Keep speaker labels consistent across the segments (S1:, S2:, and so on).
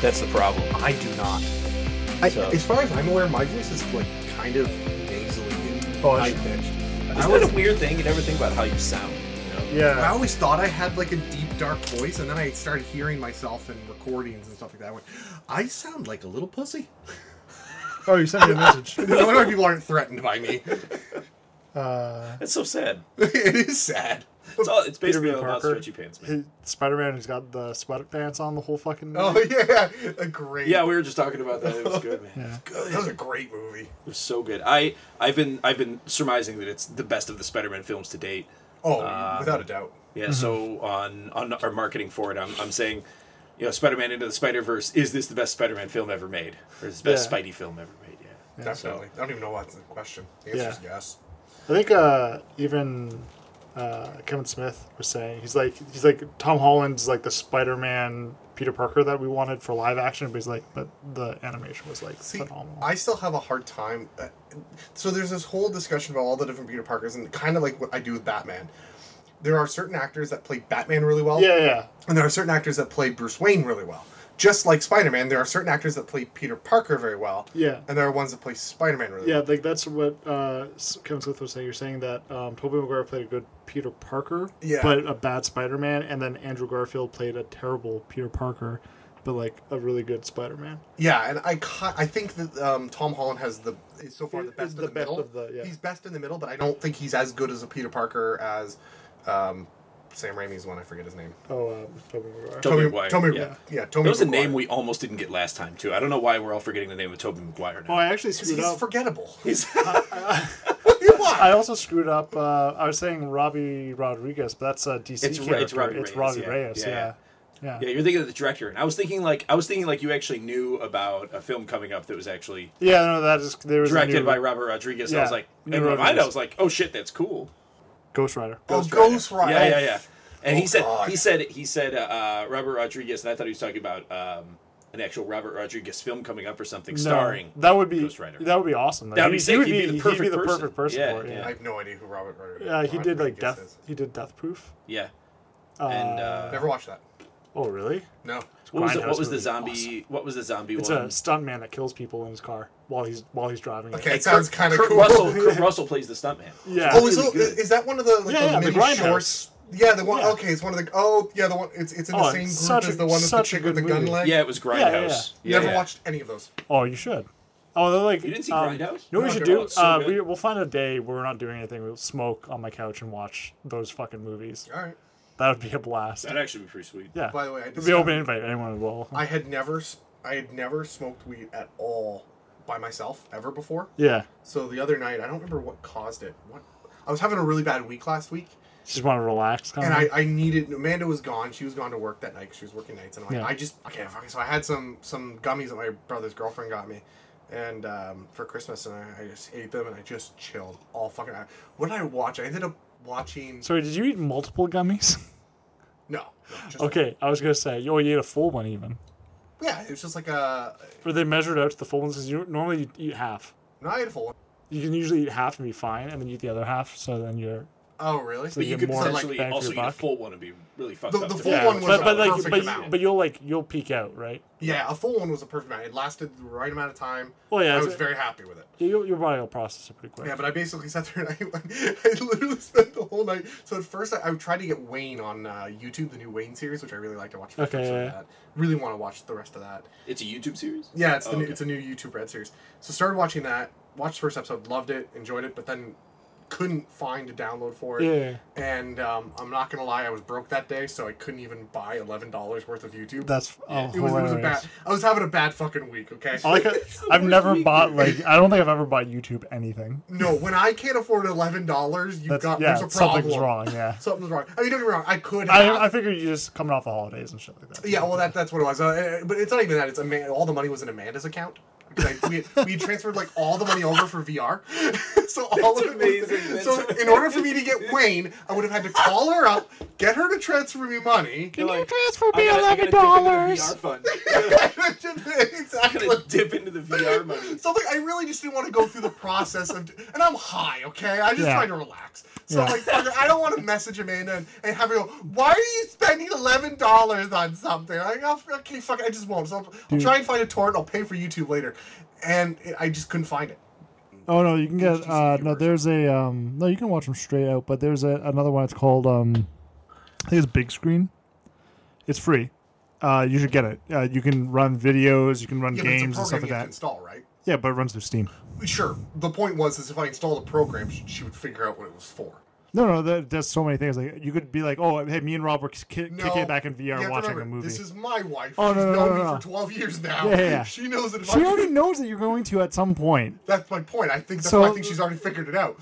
S1: That's the problem.
S2: I do not.
S3: I,
S1: So-
S3: as far as I'm aware, my voice is like kind of nasally and
S2: Oh,
S3: high
S2: I-
S3: pitched.
S1: Isn't that a weird thing? You never think about how you sound. You know?
S3: I
S2: Yeah.
S3: always thought I had like a deep, dark voice, and then I started hearing myself in recordings and stuff like that. I went, I sound like a little pussy.
S2: Oh, you sent me a message.
S3: no wonder people aren't threatened by me.
S2: Uh,
S1: That's so sad.
S3: it is sad.
S1: It's, all, it's
S2: Peter B.
S1: basically all about
S2: Parker.
S1: stretchy pants, man.
S2: he, Spider-Man, who's got the sweatpants on the whole fucking.
S3: Oh yeah, a great.
S1: Yeah, we were just talking about that. It was good, man. It was good.
S3: that was a great movie.
S1: It was so good. I I've been I've been surmising that it's the best of the Spider-Man films to date.
S3: Oh, without a doubt.
S1: Yeah. So on on our marketing for it, I'm I'm saying, you know, Spider-Man into the Spider-Verse is this the best Spider-Man film ever made, or is the best
S2: Yeah.
S1: Spidey film ever made? Yeah.
S3: Definitely. I don't even know what's the question. The
S2: Yeah.
S3: answer's yes.
S2: I think uh, even uh, Kevin Smith was saying he's like he's like Tom Holland's like the Spider-Man Peter Parker that we wanted for live action, but he's like but the animation was like
S3: See,
S2: phenomenal.
S3: I still have a hard time. Uh, so there's this whole discussion about all the different Peter Parkers, and kind of like what I do with Batman. There are certain actors that play Batman really well,
S2: yeah, yeah,
S3: and there are certain actors that play Bruce Wayne really well. Just like Spider-Man, there are certain actors that play Peter Parker very well,
S2: yeah.
S3: and there are ones that play Spider-Man really
S2: Yeah,
S3: well.
S2: like that's what uh, S- Kevin Smith was saying. You're saying that um, Tobey Maguire played a good Peter Parker,
S3: Yeah.
S2: but a bad Spider-Man, and then Andrew Garfield played a terrible Peter Parker, but like a really good Spider-Man.
S3: Yeah, and I ca- I think that um, Tom Holland has the is so far the
S2: Is
S3: best
S2: the
S3: in the
S2: best
S3: middle.
S2: of the- yeah.
S3: He's best in the middle, but I don't think he's as good as a Peter Parker as um, Sam Raimi's one. I forget his name.
S2: Oh, um, Tobey Maguire.
S1: Tobey Maguire,
S3: Tommy,
S1: yeah.
S3: yeah, Tommy.
S1: That was a
S3: Maguire.
S1: name we almost didn't get last time too. I don't know why we're all forgetting the name of Toby Maguire
S2: oh,
S1: now.
S2: I actually
S3: Because
S2: screwed
S3: he's
S2: up.
S3: forgettable.
S1: He's-
S3: Why?
S2: I also screwed up. Uh, I was saying Robbie Rodriguez, but that's a DC
S1: It's Ra-
S2: character.
S1: it's
S2: It's
S1: Robbie
S2: Robbie
S1: Reyes,
S2: Reyes.
S1: yeah. Yeah,
S2: Yeah.
S1: yeah.
S2: Yeah.
S1: yeah, you're thinking of the director, and I was thinking like I was thinking like you actually knew about a film coming up that was actually
S2: Yeah, no, that is there was a
S1: directed
S2: new
S1: by Robert Rodriguez. and I was
S2: Yeah,
S1: like,
S2: new
S1: in my mind,
S2: Rodriguez.
S1: I was like, oh shit, that's cool.
S2: Ghost Rider.
S3: oh, Ghost Rider.
S1: Yeah, yeah, yeah. And he
S3: Oh,
S1: said,
S3: God.
S1: he said, he said, uh, Robert Rodriguez, and I thought he was talking about um, an actual Robert Rodriguez film coming up or something,
S2: No,
S1: starring.
S2: that would be
S1: Ghost Rider.
S2: that would be awesome. Like,
S1: That would
S2: he-
S1: be sick.
S2: He would
S1: He'd be
S2: be,
S1: the
S2: he'd
S1: perfect
S2: be the
S1: person.
S2: perfect person
S1: Yeah,
S2: for it.
S1: yeah.
S3: I
S2: Yeah,
S3: have no idea who Robert Rodriguez.
S2: Uh, he did like
S3: Rodriguez
S2: death.
S3: is.
S2: He did Death Proof.
S1: Yeah.
S2: Uh,
S1: And uh,
S3: Never watched that.
S2: oh, really?
S3: No.
S1: what was the,
S2: Grindhouse
S1: what was the
S2: movie.
S1: zombie?
S2: Awesome.
S1: What was the zombie
S2: It's
S1: one?
S2: a stunt man that kills people in his car while he's while he's driving. it.
S3: Okay,
S1: And
S3: it sounds kind of
S1: Kurt
S3: cool.
S1: Russell, Kurt Russell plays the stuntman.
S2: Yeah.
S3: oh, is,
S1: really
S3: it-
S1: good.
S3: is that one of the like
S2: Yeah,
S3: the
S2: yeah, the
S3: mini
S2: Grindhouse.
S3: shorts? Yeah, the one.
S2: Yeah.
S3: Okay, it's one of the. Oh, yeah, the one. It's it's in the
S2: Oh,
S3: same
S2: it's
S3: group
S2: such
S3: as
S2: a-
S3: the one with the
S2: such a
S3: chick with the
S2: good
S3: gun
S2: movie.
S3: leg.
S1: Yeah, it was
S2: yeah,
S1: Grindhouse. Yeah,
S3: Never
S1: yeah.
S3: watched any of those.
S2: Oh, you should. Oh, they're like
S1: You didn't see
S2: um,
S1: Grindhouse?
S2: You know what
S1: No,
S2: we should
S1: no,
S2: do?
S1: it's so
S2: uh,
S1: good.
S2: we, we'll find a day where we're not doing anything. We'll smoke on my couch and watch those fucking movies.
S3: All right.
S2: That would be a blast.
S1: That'd actually be pretty sweet.
S2: Yeah.
S3: By the way, I
S2: it'd be
S3: discovered-
S2: open invite. Anyone will.
S3: I had never s- I had never smoked weed at all by myself ever before.
S2: yeah.
S3: So the other night, I don't remember what caused it. What I was having a really bad week last week,
S2: Just want to relax. Kind
S3: and
S2: of.
S3: I, I needed. Amanda was gone. She was gone to work that night. 'cause She was working nights, and I'm like,
S2: Yeah.
S3: I just I can't. fucking- So I had some some gummies that my brother's girlfriend got me, and um, for Christmas, and I, I just ate them, and I just chilled all fucking. Out. What did I watch? I ended up watching.
S2: Sorry, did you eat multiple gummies?
S3: No. no just like-
S2: okay, I was gonna say, yo, you ate a full one even.
S3: yeah, it was just like a.
S2: Or they measured out to the full ones because you normally you eat half.
S3: No, I ate a full one.
S2: You can usually eat half and be fine, and then eat the other half. So then you're.
S3: Oh really?
S2: So
S1: But you
S2: get
S1: could
S2: more
S1: potentially
S2: bang for
S1: also
S2: your
S1: eat a
S2: buck.
S1: full one and be really fucked
S3: The-
S1: up.
S3: the
S1: to
S3: full
S1: that.
S3: one was
S2: but but
S3: the
S2: like
S3: perfect
S2: but,
S3: amount.
S2: but you'll like you'll peak out, right?
S3: Yeah, a full one was a perfect amount. It lasted the right amount of time.
S2: Well, Oh, yeah,
S3: I
S2: it's-
S3: was very happy with it.
S2: Your, your body will process it pretty quick.
S3: Yeah, but I basically sat there and I, I literally spent the whole night. So at first, I, I tried to get Wayne on uh, YouTube, the new Wayne series, which I really like to watch. the first
S2: Okay,
S3: episode of
S2: yeah, yeah.
S3: that. Really want to watch the rest of that.
S1: It's a YouTube series.
S3: Yeah, it's the
S1: Oh,
S3: new,
S1: okay.
S3: it's a new YouTube Red series. So started watching that. Watched the first episode, loved it, enjoyed it, but then couldn't find a download for it.
S2: Yeah.
S3: And um, I'm not gonna lie, I was broke that day, so I couldn't even buy eleven dollars worth of YouTube.
S2: That's oh,
S3: it was, it was a bad. I was having a bad fucking week. Okay.
S2: I like. i
S1: the
S2: I've
S1: worst
S2: never
S1: week.
S2: bought like. I don't think I've ever bought YouTube anything.
S3: No, when I can't afford eleven dollars, you've
S2: That's
S3: got
S2: yeah.
S3: there's a problem.
S2: Something's wrong. Yeah.
S3: Something's wrong. I mean, don't get me wrong. I could. Have,
S2: I I figure you just coming off the holidays and shit like that.
S3: yeah, well, that that's what it was. Uh, uh, but it's not even that. It's Ama- all the money was in Amanda's account. 'Cause I, we we transferred like all the money over for VR, so all
S1: That's
S3: of it. Was,
S1: amazing.
S3: so
S1: That's-
S3: in order for me to get Wayne, I would have had to call her up, get her to transfer me money.
S1: You're like,
S2: transfer
S1: I gotta- I gotta dip into the VR fund. I
S3: exactly.
S1: gotta dip into the VR money.
S3: Something I really just didn't want to go through the process of, and I'm high, okay. I just
S2: Yeah.
S3: tried to relax. So I'm like, fuck it, I don't want to message Amanda and, and have her go, why are you spending eleven dollars on something? I'm like, oh, okay, fuck it, I just won't. So I'll, I'll try and find a torrent. I'll pay for YouTube later, and it, I just couldn't find it.
S2: Oh no, you can get
S3: HTC
S2: uh, no.
S3: version.
S2: There's a um, no. You can watch them straight out, but there's a, another one. It's called um, I think it's Big Screen. It's free. Uh, you should get it. Uh, you can run videos. You can run
S3: Yeah, but
S2: games and
S3: it's a
S2: stuff
S3: program
S2: like
S3: you have to
S2: that.
S3: install, right?
S2: Yeah, but it runs through Steam.
S3: Sure. The point was is if I installed a program, she, she would figure out what it was for.
S2: No, no, that, that's so many things. Like you could be like, oh, hey, me and Rob were ki- kicking it back in
S3: you have
S2: VR
S3: to
S2: watching a
S3: remember,
S2: movie.
S3: This is my wife.
S2: Oh,
S3: She's
S2: no, no,
S3: known
S2: no, no,
S3: me
S2: no.
S3: for 12 years now.
S2: Yeah, yeah, yeah.
S3: She knows that if
S2: she
S3: I-
S2: already knows that you're going to at some point.
S3: That's my point. I think that's
S2: So-
S3: why I think she's already figured it out.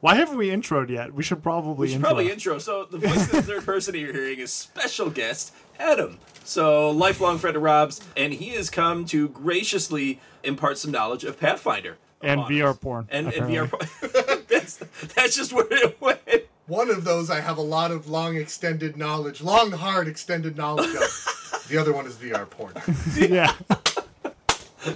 S2: Why haven't we introed yet? We should probably
S1: It's
S2: intro.
S1: probably intro. So the voice of the third person you're hearing is special guest Adam. So lifelong friend of Rob's, and he has come to graciously impart some knowledge of Pathfinder
S2: And
S1: upon
S2: VR
S1: us.
S2: porn,
S1: and, and
S2: apparently.
S1: VR porn. that's, that's just where it went.
S3: One of those I have a lot of long extended knowledge, long hard extended knowledge of. the other one is VR porn.
S1: Uh,
S2: yeah.
S1: so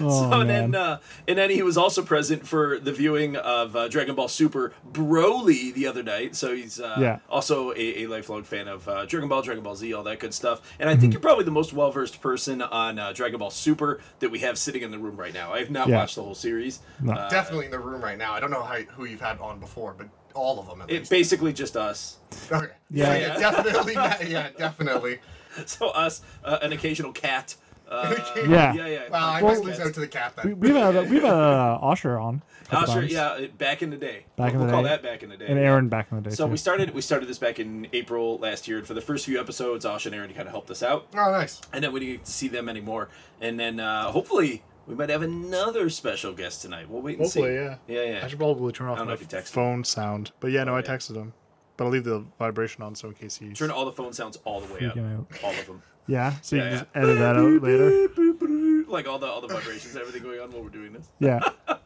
S2: oh,
S1: and
S2: man.
S1: then, uh, and then he was also present for the viewing of uh, Dragon Ball Super Broly the other night. So he's uh,
S2: Yeah.
S1: also a, a lifelong fan of uh, Dragon Ball, Dragon Ball Z, all that good stuff. And I
S2: Mm-hmm.
S1: think you're probably the most well versed person on uh, Dragon Ball Super that we have sitting in the room right now. I have not
S2: Yeah.
S1: watched the whole series.
S2: No.
S1: Uh,
S3: Definitely in the room right now. I don't know how, who you've had on before, but all of them at
S1: It
S3: least.
S1: basically just us.
S3: Okay.
S2: Yeah.
S3: Yeah, yeah, definitely. Yeah, definitely.
S1: So us, uh, an occasional cat. Uh,
S2: Yeah.
S1: yeah, yeah.
S3: Well, I
S1: Well,
S3: must lose out to the cat
S2: We,
S3: then.
S2: we've had we've had uh, Osher on. a couple
S1: Uh, sure,
S2: times.
S1: yeah, it- back in the day.
S2: Back in
S1: we'll
S2: the
S1: call
S2: day.
S1: that back in the day.
S2: and Aaron back in the day.
S1: So
S2: too.
S1: we started we started this back in April last year, and for the first few episodes, Osh and Aaron kind of helped us out,
S3: Oh, nice.
S1: and then we didn't get to see them anymore. And then uh, hopefully we might have another special guest tonight. We'll wait and
S2: Hopefully,
S1: see.
S2: yeah.
S1: yeah,
S2: I should probably turn off
S1: don't know if
S2: my
S1: you texted.
S2: phone sound. But yeah, no, I
S1: yeah.
S2: texted him. But I'll leave the vibration on so in case he.
S1: Turn all the phone sounds all the way up,
S2: Freaking out.
S1: all of them,
S2: Yeah, so you
S1: Yeah,
S2: can
S1: yeah.
S2: just edit that out later.
S1: like all the all the vibrations, and everything going on while we're doing this.
S2: Yeah,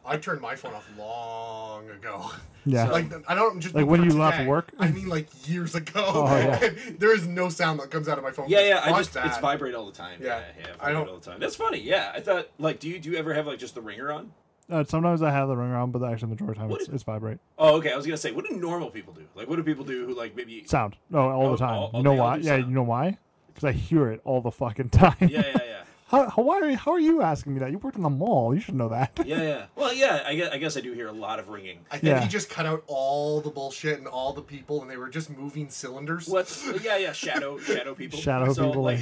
S3: I turned my phone off long ago.
S2: yeah.
S1: So-
S3: Like I don't just
S2: Oh. Like, when
S3: for
S2: you left
S3: today.
S2: work?
S3: I mean, like years ago.
S2: Oh, yeah.
S3: there is no sound that comes out of my phone.
S1: Yeah, yeah. I
S3: Fuck
S1: just it's
S3: that.
S1: vibrate all the time.
S3: Yeah.
S1: yeah, yeah
S3: I
S1: vibrate
S3: don't-
S1: all the time. That's funny. Yeah, I thought like, do you do you ever have like just the ringer on?
S2: uh, sometimes I have the ringer on, but the actual majority of the time
S1: What
S2: it's, it's vibrate
S1: Oh, okay. I was gonna say, what do normal people do? Like, what do people do who like maybe?
S2: sound. No, all
S1: Oh,
S2: the time.
S1: all- all-
S2: you know
S1: they all
S2: why?
S1: do
S2: Yeah,
S1: sound.
S2: you know why? Because I hear it all the fucking time.
S1: Yeah, yeah, yeah.
S2: how, how why are you, how are you asking me that? You worked in the mall. You should know that.
S1: Yeah, yeah. Well, yeah. I guess I, guess I do hear a lot of ringing.
S3: I think
S2: Yeah.
S3: he just cut out all the bullshit and all the people, and they were just moving cylinders.
S1: What's yeah, yeah. Shadow, shadow people.
S2: Shadow
S1: So,
S2: people,
S1: Like,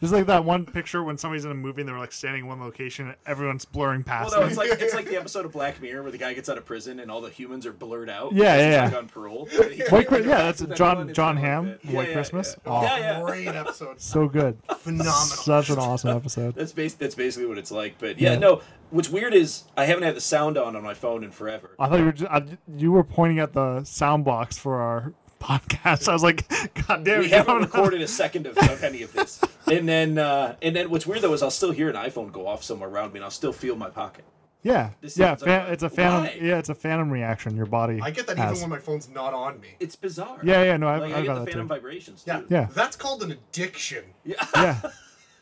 S2: There's like that one picture when somebody's in a movie and they're like standing in one location and everyone's blurring
S1: well,
S2: past.
S1: no,
S2: them.
S1: it's like it's like the episode of Black Mirror where the guy gets out of prison and all the humans are blurred out.
S2: Yeah,
S1: because he's,
S2: yeah,
S1: like,
S2: yeah.
S1: on parole. And he can't
S2: White Chri-
S1: interact
S2: yeah, that's
S1: with
S2: John-
S1: anyone. It's
S2: John
S1: kinda
S2: Hamm,
S1: that. Yeah,
S2: White
S1: yeah,
S2: Christmas.
S1: Yeah,
S2: Oh.
S1: yeah. yeah.
S3: Great episode.
S2: so good.
S3: Phenomenal.
S2: Such an awesome episode.
S1: That's bas- that's basically what it's like. But yeah,
S2: Yeah.
S1: no. What's weird is I haven't had the sound on on my phone in forever.
S2: I thought you were just, I, you were pointing at the sound box for our podcast. I was like, God damn
S1: we
S2: it, you
S1: haven't
S2: don't know."
S1: recorded a second of, of any of this. And then uh, and then what's weird though is I'll still hear an iPhone go off somewhere around me and I'll still feel my pocket.
S2: Yeah,
S1: This
S2: yeah,
S1: sounds
S2: fan-
S1: like a-
S2: it's a phantom.
S1: Why?
S2: Yeah, it's a phantom reaction. Your body.
S3: I get that
S2: has.
S3: even when my phone's not on me.
S1: It's bizarre.
S2: Yeah, yeah, no, I've,
S1: Like, I
S2: I've
S1: get
S2: got
S1: the
S2: that
S1: phantom
S2: too.
S1: vibrations.
S3: Yeah.
S1: too.
S2: Yeah.
S3: That's called an addiction.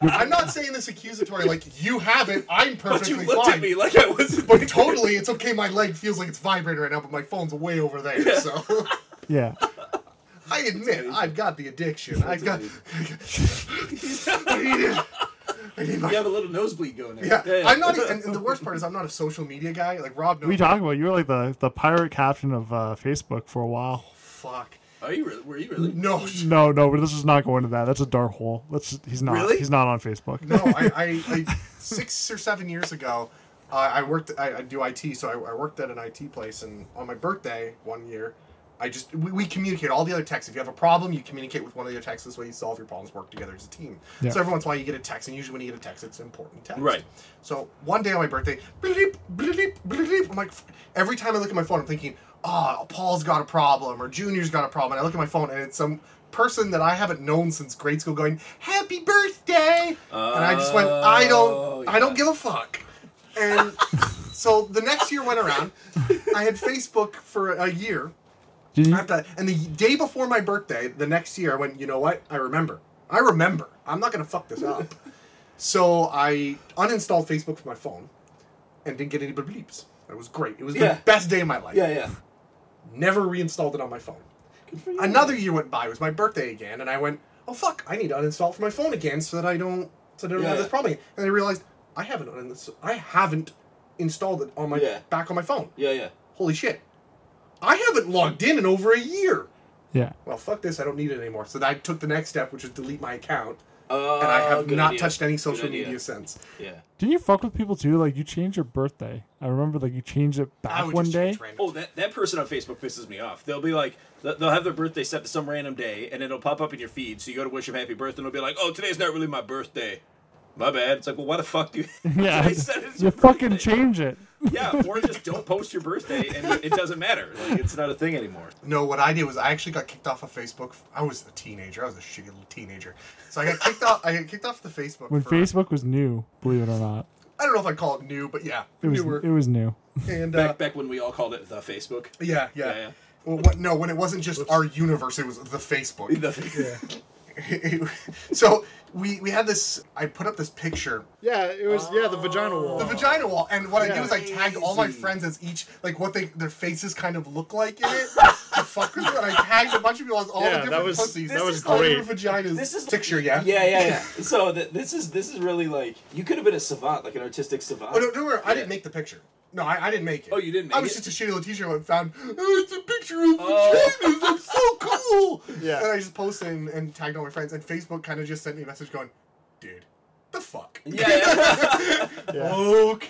S2: Yeah,
S3: I'm not saying this accusatory, like, you have it, I'm
S1: But
S3: perfectly
S1: you looked
S3: fine.
S1: at me like I was.
S3: But totally, it's okay. My leg feels like it's vibrating right now, but my phone's way over there. So
S2: yeah.
S3: I admit I've got the addiction. I've got. I need it. I need my.
S1: You
S3: Yeah,
S1: have a little nosebleed going there.
S3: I'm not. Even, and, and the worst part is I'm not a social media guy. Like Rob knows.
S2: We talk about you were like the the pirate captain of uh, Facebook for a while.
S3: Fuck.
S1: Are you really? Were you really?
S3: No.
S2: No, no, but this is not going to that. That's a dark hole. Let's. He's not.
S1: Really?
S2: He's not on Facebook.
S3: No, I, I, I six or seven years ago, uh, I worked. I, I do IT, so I, I worked at an IT place, and on my birthday one year, I just we, we communicate all the other techs. If you have a problem, you communicate with one of the other techs. This way, you solve your problems, work together as a team.
S2: Yeah.
S3: So every once in a while, you get a text, and usually when you get a text, it's important text.
S1: Right.
S3: So one day on my birthday, bleep, bleep, bleep. I'm like, f- every time I look at my phone, I'm thinking, oh, Paul's got a problem or Junior's got a problem. And I look at my phone and it's some person that I haven't known since grade school going, happy birthday. and I just went, I
S1: Oh,
S3: don't,
S1: yeah.
S3: I don't give a fuck. And so the next year went around. I had Facebook for a year.
S2: Did you,
S3: I have to, and the day before my birthday, the next year, I went, you know what? I remember. I remember. I'm not going to fuck this up. so I uninstalled Facebook from my phone and didn't get any bleeps. It was great. It was
S1: Yeah.
S3: the best day of my life.
S1: Yeah, yeah.
S3: Never reinstalled it on my phone. Another year went by. It was my birthday again, and I went, "Oh fuck! I need to uninstall it from my phone again so that I don't so that I don't
S1: Yeah,
S3: have
S1: yeah.
S3: this problem." again." And I realized I haven't uninst- I haven't installed it on my
S1: Yeah.
S3: back on my phone.
S1: Yeah, yeah.
S3: Holy shit! I haven't logged in in over a year.
S4: Yeah.
S3: Well, fuck this! I don't need it anymore. So I took the next step, which is delete my account,
S1: Uh,
S3: and I have
S1: good
S3: not
S1: idea.
S3: touched any
S1: Good
S3: social
S1: idea.
S3: media since.
S1: Yeah.
S4: Didn't you fuck with people too? Like you changed your birthday. I remember like you changed it
S3: I
S4: back
S3: would
S4: one
S3: just
S4: day.
S3: change random.
S1: Oh, that, that person on Facebook pisses me off. They'll be like, they'll they'll have their birthday set to some random day, and it'll pop up in your feed. So you go to wish them happy birthday, and it'll be like, oh, today's not really my birthday. My bad. It's like, well, why the fuck do you?
S4: Yeah.
S1: They said it's
S4: you
S1: your
S4: fucking
S1: birthday.
S4: change it.
S1: yeah, or just don't post your birthday, and it doesn't matter. Like, it's not a thing anymore.
S3: No, what I did was I actually got kicked off of Facebook. I was a teenager. I was a shitty little teenager. So I got kicked off. I got kicked off the Facebook.
S4: When
S3: for,
S4: Facebook was new, believe it or not.
S3: I don't know if I call it new, but yeah,
S4: It was
S3: newer.
S4: it was new.
S3: and uh,
S1: Back back when we all called it the Facebook.
S3: yeah, yeah.
S1: Yeah, yeah.
S3: Well, what, no, when it wasn't just our universe, it was the Facebook.
S1: The-
S3: so we we had this. I put up this picture,
S4: Yeah, it was yeah, the vagina wall.
S3: the vagina wall, and what I
S4: Yeah.
S3: did was I tagged all my
S1: Crazy.
S3: friends as each like what they their faces kind of look like in it. the fuck was it? And I tagged a bunch of people as all
S4: Yeah,
S3: the
S4: that
S3: different
S4: was-
S3: pussies.
S4: that This was is
S3: all the
S4: great.
S3: different vaginas.
S1: This is-
S3: picture, yeah.
S1: yeah, yeah, yeah. So th- this is this is really like you could have been a savant, like an artistic savant.
S3: Oh no, don't worry, I
S1: Yeah.
S3: didn't make the picture. No, I, I didn't make it.
S1: Oh, you didn't
S3: I
S1: make
S3: was
S1: it?
S3: just a shitty little teacher and found oh, it's a picture of
S1: Oh.
S3: vaginas. That's so cool.
S4: Yeah.
S3: And I just posted and, and tagged all my friends, and Facebook kind of just sent me a message going, "Dude, the fuck."
S1: Yeah, yeah.
S4: Yeah.
S3: Okay.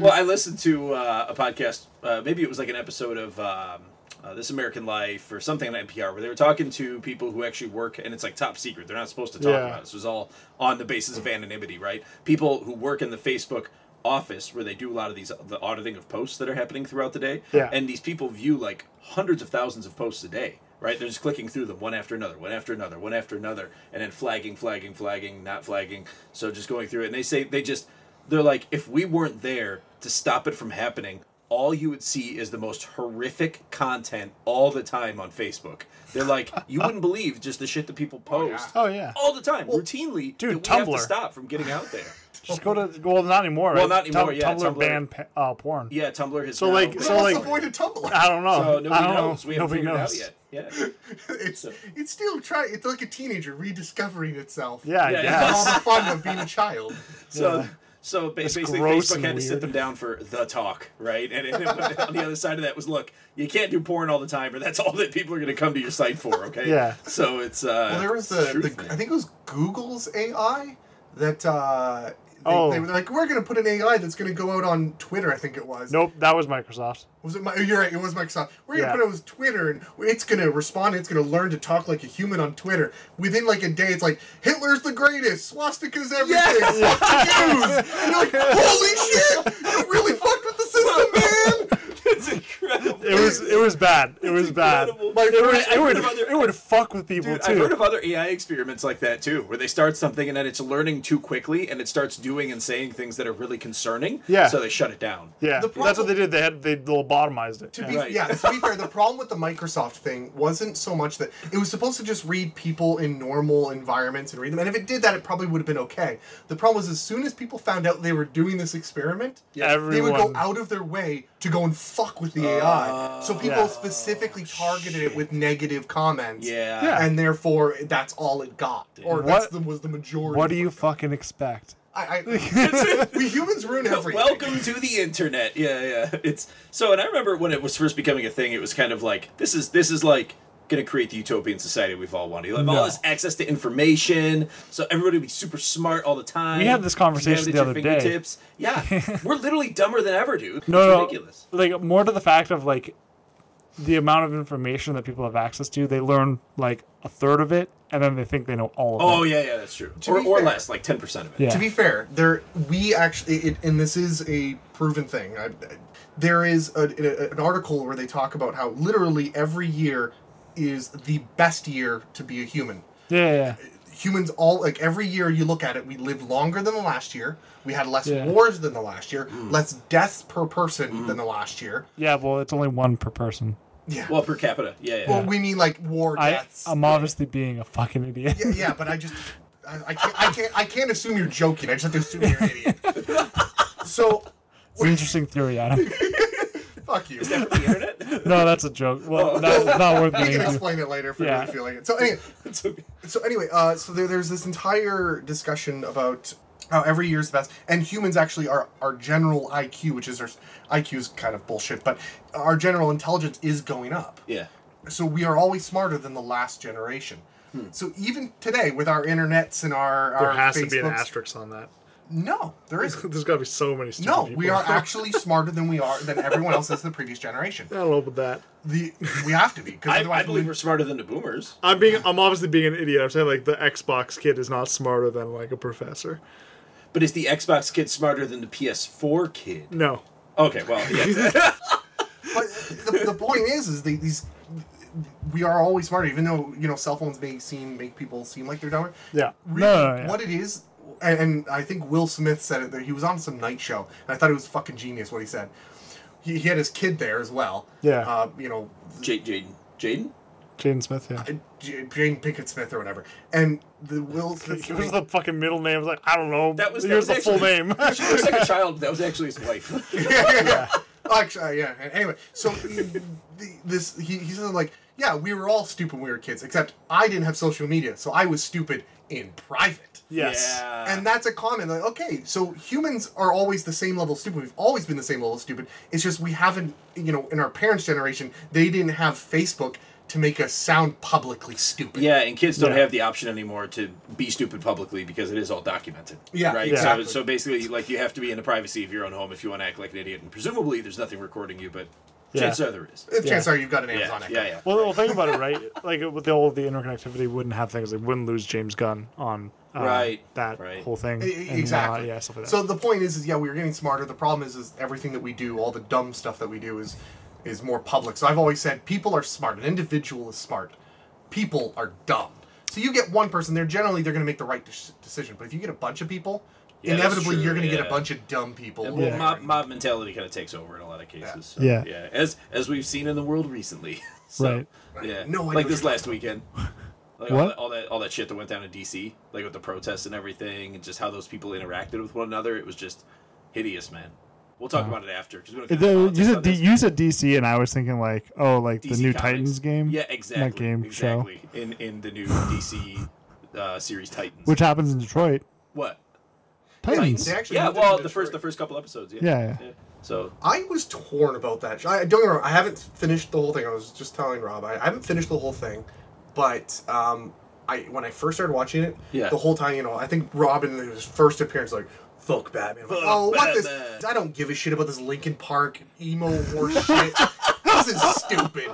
S1: well, I listened to uh, a podcast. Uh, maybe it was like an episode of um, uh, This American Life or something on NPR, where they were talking to people who actually work, and it's like top secret. They're not supposed to talk
S4: Yeah.
S1: about it. This was all on the basis of anonymity, right? People who work in the Facebook office where they do a lot of these the auditing of posts that are happening throughout the day
S4: Yeah.
S1: and these people view like hundreds of thousands of posts a day right they're just clicking through them one after another one after another one after another and then flagging flagging flagging not flagging so just going through it and they say they just they're like if we weren't there to stop it from happening all you would see is the most horrific content all the time on facebook they're like you wouldn't believe just the shit that people post
S4: Oh yeah.
S1: all the time routinely
S4: dude,
S1: that we have
S4: Tumblr.
S1: to stop from getting out there
S4: Just go to well, not anymore.
S1: Well,
S4: right?
S1: not anymore,
S4: Tum-
S1: yeah,
S4: Tumblr,
S1: Tumblr.
S4: banned pa- uh, porn.
S1: yeah tumblr has
S4: So,
S1: now-
S4: like-
S3: But
S4: so,
S3: I also
S4: like-
S3: avoided Tumblr.
S4: I don't know.
S1: so nobody
S4: I don't
S1: knows
S4: Know.
S1: we haven't
S4: nobody
S1: figured it out
S4: knows.
S1: yet yeah
S3: it's it's still trying. It's like a teenager rediscovering itself.
S4: Yeah,
S1: Yeah,
S4: I
S1: yeah.
S3: All
S4: guess.
S3: the fun of being a child.
S1: So, so ba- basically,
S4: gross
S1: Facebook
S4: and
S1: had to sit
S4: weird.
S1: them down for the talk, right? And, and on the other side of that was, look, you can't do porn all the time, or that's all that people are going to come to your site for, okay?
S4: Yeah.
S1: So it's uh.
S3: Well, there was
S1: it's
S3: the,
S1: truth,
S3: the
S1: man.
S3: I think it was Google's AI that uh, they,
S4: Oh.
S3: they were like, we're going to put an AI that's going to go out on Twitter. I think it was.
S4: Nope, that was Microsoft.
S3: was it? My, you're right. It was Microsoft. We're going to
S4: Yeah.
S3: put it on Twitter, and it's going to respond. It's going to learn to talk like a human on Twitter. Within like a day, it's like Hitler's the greatest, swastikas everything,
S1: Yeah.
S3: fuck the Jews. And you're like, holy shit! You really fucked with the system, man.
S1: it's incredible.
S4: It was it was bad. It was bad. It
S1: incredible.
S4: would, it, would,
S1: I've heard of
S4: it would fuck with people
S1: Dude,
S4: too.
S1: I've heard of other AI experiments like that too, where they start something and then it's learning too quickly and it starts doing and saying things that are really concerning.
S4: Yeah.
S1: So they shut it down.
S4: yeah,
S3: The
S4: that's
S3: problem-
S4: what they did. They had they lobotomized it.
S3: To
S4: yeah.
S3: be
S1: Right.
S3: yeah, to be fair, the problem with the Microsoft thing wasn't so much that it was supposed to just read people in normal environments and read them. And if it did that, it probably would have been okay. The problem was as soon as people found out they were doing this experiment,
S4: Everyone.
S3: they would go out of their way to go and fuck with the AI. So people
S4: Oh. Yeah. Oh,
S3: specifically targeted it with negative comments.
S1: Yeah.
S4: Yeah.
S3: And therefore, that's all it got, or
S4: What-
S3: that's the, was the majority.
S4: What
S3: of
S4: do you
S3: it.
S4: fucking expect?
S3: I, I, we humans ruin everything.
S1: Welcome to the internet. Yeah, yeah. It's so, and I remember when it was first becoming a thing, it was kind of like this is this is like going to create the utopian society we've all wanted. You have all this access to information, so everybody would be super smart all the time.
S4: We had this conversation
S1: You
S4: the
S1: have it at your
S4: other day.
S1: fingertips. Yeah, we're literally dumber than ever, dude.
S4: No,
S1: it's
S4: no,
S1: ridiculous.
S4: like more to the fact of like the amount of information that people have access to. They learn like a third of it, and then they think they know all of it.
S1: Oh yeah, yeah, that's true. Or,
S3: be
S1: or
S3: fair-
S1: less, like ten percent of it.
S4: Yeah.
S3: to be fair, there we actually, it, and this is a proven thing. I, I- there is a, a- an article where they talk about how literally every year is the best year to be a human.
S4: Yeah, yeah,
S3: Humans all like every year you look at it, we live longer than the last year. We had less
S4: Yeah.
S3: wars than the last year,
S1: Mm.
S3: less deaths per person
S1: Mm-hmm.
S3: than the last year.
S4: yeah. Well, it's only one per person.
S3: Yeah. Well,
S1: Well, per capita. Yeah, yeah.
S3: we mean like war
S4: I, um,
S3: deaths.
S4: I'm obviously being a fucking idiot.
S3: yeah, yeah, but I just I, I can't I can't I can't assume you're joking. I just have to assume you're an idiot. so
S4: It's an interesting theory, Adam.
S3: Fuck, Fuck you.
S1: Is that from the internet?
S4: No, that's a joke. Well, not, not worth
S3: I
S4: getting
S3: can
S4: into.
S3: explain it later if
S4: Yeah.
S3: you're feeling it. So anyway,
S1: It's okay.
S3: so anyway, uh, so there, there's this entire discussion about how every year's the best, and humans actually are our general IQ, which is our IQ is kind of bullshit, but our general intelligence is going up.
S1: Yeah.
S3: So we are always smarter than the last generation. So even today, with our internets and our
S4: Hmm. There
S3: our
S4: has
S3: Facebooks,
S4: to be an asterisk on that.
S3: no, there isn't.
S4: There's got to be so many stupid
S3: No,
S4: people.
S3: we are actually smarter than we are than everyone else is the previous generation.
S4: I don't know about that.
S3: The we have to be because
S1: I,
S3: otherwise
S1: I believe
S3: we-
S1: we're smarter than the boomers.
S4: I'm being. I'm obviously being an idiot. I'm saying like the Xbox kid is not smarter than like a professor.
S1: But is the Xbox kid smarter than the PS4 kid?
S4: No.
S1: Okay, well, yeah.
S3: but the, the point is, is they, these we are always smarter, even though you know cell phones may seem make people seem like they're dumber.
S4: Yeah.
S3: Really,
S4: no. no, yeah.
S3: what it is, and, and I think Will Smith said it. That he was on some night show, and I thought it was fucking genius what he said. He, he had his kid there as well.
S4: Yeah.
S3: uh, you know,
S1: Jade, Jaden. Jaden?
S4: Jaden Smith. Yeah.
S3: J- Jane Pinkett Smith or whatever, and the Will Smith.
S4: It was the fucking middle name. I was like, I don't know.
S1: That was-
S4: here's
S1: that was
S4: the full
S1: actually-
S4: name.
S1: She looks like a child. That was actually his wife.
S3: Actually, uh, yeah. Anyway, so the, this he, he said like, yeah, we were all stupid when we were kids, except I didn't have social media, so I was stupid in private.
S4: yes.
S1: Yeah.
S3: And that's a comment. Like, okay, so humans are always the same level of stupid. We've always been the same level of stupid. It's just we haven't, you know, in our parents' generation, they didn't have Facebook to make us sound publicly stupid.
S1: Yeah, and kids don't
S4: Yeah.
S1: have the option anymore to be stupid publicly because it is all documented.
S3: Yeah,
S1: right.
S3: exactly.
S1: So, so basically, like you have to be in the privacy of your own home if you want to act like an idiot, and presumably there's nothing recording you, but
S4: Yeah.
S1: chances are there is.
S3: The chances
S4: Yeah.
S3: are you've got an
S1: Yeah,
S3: Amazon
S1: yeah,
S3: Echo.
S1: yeah.
S4: Well, well, think about it, right? Like with the, all the interconnectivity, wouldn't have things. Like wouldn't lose James Gunn on uh,
S1: Right,
S4: that
S1: right.
S4: whole thing.
S3: E-
S4: and, uh,
S3: exactly.
S4: yeah, stuff like that.
S3: So the point is, is yeah, we were getting smarter. The problem is, is everything that we do, all the dumb stuff that we do, is is more public. So I've always said people are smart. An individual is smart. People are dumb. So you get one person, they're generally they're going to make the right de- decision. But if you get a bunch of people,
S1: Yeah, that's
S3: inevitably
S1: true,
S3: you're going to get
S1: yeah.
S3: a bunch of dumb people.
S1: And
S3: who
S1: well,
S3: are-
S1: mob, mob mentality kind of takes over in a lot of cases. So,
S4: Yeah.
S1: yeah. As as we've seen in the world recently. so,
S4: Right.
S1: Yeah.
S3: No, I know
S1: like this
S3: what you're
S1: last weekend. Like All,
S4: What?
S1: that, all that all that shit that went down in DC, like with the protests and everything, and just how those people interacted with one another. It was just hideous, man. We'll talk about it after because we don't. get into
S4: The,
S1: politics
S4: you,
S1: on
S4: said, D-
S1: this.
S4: you said DC, and I was thinking like, oh, like the
S1: DC
S4: new
S1: Comics.
S4: Titans game.
S1: Yeah, exactly.
S4: That game show,
S1: exactly. In in the new DC uh, series Titans.
S4: which happens in Detroit.
S1: what?
S4: Titans.
S3: They actually
S1: Yeah,
S3: moved
S1: well,
S3: into
S1: the first the
S3: Detroit.
S1: first couple episodes. Yeah.
S4: Yeah, yeah.
S1: So
S3: I was torn about that. show. I I don't remember. I haven't finished the whole thing. I was just telling Rob. I, I haven't finished the whole thing, but um, I when I first started watching it,
S1: Yeah.
S3: the whole time, you know, I think Robin in his first appearance, like. Fuck Batman. I'm like,
S1: Fuck
S3: oh, what
S1: Batman."
S3: this? I don't give a shit about this Lincoln Park emo war shit. this is stupid.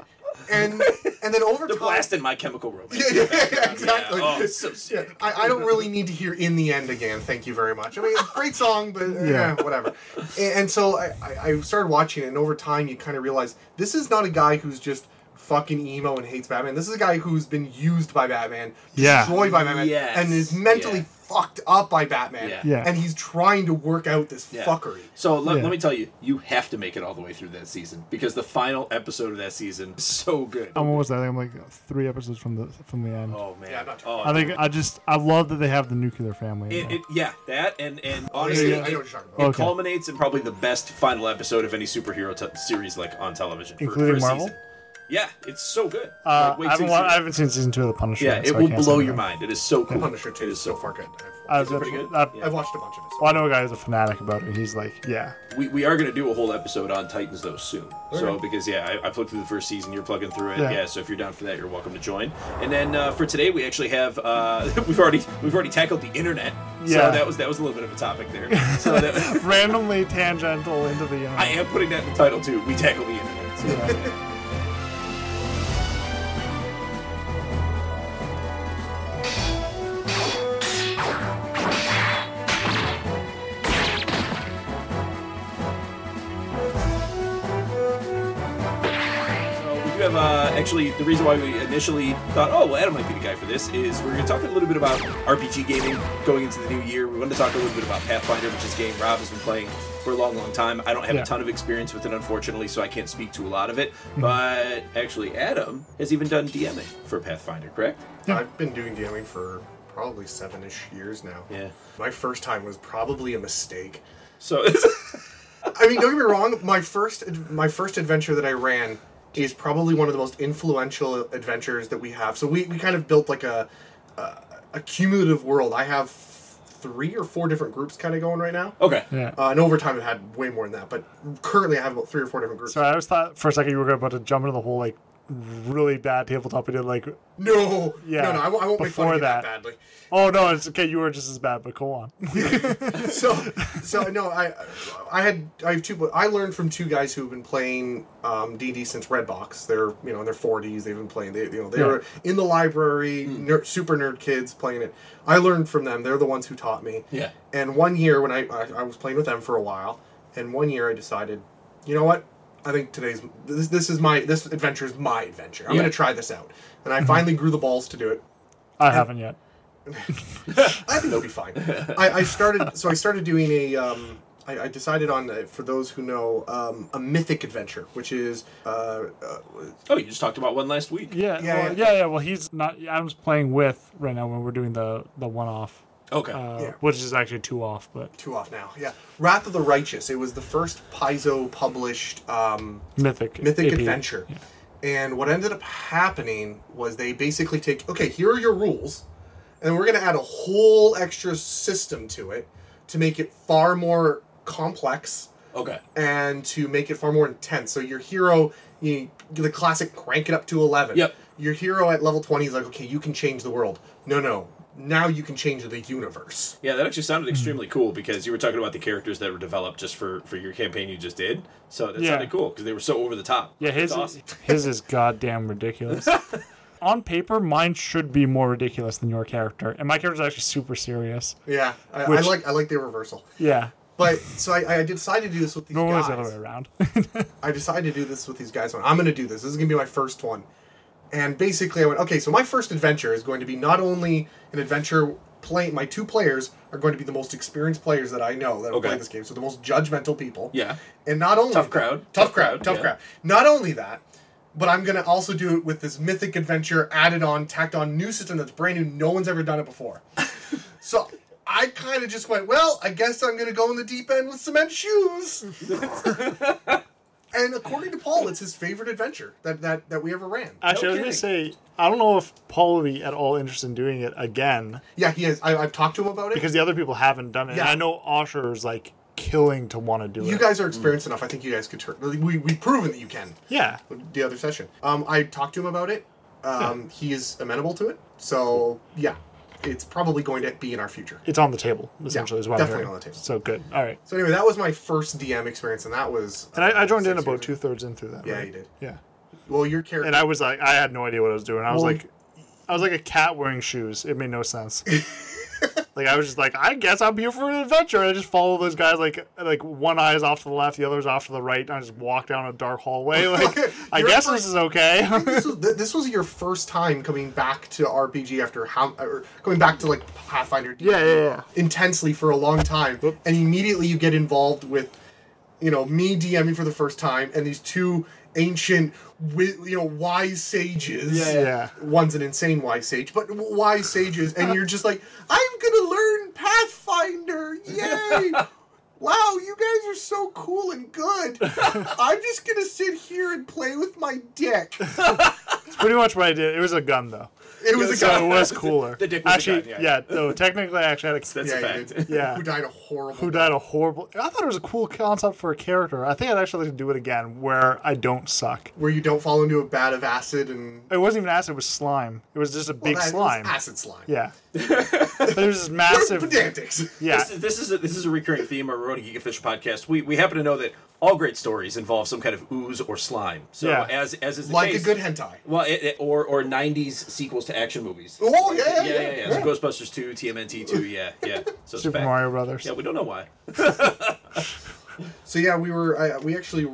S3: And and then over
S1: they're
S3: time,
S1: blasting my chemical romance.
S3: yeah, yeah, yeah, exactly.
S1: Yeah, oh, it's so sick.
S3: Yeah, I, I don't really need to hear "In the End" again. Thank you very much. I mean, great song, but eh,
S4: Yeah.
S3: whatever. And, and so I, I- I started watching it, and over time, you kind of realize this is not a guy who's just fucking emo and hates Batman. This is a guy who's been used by Batman,
S4: Yeah.
S3: destroyed by Batman,
S1: Yes.
S3: and is mentally
S1: Yeah.
S3: fucked up by Batman.
S1: Yeah.
S4: Yeah.
S3: And he's trying to work out this
S1: Yeah.
S3: fuckery.
S1: So let,
S4: Yeah.
S1: let me tell you, you have to make it all the way through that season because the final episode of that season is so good.
S4: I'm almost. there. I think I'm like three episodes from the from the end.
S1: oh man,
S3: Yeah, I'm not-
S1: oh,
S4: I think I just I love that they have the nuclear family. in
S1: it,
S4: there.
S1: it, yeah, that and and
S3: I
S1: honestly,
S3: know what you're
S1: it,
S3: talking about.
S1: it
S4: Okay.
S1: culminates in probably the best final episode of any superhero te- series like on television, for-
S4: Including
S1: for a
S4: Marvel?
S1: Season. Yeah, it's so good.
S4: Uh,
S1: Like, wait
S4: I, haven't
S1: till you
S4: wa-
S1: see
S4: I haven't seen season two of the Punisher.
S1: Yeah,
S4: yet,
S1: it
S4: so I
S1: will
S4: can't
S1: blow
S4: say
S1: your
S4: that.
S1: mind. It is so cool.
S3: Punisher too
S1: It
S3: is
S1: is so
S3: so
S1: far.
S3: far good.
S4: I
S3: I've watched,
S4: was gonna,
S1: pretty good?
S4: I,
S1: Yeah.
S3: I've watched a bunch of it.
S4: well, I know a guy who's a fanatic about it. He's like, yeah,
S1: We, we are going to do a whole episode on Titans though soon. So because yeah, I, I plugged through the first season. You're plugging through it.
S4: Yeah.
S1: Yeah. So if you're down for that, you're welcome to join. And then uh, for today, we actually have uh, we've already we've already tackled the internet.
S4: Yeah.
S1: So that was that was a little bit of a topic there. So that,
S4: randomly tangential into the. internet.
S1: I am putting that in the title too. We tackle the internet. So. So we do have uh, actually the reason why we initially thought, oh, well, Adam might be the guy for this is we're going to talk a little bit about RPG gaming going into the new year. We wanted to talk a little bit about Pathfinder, which is a game Rob has been playing for a long, long time. I don't have
S4: Yeah. Mm-hmm.
S1: a ton of experience with it, unfortunately, so I can't speak to a lot of it. But actually, Adam has even done DMing for Pathfinder, correct?
S3: I've been doing DMing for probably seven ish years now.
S1: Yeah.
S3: My first time was probably a mistake.
S1: So.
S3: I mean, don't get me wrong. My first ad- my first adventure that I ran is probably one of the most influential adventures that we have. So we, we kind of built like a, a a cumulative world. I have three or four different groups kind of going right now.
S1: Okay.
S4: Yeah.
S3: Uh, and over time, I've had way more than that. But currently, I have about three or four different groups.
S4: Sorry, I always thought for a second you were about to jump into the whole like really bad tabletop we did like
S3: No,
S4: Yeah,
S3: no, no. I won't, I won't make fun of
S4: before
S3: you that
S4: that.
S3: badly.
S4: oh no it's okay you were just as bad but go on
S3: so so no i i had i have two i learned from two guys who've been playing um dd since redbox they're you know in their 40s they've been playing they you know they
S4: Yeah.
S3: were in the library
S1: Hmm.
S3: ner- super nerd kids playing it i learned from them they're the ones who taught me
S1: Yeah.
S3: and one year when I, I I was playing with them for a while, and one year I decided, you know what? I think today's this this is my this adventure is my adventure. I'm
S1: Yeah. Mm-hmm.
S3: gonna try this out, and I finally grew the balls to do it.
S4: I haven't yet
S3: I think it'll be fine. I, I started so I started doing a. Um, I, I decided on uh, for those who know um, a mythic adventure, which is uh, uh,
S1: Oh, you just talked about one last week.
S4: yeah
S3: Yeah,
S4: well,
S3: yeah.
S4: yeah yeah well he's not Adam's playing with right now when we're doing the the one off
S1: Okay.
S4: uh,
S3: Yeah.
S4: which is actually two off but
S3: two off now. Yeah, Wrath of the Righteous. It was the first Paizo published um,
S4: mythic
S3: mythic
S4: AP.
S3: adventure. And what ended up happening was they basically take okay, here are your rules, and we're going to add a whole extra system to it to make it far more complex
S1: okay.
S3: and to make it far more intense. So your hero, you, the classic, crank it up to eleven.
S1: Yep.
S3: Your hero at level twenty is like, okay, you can change the world. No, no, now you can change the universe.
S1: Yeah, that actually
S4: Hmm.
S1: sounded extremely cool because you were talking about the characters that were developed just for for your campaign you just did. So that
S4: Yeah.
S1: sounded cool because they were so over the top.
S4: yeah
S1: It's
S4: his
S1: awesome.
S4: his is goddamn ridiculous on paper mine should be more ridiculous than your character and my character's actually super serious
S3: Yeah, I, I
S4: Which-
S3: like I like the reversal.
S4: yeah
S3: But so I, I decided to do this with these
S4: normally
S3: guys.
S4: it's the other way around
S3: I decided to do this with these guys. I'm going to do this. This is going to be my first one. And basically, I went, okay, so my first adventure is going to be not only an adventure playing, my two players are going to be the most experienced players that I know that have
S1: Okay.
S3: played this game, so the most judgmental people.
S1: Yeah.
S3: And not only
S1: Tough crowd.
S3: tough,
S1: Tough
S3: crowd,
S1: crowd,
S3: tough
S1: yeah.
S3: crowd. Not only that, but I'm going to also do it with this mythic adventure added on, tacked on new system that's brand new. No one's ever done it before. so I kind of just went, well, I guess I'm going to go in the deep end with cement shoes. And according to Paul, it's his favorite adventure that that, that we ever ran.
S4: Actually, I was
S1: No
S4: gonna say I don't know if Paul would be at all interested in doing it again
S3: yeah, he has. I, I've talked to him about it.
S4: because the other people haven't done it. And
S3: Yeah.
S4: I know Osher is like killing to want to do
S3: you
S4: it.
S3: guys are experienced enough. I think you guys could turn. We we've proven that you can.
S4: yeah,
S3: The other session, um, I talked to him about it. Um, He is amenable to it. So yeah, it's probably going to be in our future.
S4: it's on the table essentially. is what I'm
S3: definitely
S4: hearing.
S3: on the table.
S4: So good. All right.
S3: So anyway, that was my first DM experience, and that was. uh,
S4: And I, I joined in
S3: six
S4: about two
S3: years
S4: thirds in through that.
S3: ago. Yeah,
S4: right?
S3: you did.
S4: Yeah.
S3: Well, your character.
S4: And I was like, I had no idea what I was doing. I was
S3: Well-
S4: like, I was like a cat wearing shoes. It made no sense. like I was just like, I guess I'm here for an adventure. And I just follow those guys like like one eye's off to the left, the other's off to the right, and I just walk down a dark hallway. Like I
S3: You're
S4: guess
S3: for-
S4: this is okay.
S3: this was th- this was your first time coming back to RPG after how or coming back to like Pathfinder. D&D
S4: Yeah, yeah, yeah.
S3: Intensely for a long time, and immediately you get involved with, you know, me DMing for the first time, and these two ancient, wi- you know, wise sages.
S4: Yeah, yeah.
S3: One's an insane wise sage, but w- wise sages, and you're just like, I'm gonna learn Pathfinder, yay! Wow, you guys are so cool and good. I'm just gonna sit here and play with my dick.
S4: It's pretty much what I did. It was a gun though.
S3: It was a
S4: So
S3: guy
S4: it was cooler.
S1: The dick was a
S4: actually,
S1: gun,
S4: yeah.
S1: yeah.
S4: No, technically, I actually had a
S1: That's
S3: Yeah,
S1: a
S3: you
S1: fact.
S3: did.
S4: yeah.
S3: who died a horrible.
S4: who died a horrible. I thought it was a cool concept for a character. I think I'd actually like to do it again, where I don't suck.
S3: Where you don't fall into a bat of acid and
S4: It wasn't even acid. It was slime. It was just a
S3: Well,
S4: big
S3: that- it was
S4: slime.
S3: acid slime.
S4: Yeah. but it was this massive.
S3: pedantics.
S4: Yeah.
S1: This is this is a, this is a recurring theme of Ronan Geekfish podcast. We we happen to know that all great stories involve some kind of ooze or slime. So
S4: Yeah.
S1: as as is the
S3: like
S1: case,
S3: a good hentai.
S1: Well, it, it- or or '90s sequels to action movies.
S3: Oh yeah, yeah,
S1: yeah, yeah, yeah. So Ghostbusters two, TMNT two, yeah, yeah. So it's a
S4: Super
S1: fact.
S4: Mario Brothers.
S1: Yeah, we don't know why.
S3: So yeah, we were. I, we actually.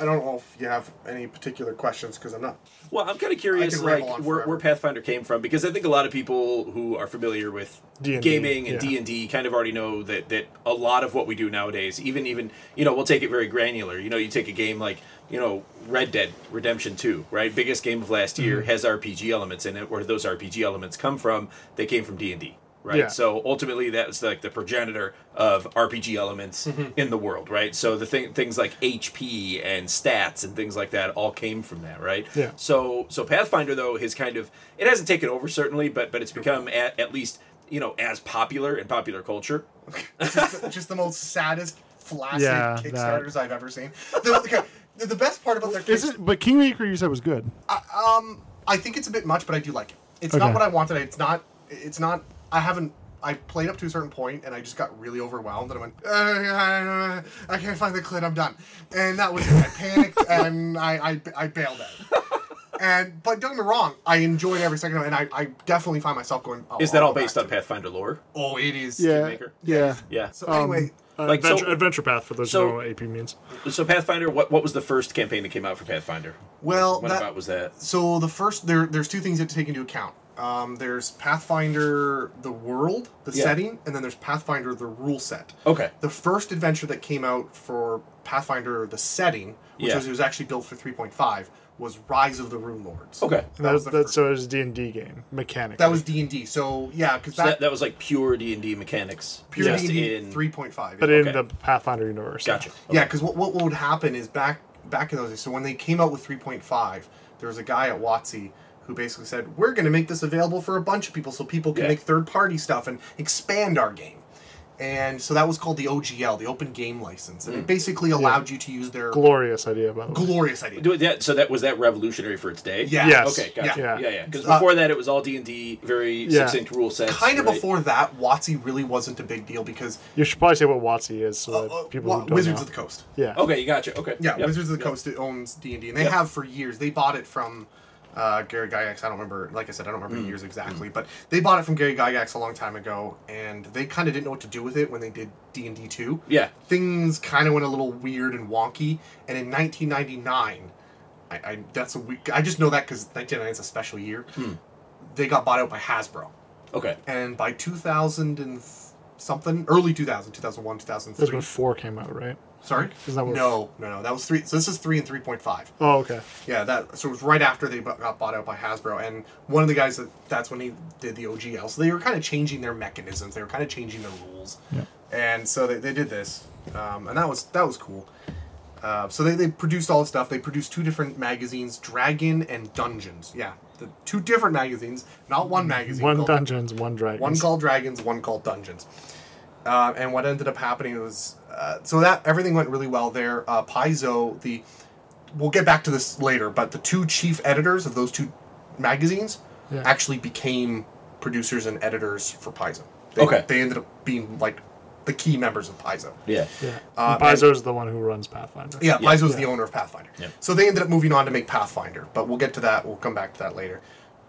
S3: I don't know if you have any particular questions because I'm not.
S1: Well, I'm kind of curious,
S3: could ramble
S1: like
S3: on
S1: where,
S3: forever.
S1: where Pathfinder came from, because I think a lot of people who are familiar with
S4: D&D,
S1: gaming and
S4: yeah.
S1: D and D kind of already know that that a lot of what we do nowadays, even even you know, we'll take it very granular. You know, you take a game like you know Red Dead Redemption Two, right? Biggest game of last year has RPG elements in it. Where those RPG elements come from? They came from D and D. right?
S4: Yeah.
S1: So ultimately, that's like the progenitor of RPG elements in the world, right? So the thing, things like HP and stats and things like that all came from that, right?
S4: Yeah.
S1: So so Pathfinder though has kind of it hasn't taken over certainly, but but it's become at, at least you know as popular in popular culture.
S3: just, just the most saddest, flaccid
S4: Yeah, that-
S3: Kickstarters I've ever seen. The, okay, the, the best part about their
S4: Is
S3: Kickstarter,
S4: it? But Kingmaker you said was good.
S3: um, I think it's a bit much, but I do like it. It's not
S4: Okay.
S3: what I wanted. It's not. It's not. I haven't. I played up to a certain point, and I just got really overwhelmed, and I went, uh, I can't find the clip. I'm done, and that was it. I panicked, and I, I I bailed out. And but don't get me wrong, I enjoyed every second of it, and I, I definitely find myself going. Oh,
S1: Is that
S3: I'll
S1: all
S3: go back
S1: based on
S3: to it.
S1: Pathfinder lore?
S3: Oh, it is.
S4: Yeah.
S1: Kingmaker?
S4: Yeah.
S1: Yeah.
S3: So
S4: Um,
S3: anyway,
S4: uh,
S1: Like, so-
S4: adventure, adventure path for those
S1: so-
S4: who don't know what AP means.
S1: So Pathfinder, what what was the first campaign that came out for Pathfinder?
S3: well,
S1: What
S3: that,
S1: about was that?
S3: So the first there, there's two things you have to take into account. Um, there's Pathfinder the world, the
S1: Yeah.
S3: setting, and then there's Pathfinder the rule set.
S1: Okay.
S3: The first adventure that came out for Pathfinder the setting, which
S1: Yeah.
S3: was it was actually built for 3.5, was Rise of the Rune Lords.
S1: Okay.
S4: And that was
S3: the
S4: that.
S3: first-
S4: So it was D and D game mechanically.
S3: that was D and D. So yeah, because
S1: So that,
S3: that,
S1: that was like pure D and D mechanics.
S3: pure
S1: just
S3: D and
S1: in-
S3: D 3.5.
S4: but
S3: yeah.
S4: in
S1: okay.
S4: the Pathfinder universe.
S1: Gotcha.
S3: Yeah, because what, what would happen is back back in those days. So when they came out with 3.5, there was a guy at WotC who basically said, "We're going to make this available for a bunch of people, so people can
S1: Yeah.
S3: make third party stuff and expand our game." And so that was called the OGL, the Open Game License,
S1: Mm.
S3: and it basically allowed you to use their
S4: Glorious idea, by the way.
S3: glorious idea.
S1: Do it- that- so that was that revolutionary for its day.
S3: Yeah.
S4: Yes.
S1: Okay. Gotcha.
S4: Yeah.
S1: Yeah. Yeah. Because
S3: Uh,
S1: before that, it was all D and D, very
S4: Yeah.
S1: succinct rule sets.
S3: Kind of
S1: right?
S3: before that, WotC really wasn't a big deal because
S4: You should probably say what WotC is, so that
S3: uh,
S4: people
S3: Wa-
S4: who don't
S3: Wizards
S4: know.
S3: of the Oh, Coast.
S4: yeah.
S1: Okay. You gotcha. Okay.
S3: Yeah,
S1: Yep.
S3: Wizards of the Coast owns D and D, and they
S1: Yep.
S3: have for years. They bought it from uh, Gary Gygax. I don't remember. Like I said, I don't
S1: Mm.
S3: remember the years
S4: Mm.
S3: exactly, but they bought it from Gary Gygax a long time ago, and they kind of didn't know what to do with it when they did D and D two.
S1: Yeah.
S3: Things kind of went a little weird and wonky, and in 1999, I, I that's a week. I just know that because 1999 is a special year.
S1: Hmm.
S3: They got bought out by Hasbro,
S1: Okay.
S3: and by 2000 and something, early 2000, 2001,
S4: That's
S3: 2003.
S4: when four came out, right?
S3: Sorry,
S4: Is that what-
S3: no, no, no. That was three. So this is three and 3.5.
S4: Oh, okay.
S3: Yeah, that so it was right after they bu- got bought out by Hasbro, and one of the guys that that's when he did the OGL. So they were kind of changing their mechanisms, they were kind of changing their rules,
S4: Yeah.
S3: and so they, they did this, um, and that was that was cool. Uh, so they, they produced all the stuff. They produced two different magazines, Dragon and Dungeons. Yeah, the two different magazines, not one magazine.
S4: One
S3: called-
S4: dungeons, one dragons.
S3: one called dragons, one called dungeons. Uh, and what ended up happening was uh, so that everything went really well there. Uh, Paizo, the we'll get back to this later, but the two chief editors of those two magazines
S4: Yeah.
S3: actually became producers and editors for Paizo. They,
S1: Okay.
S3: they ended up being like the key members of Paizo.
S1: Yeah.
S4: Yeah.
S3: Uh,
S4: Uh, Paizo's the one who runs Pathfinder.
S3: Yeah,
S1: Yeah.
S3: Paizo's the owner of Pathfinder.
S1: Yeah.
S3: So they ended up moving on to make Pathfinder, but we'll get to that. We'll come back to that later.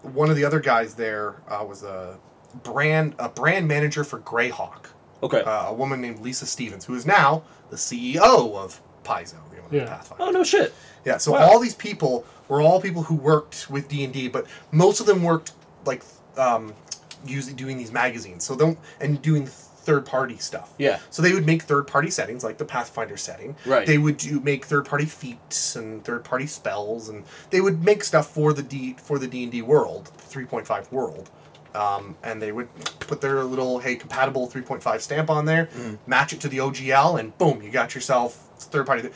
S3: One of the other guys there uh, was a brand a brand manager for Greyhawk,
S1: Okay.
S3: uh, a woman named Lisa Stevens, who is now the CEO of Paizo, the owner
S4: Yeah.
S3: of Pathfinder.
S1: oh no shit.
S3: Yeah, so
S1: Wow.
S3: all these people were all people who worked with D and D, but most of them worked like um, using doing these magazines. So don't and doing third party stuff.
S1: Yeah.
S3: So they would make third party settings like the Pathfinder setting.
S1: Right.
S3: They would do make third party feats and third party spells, and they would make stuff for the D for the D and D world, three point five world. Um, and they would put their little hey compatible 3.5 stamp on there,
S4: Mm.
S3: match it to the OGL, and boom, you got yourself third party.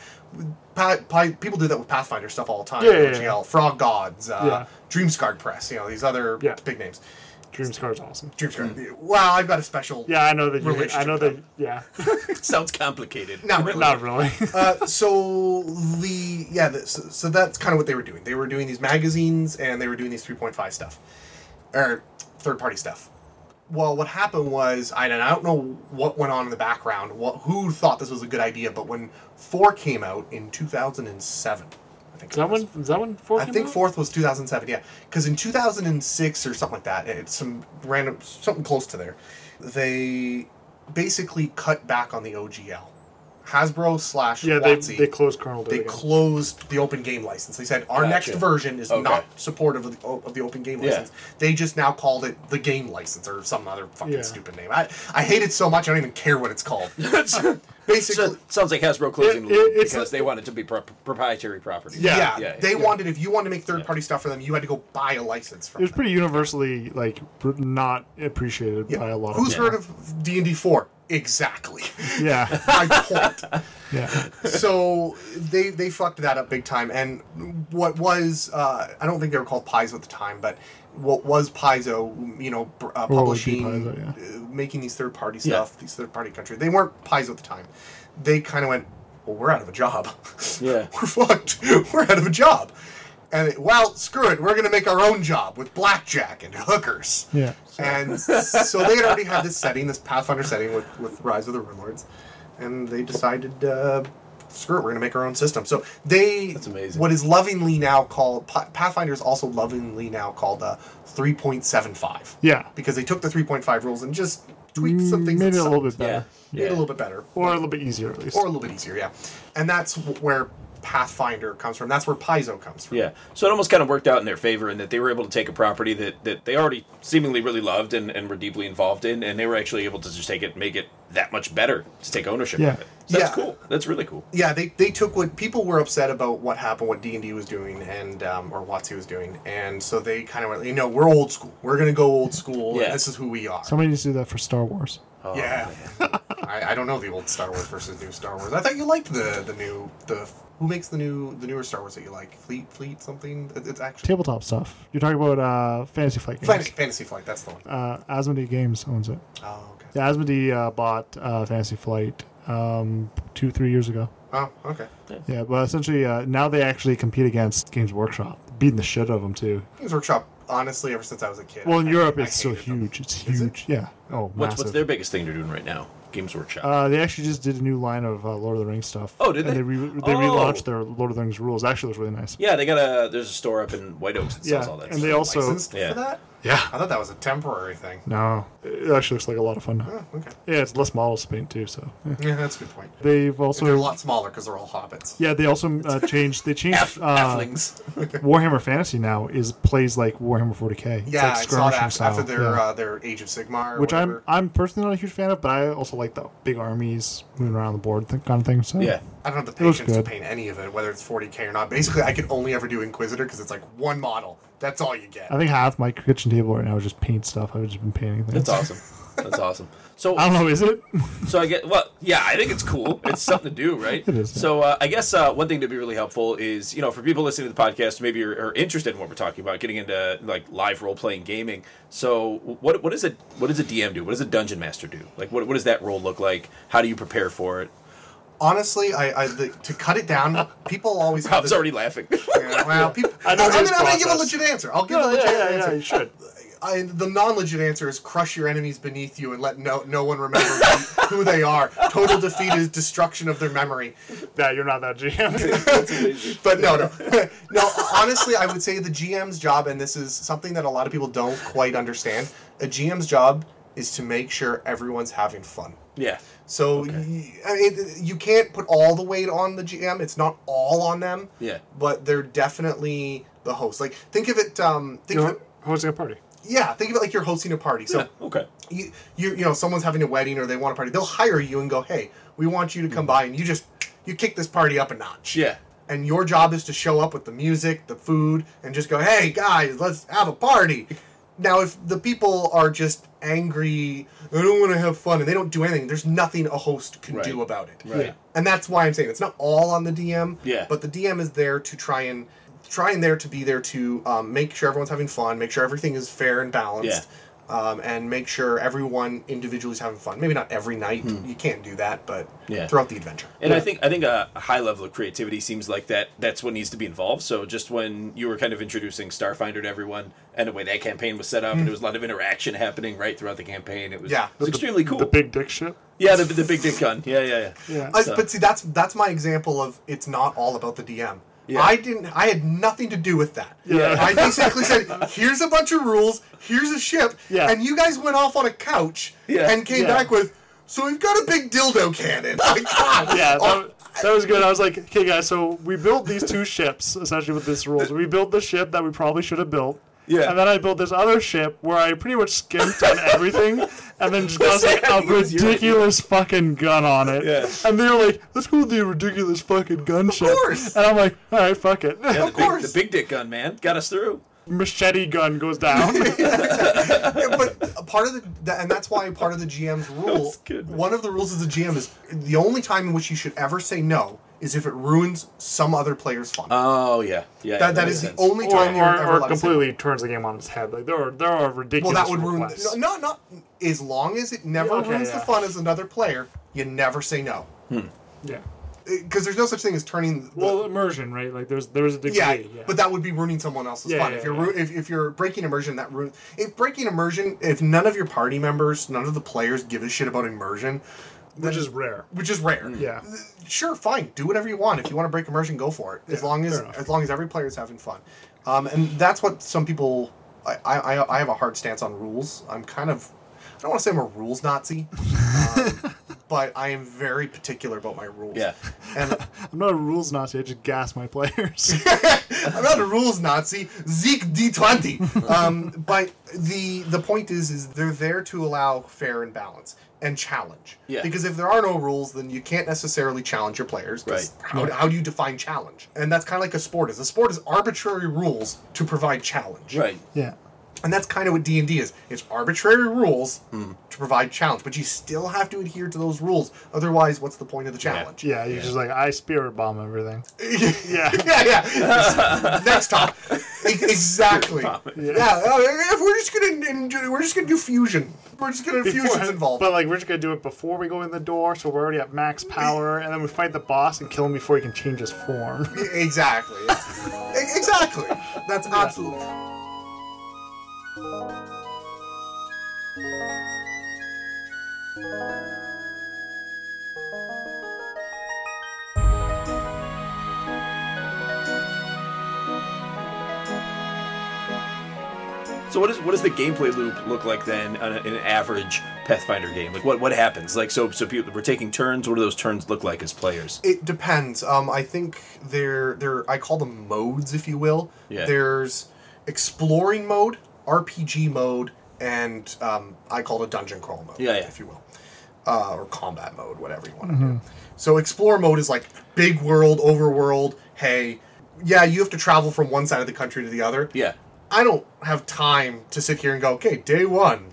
S3: Pa- pa- people do that with Pathfinder stuff all the time.
S4: Yeah, yeah,
S3: OGL,
S4: yeah.
S3: Frog Gods, uh,
S4: Yeah.
S3: Dreamscarred Press, you know these other
S4: Yeah.
S3: big names.
S4: Dreams Car's awesome.
S3: Dreamscarred. Wow, I've got a special.
S4: Yeah, I know that. You, I
S3: Relationship
S4: know that. Yeah.
S1: Sounds complicated.
S3: Not really.
S4: Not really.
S3: uh, so the yeah, the, so, so that's kind of what they were doing. They were doing these magazines and they were doing these 3.5 stuff or third party stuff. Well, what happened was I don't, I don't know what went on in the background. What who thought this was a good idea? But when four came out in 2007, I think
S4: Is
S3: it
S4: that
S3: was.
S4: one? Is that one? Four.
S3: I
S4: came
S3: think
S4: out?
S3: fourth was 2007, yeah. Because in 2006 or something like that, it's some random, something close to there, they basically cut back on the OGL. Hasbro slash
S4: Yeah, they,
S3: WotC,
S4: they closed Colonel
S3: they
S4: Durigan.
S3: closed the open game license. They said our next
S1: Gotcha.
S3: version is
S1: Okay.
S3: not supportive of the, of the open game
S1: Yeah.
S3: license. They just now called it the game license or some other fucking
S4: Yeah.
S3: stupid name. I, I hate it so much I don't even care what it's called. Basically,
S1: So, sounds like Hasbro closing
S4: It-
S1: the loop
S4: it- it's
S1: because
S4: like-
S1: they want it to be pro- proprietary property.
S4: Yeah.
S3: yeah,
S1: yeah,
S3: they
S1: yeah.
S3: wanted if you wanted to make third party stuff for them, you had to go buy a license from
S4: It was
S3: them.
S4: pretty universally like pr- not appreciated
S3: Yeah.
S4: by a lot
S3: Who's
S4: of
S3: heard of D and D four? Exactly,
S4: people. Yeah,
S3: my point.
S4: yeah.
S3: so they they fucked that up big time. And what was uh, I don't think they were called Paizo at the time, but what was Paizo? You know, br- uh,
S4: What would be
S3: publishing,
S4: Paizo,
S3: uh, making these third party
S1: Yeah.
S3: stuff, these third party country. They weren't Paizo at the time. They kind of went, well, we're out of a job.
S1: Yeah.
S3: we're fucked. we're out of a job. And it, well, screw it. We're gonna make our own job with blackjack and hookers.
S4: Yeah.
S3: And so they had already had this setting, this Pathfinder setting with, with Rise of the Rune Lords, and they decided, uh, screw it, we're going to make our own system. So they.
S1: That's amazing.
S3: What is lovingly now called. Pa- Pathfinder is also lovingly now called uh, 3.75.
S4: Yeah. Mm,
S3: Because they took the 3.5 rules and just tweaked some things.
S4: Made
S3: that
S4: it a little
S3: sucked.
S4: bit better.
S1: Yeah.
S3: Made it a little bit better.
S4: Or a little bit easier at least.
S3: Or a little bit easier, yeah. And that's wh- where Pathfinder comes from. That's where Paizo comes from.
S1: Yeah. So it almost kind of worked out in their favor in that they were able to take a property that, that they already seemingly really loved and, and were deeply involved in, and they were actually able to just take it and make it that much better to take ownership
S4: Yeah.
S1: of it. So that's
S3: Yeah.
S1: cool. That's really cool.
S3: yeah, they, they took what people were upset about what happened, what D and D was doing, and um, or Watsy was doing, and so they kind of went, you know, we're old school. We're gonna go old school.
S1: Yeah.
S3: And this is who we are.
S4: Somebody needs to do that for Star Wars.
S1: Oh,
S3: yeah, I, I don't know the old Star Wars versus new Star Wars. I thought you liked the the new the who makes the new the newer Star Wars that you like Fleet Fleet something. It, it's actually
S4: Tabletop stuff. You're talking about uh, Fantasy Flight Games.
S3: Fantasy, Fantasy Flight. That's the one.
S4: Uh, Asmodee Games owns it.
S3: Oh okay.
S4: Yeah, Asmodee uh, bought uh, Fantasy Flight um, two, three years ago.
S3: Oh okay.
S4: Yeah, but essentially uh, now they actually compete against Games Workshop, beating the shit out of them too.
S3: Games Workshop. Honestly, ever since I was a kid.
S4: Well, in
S3: I-
S4: Europe,
S3: I
S4: it's so
S3: hated them.
S4: huge. It's
S3: Is it?
S4: huge. Yeah. Oh, massive.
S1: What's, what's their biggest thing they're doing right now? Games Workshop.
S4: Uh, they actually just did a new line of uh, Lord of the Rings stuff.
S1: Oh, did
S4: and
S1: they?
S4: They, re- they
S1: Oh.
S4: relaunched their Lord of the Rings rules. Actually, it was really nice.
S1: yeah, they got a there's a store up in White Oaks that sells
S4: Yeah,
S1: all that
S4: and
S1: stuff.
S4: they also-
S3: Licensed
S1: Yeah.
S3: for that?
S4: Yeah.
S3: I thought that was a temporary thing.
S4: No, it actually looks like a lot of fun. Now.
S3: Oh, okay.
S4: Yeah, it's less models to paint too. So yeah.
S3: Yeah, that's a good point. So they're
S4: they've
S3: a
S4: also
S3: lot smaller because they're all hobbits.
S4: yeah they also uh, changed they
S1: F-
S4: changed uh,
S1: Flings.
S4: Warhammer Fantasy now is plays like Warhammer 40k. It's
S3: Yeah,
S4: like
S3: I saw
S4: skirmishing
S3: that after,
S4: style.
S3: after their
S4: yeah.
S3: uh, their Age of Sigmar, or
S4: which I'm
S3: whatever.
S4: I'm personally not a huge fan of, but I also like the big armies moving around the board th- kind of thing. So
S1: Yeah.
S3: I don't have the
S4: was
S3: patience to
S4: good.
S3: paint any of it, whether it's 40k or not. Basically, I could only ever do Inquisitor because it's like one model. That's all you get.
S4: I think half my kitchen table right now is just paint stuff. I've just been painting things.
S1: That's awesome. That's awesome. So
S4: I don't know, is it?
S1: So I get well, yeah. I think it's cool. It's something to do, right?
S4: It is, yeah.
S1: So uh, I guess uh, one thing to be really helpful is you know for people listening to the podcast, maybe you're are interested in what we're talking about, getting into like live role playing gaming. So what what is a what does a DM do? What does a dungeon master do? Like what what does that role look like? How do you prepare for it?
S3: Honestly, I, I the, to cut it down, people always have
S1: Rob's
S3: this.
S1: already laughing.
S3: Yeah, well, people,
S4: I
S3: I
S4: know
S3: am
S4: his
S3: gonna, I'm gonna give a
S4: process.
S3: legit answer. I'll
S4: Oh,
S3: give a legit answer.
S4: you should.
S3: I, the non-legit answer is crush your enemies beneath you and let no no one remember who- who they are. Total defeat is destruction of their memory.
S4: Yeah, you're not that GM.
S1: That's amazing.
S3: But no, no, no. Honestly, I would say the GM's job, and this is something that a lot of people don't quite understand. A GM's job is to make sure everyone's having fun.
S1: Yeah.
S3: So y- I mean, you can't put all the weight on the GM. It's not all on them.
S1: Yeah.
S3: But they're definitely the host. Like think of it. Um, think of
S4: you're
S3: it,
S4: hosting a party.
S3: yeah. Think of it like you're hosting a party. So
S1: Yeah, okay.
S3: you, you you know someone's having a wedding or they want a party. They'll hire you and go, hey, we want you to come
S1: Mm-hmm.
S3: by and you just you kick this party up a notch
S1: Yeah.
S3: and your job is to show up with the music, the food, and just go, hey guys, let's have a party. Now, if the people are just angry, they don't want to have fun, and they don't do anything, there's nothing a host can do
S1: Right.
S3: about it.
S1: Right.
S3: And that's why I'm saying it's not all on the DM.
S1: Yeah.
S3: But the DM is there to try and try and there to be there to um, make sure everyone's having fun, make sure everything is fair and balanced. Um, and make sure everyone individually is having fun. Maybe not every night. You can't do that, but
S1: Hmm. Yeah.
S3: throughout the adventure.
S1: And I think I think a high level of creativity seems like that that's what needs to be involved. So just when you were kind of introducing Starfinder to everyone and the way that campaign was set up and there was a lot of interaction happening right throughout the campaign, it was,
S3: Hmm. Yeah.
S1: it was extremely cool.
S4: The big dick ship.
S1: yeah, the, the big dick gun. Yeah, yeah, yeah.
S4: Yeah.
S3: I,
S1: So-
S3: but see, that's that's my example of it's not all about the DM.
S1: Yeah.
S3: I didn't. I had nothing to do with that.
S4: Yeah.
S3: I basically said, "Here's a bunch of rules. Here's a ship."
S4: Yeah.
S3: And you guys went off on a couch
S1: Yeah.
S3: and came
S4: Yeah.
S3: back with, "So we've got a big dildo cannon." Like, God.
S4: Yeah,
S3: Oh,
S4: that, that was good. I was like, okay, guys, so we built these two ships essentially with this rules. We built the ship that we probably should have built.
S1: Yeah.
S4: And then I built this other ship where I pretty much skimped on everything and then just got like, a
S1: It was your-
S4: ridiculous fucking gun on it.
S1: Yeah.
S4: And they were like, let's go with the ridiculous fucking gun ship.
S3: course.
S4: And I'm like, all right, fuck it.
S1: Yeah, the big,
S3: Of course.
S1: the big dick gun, man, got us through.
S4: Machete gun goes down.
S3: Yeah, but a part of the that, and that's why part of the GM's rule,
S1: was good, man.
S3: one of the rules of the GM is the only time in which you should ever say no is if it ruins some other player's fun.
S1: Oh yeah, yeah.
S3: that that
S1: makes
S3: is the
S1: sense.
S3: only
S4: or
S3: time you're ever
S4: or,
S3: allowed
S4: or
S3: to say no.
S4: completely turns the game on its head. Like there are there are
S3: Well,
S4: ridiculous.
S3: that would ruin.
S4: requests.
S3: No, no, not as long as it never
S4: Yeah, okay,
S3: ruins the
S4: yeah.
S3: fun as another player. You never say no
S4: Yeah.
S3: because there's no such thing as turning. The,
S4: Well, immersion, right? Like there's there's a degree.
S3: yeah,
S4: Yeah,
S3: but that would be ruining someone else's
S4: Yeah,
S3: fun.
S4: yeah,
S3: if you're
S4: yeah.
S3: ru- if, if you're breaking immersion, that ruins. If breaking immersion, if none of your party members, none of the players give a shit about immersion,
S4: which is rare.
S3: which is rare.
S4: Yeah.
S3: Sure, fine. Do whatever you want. If you want to break immersion, go for it. As
S4: Yeah,
S3: long as
S4: fair enough.
S3: as long as every player is having fun, um, and that's what some people. I, I I have a hard stance on rules. I'm kind of. I don't want to say I'm a rules Nazi, um, but I am very particular about my rules.
S1: Yeah.
S3: And
S4: I'm not a rules Nazi. I just gas my players.
S3: I'm not a rules Nazi. Zeke D20. Um, but the the point is, is they're there to allow fair and balance and challenge.
S1: Yeah.
S3: Because if there are no rules, then you can't necessarily challenge your players. 'cause
S1: Right.
S3: How, how do you define challenge? And that's kind of like a sport is. A sport is arbitrary rules to provide challenge.
S1: Right.
S4: yeah.
S3: And that's kind of what D and D is. It's arbitrary rules
S1: Mm.
S3: to provide challenge, but you still have to adhere to those rules. Otherwise, what's the point of the challenge?
S4: Yeah, you're just like I spirit bomb everything. yeah.
S3: yeah, yeah. Next top. Exactly. Yeah. uh, If we're just gonna enjoy, we're just gonna do fusion. We're just gonna fusions involved.
S4: But like we're just gonna do it before we go in the door, so we're already at max power, and then we fight the boss and kill him before he can change his form.
S3: Exactly. E- exactly. That's absolutely.
S1: So what is what does the gameplay loop look like then on a, in an average Pathfinder game? Like what what happens? Like so so people, we're taking turns. What do those turns look like as players?
S3: It depends. Um, I think there, there. I call them modes, if you will.
S1: Yeah.
S3: There's exploring mode, RPG mode, and um, I call it a dungeon crawl mode.
S1: Yeah, yeah.
S3: If you will, uh, or combat mode, whatever you want to do. So explore mode is like big world, overworld. Hey, yeah, you have to travel from one side of the country to the other.
S1: Yeah.
S3: I don't have time to sit here and go, okay, day one.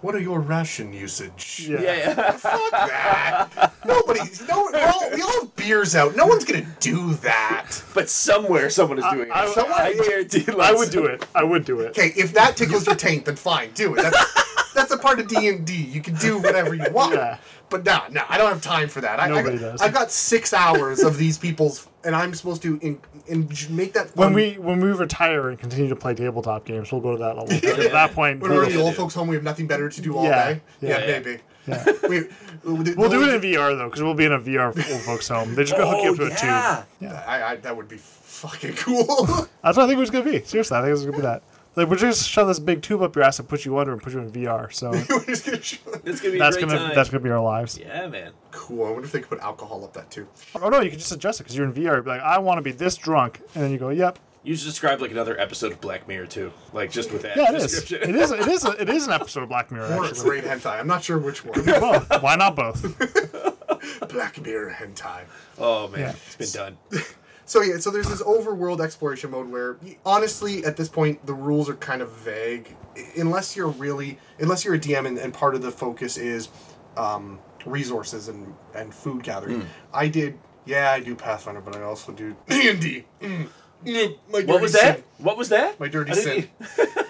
S3: What are your ration usage?
S4: Yeah.
S1: Yeah. yeah.
S3: Fuck that. Nobody, no, we're all, we all have beers out. No one's gonna do that.
S1: but somewhere someone is doing
S4: I-
S1: it.
S4: someone-
S1: I guarantee.
S4: I would do it. I would do it.
S3: Okay, if that tickles your taint, then fine, do it. That's, that's a part of D and D. You can do whatever you want.
S4: Yeah.
S3: But no, no, I don't have time for that. I,
S4: Nobody
S3: I got,
S4: does.
S3: I've got six hours of these people's, and I'm supposed to in, in, make that fun
S4: When we when we retire and continue to play tabletop games, we'll go to that level. 'Cause At that point,
S3: When we're in
S4: we'll,
S3: the old folks' home, we have nothing better to do all
S4: Yeah,
S3: day.
S4: yeah.
S3: Yeah,
S1: Yeah, yeah.
S3: maybe.
S4: Yeah.
S3: We,
S4: we'll do it in VR though, because we'll be in a VR old folks home. They're just gonna hook you
S1: Oh,
S4: up to a tube.
S3: I, I, that would be fucking cool.
S4: That's what I think it was gonna be. Seriously, I think it was gonna be that. Like we're just gonna shove this big tube up your ass and put you under and put you in VR. So
S3: We're just gonna shoot-
S1: It's gonna be
S4: that's
S1: a great
S4: gonna
S1: time.
S4: that's gonna be our lives.
S1: yeah, man.
S3: cool. I wonder if they could put alcohol up that too.
S4: Oh no, you can just adjust it because you're in VR. You'd be like, I want to be this drunk, and then you go, Yep,
S1: You should describe like another episode of Black Mirror too, like just with that
S4: yeah, it is.
S1: description.
S4: It is. It is. It is an episode of Black Mirror.
S3: Or
S4: Actually,
S3: it's great hentai. I'm not sure which one.
S4: both. Why not both?
S3: Black Mirror hentai.
S1: Oh man,
S4: Yeah.
S1: it's been done.
S3: So yeah, so there's this overworld exploration mode where y- honestly at this point the rules are kind of vague I- unless you're really unless you're a DM and, and part of the focus is um, resources and and food gathering.
S1: Hmm.
S3: I did yeah, I do Pathfinder, but I also do D&D. Mm. Mm, my dirty
S1: What was that?
S3: sin.
S1: What was that?
S3: My dirty
S1: I didn't
S3: sin.
S1: e-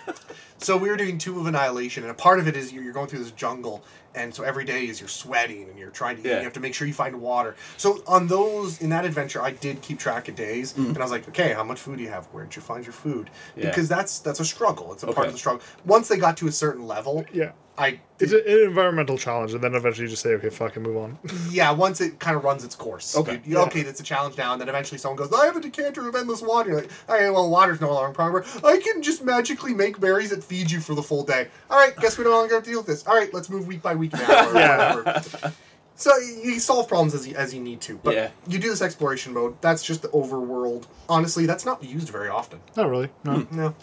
S3: So we were doing Tomb of Annihilation, and a part of it is you're you're going through this jungle, and so every day is you're sweating and you're trying to eat.
S1: Yeah.
S3: And you have to make sure you find water. So on those in that adventure, I did keep track of days, and I was like, okay, how much food do you have? Where'd you find your food?
S1: Mm. Yeah.
S3: Because that's that's a struggle. It's a part
S1: Okay.
S3: of the struggle. Once they got to a certain level,
S4: Yeah.
S3: I
S4: It's a, an environmental challenge, and then eventually you just say, "Okay, fucking move on."
S3: yeah, once it kind of runs its course.
S1: Okay.
S3: You- you- okay, that's a challenge now, and then eventually someone goes, I have a decanter of endless water. You're like, okay, well, water's no longer proper. I can just magically make berries that feed you for the full day. All right, guess we no longer have to deal with this. All right, let's move week by week now, or
S4: Yeah.
S3: whatever. So you solve problems as you, as you need to, but
S1: Yeah.
S3: you do this exploration mode. That's just the overworld. Honestly, that's not used very often.
S4: not really. No.
S3: No.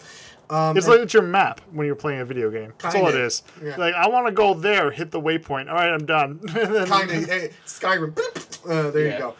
S3: Um,
S4: It's
S3: and-
S4: like it's your map when you're playing a video game. That's all it
S3: Kinda,
S4: is.
S3: yeah.
S4: Like I want to go there, hit the waypoint. All right, I'm done. And then-
S3: kind of eh, Skyrim. Boop. Uh, there
S1: Yeah.
S3: you go.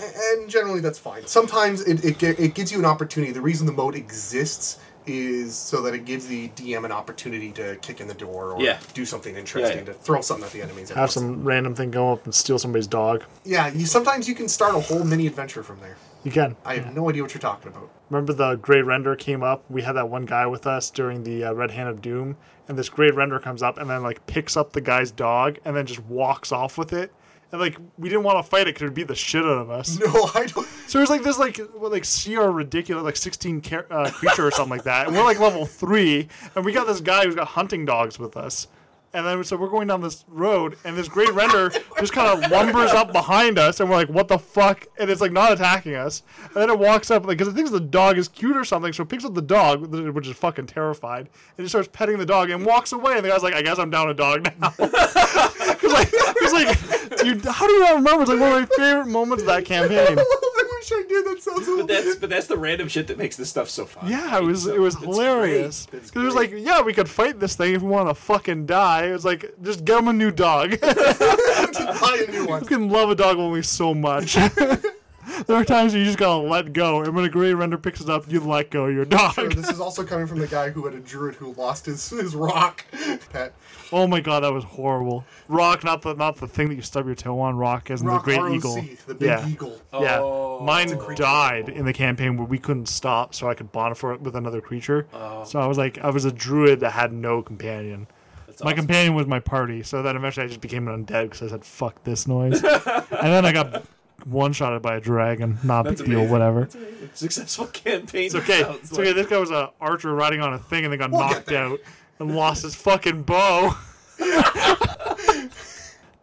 S3: A- and generally, that's fine. Sometimes it it, ge- it gives you an opportunity. The reason the mode exists is so that it gives the DM an opportunity to kick in the door or
S1: Yeah.
S3: do something interesting
S1: yeah.
S3: to throw something at the enemies.
S4: have some random thing go up and steal somebody's dog.
S3: Yeah, you sometimes you can start a whole mini adventure from there.
S4: You can.
S3: I have no idea what you're talking about.
S4: Remember the Grey Render came up? We had that one guy with us during the uh, Red Hand of Doom, and this Grey Render comes up and then like picks up the guy's dog and then just walks off with it. And like we didn't want to fight it because it'd beat the shit out of us.
S3: No, I don't.
S4: So it was like this like what, like CR ridiculous like sixteen car- uh, creature or something like that, and we're like level three, and we got this guy who's got hunting dogs with us. And then so we're going down this road, and this great render just kind of lumbers up behind us, and we're like, "What the fuck?" And it's like not attacking us. And then it walks up, like, because it thinks the dog is cute or something, so it picks up the dog, which is fucking terrified, and just starts petting the dog and walks away. And the guy's like, "I guess I'm down a dog now." Because like, 'cause, like, you, how do you not remember? It's like one of my favorite moments of that campaign.
S3: I wish I did. That sounds. A little
S1: But that's but that's the random shit that makes this stuff so fun.
S4: Yeah, it was it was
S1: It's
S4: hilarious.
S1: great. It's
S4: 'Cause it was like,
S1: great.
S4: yeah, we could fight this thing if we want to fucking die. It was like, just get him a new dog. we
S3: buy a new one. Uh,
S4: can love a dog only so much. there are times you just gotta let go, and when a gray render picks it up, you let go of your
S3: Sure,
S4: dog.
S3: this is also coming from the guy who had a druid who lost his his rock pet.
S4: oh my god, that was horrible. Rock, not the not the thing that you stub your toe on. Rock, as in
S3: Rock
S4: the great
S3: ROC,
S4: eagle.
S3: the big
S4: yeah.
S3: eagle.
S4: Yeah,
S1: Oh.
S4: mine died in the campaign where we couldn't stop, so I could bond for it with another creature.
S1: Oh.
S4: So I was like, I was a druid that had no companion.
S1: That's
S4: my
S1: awesome.
S4: companion was my party, so then eventually I just became an undead because I said "fuck this noise," and then I got one shotted by a dragon. Not a big
S1: That's
S4: deal,
S1: amazing.
S4: whatever.
S1: Successful campaign.
S4: It's okay.
S1: sounds
S4: It's
S1: like-
S4: okay. This guy was a archer riding on a thing and then got
S3: We'll get
S4: knocked out and lost his fucking bow.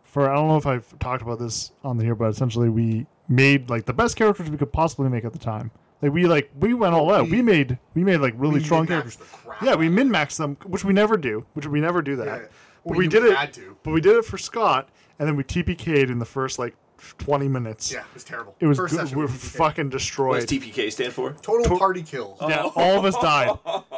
S4: For I don't know if I've talked about this on the here, but essentially we made like the best characters we could possibly make at the time. Like we like we went all out. We,
S3: We-
S4: made we made like really
S3: we
S4: strong
S3: min-maxed
S4: characters.
S3: the crap
S4: Yeah, we
S3: out of
S4: min maxed them, which we never do. Which we never do that.
S3: Yeah.
S4: But
S3: Well,
S4: we
S3: you
S4: did it.
S3: had to.
S4: But we did it for Scott, and then we TPK'd in the first like twenty minutes.
S3: Yeah, it was terrible.
S4: It was
S3: First
S4: good.
S3: session
S4: We were
S3: was TPK.
S4: fucking
S1: What does
S4: destroyed.
S1: TPK stand for?
S3: total party kill.
S4: Yeah, all of us died.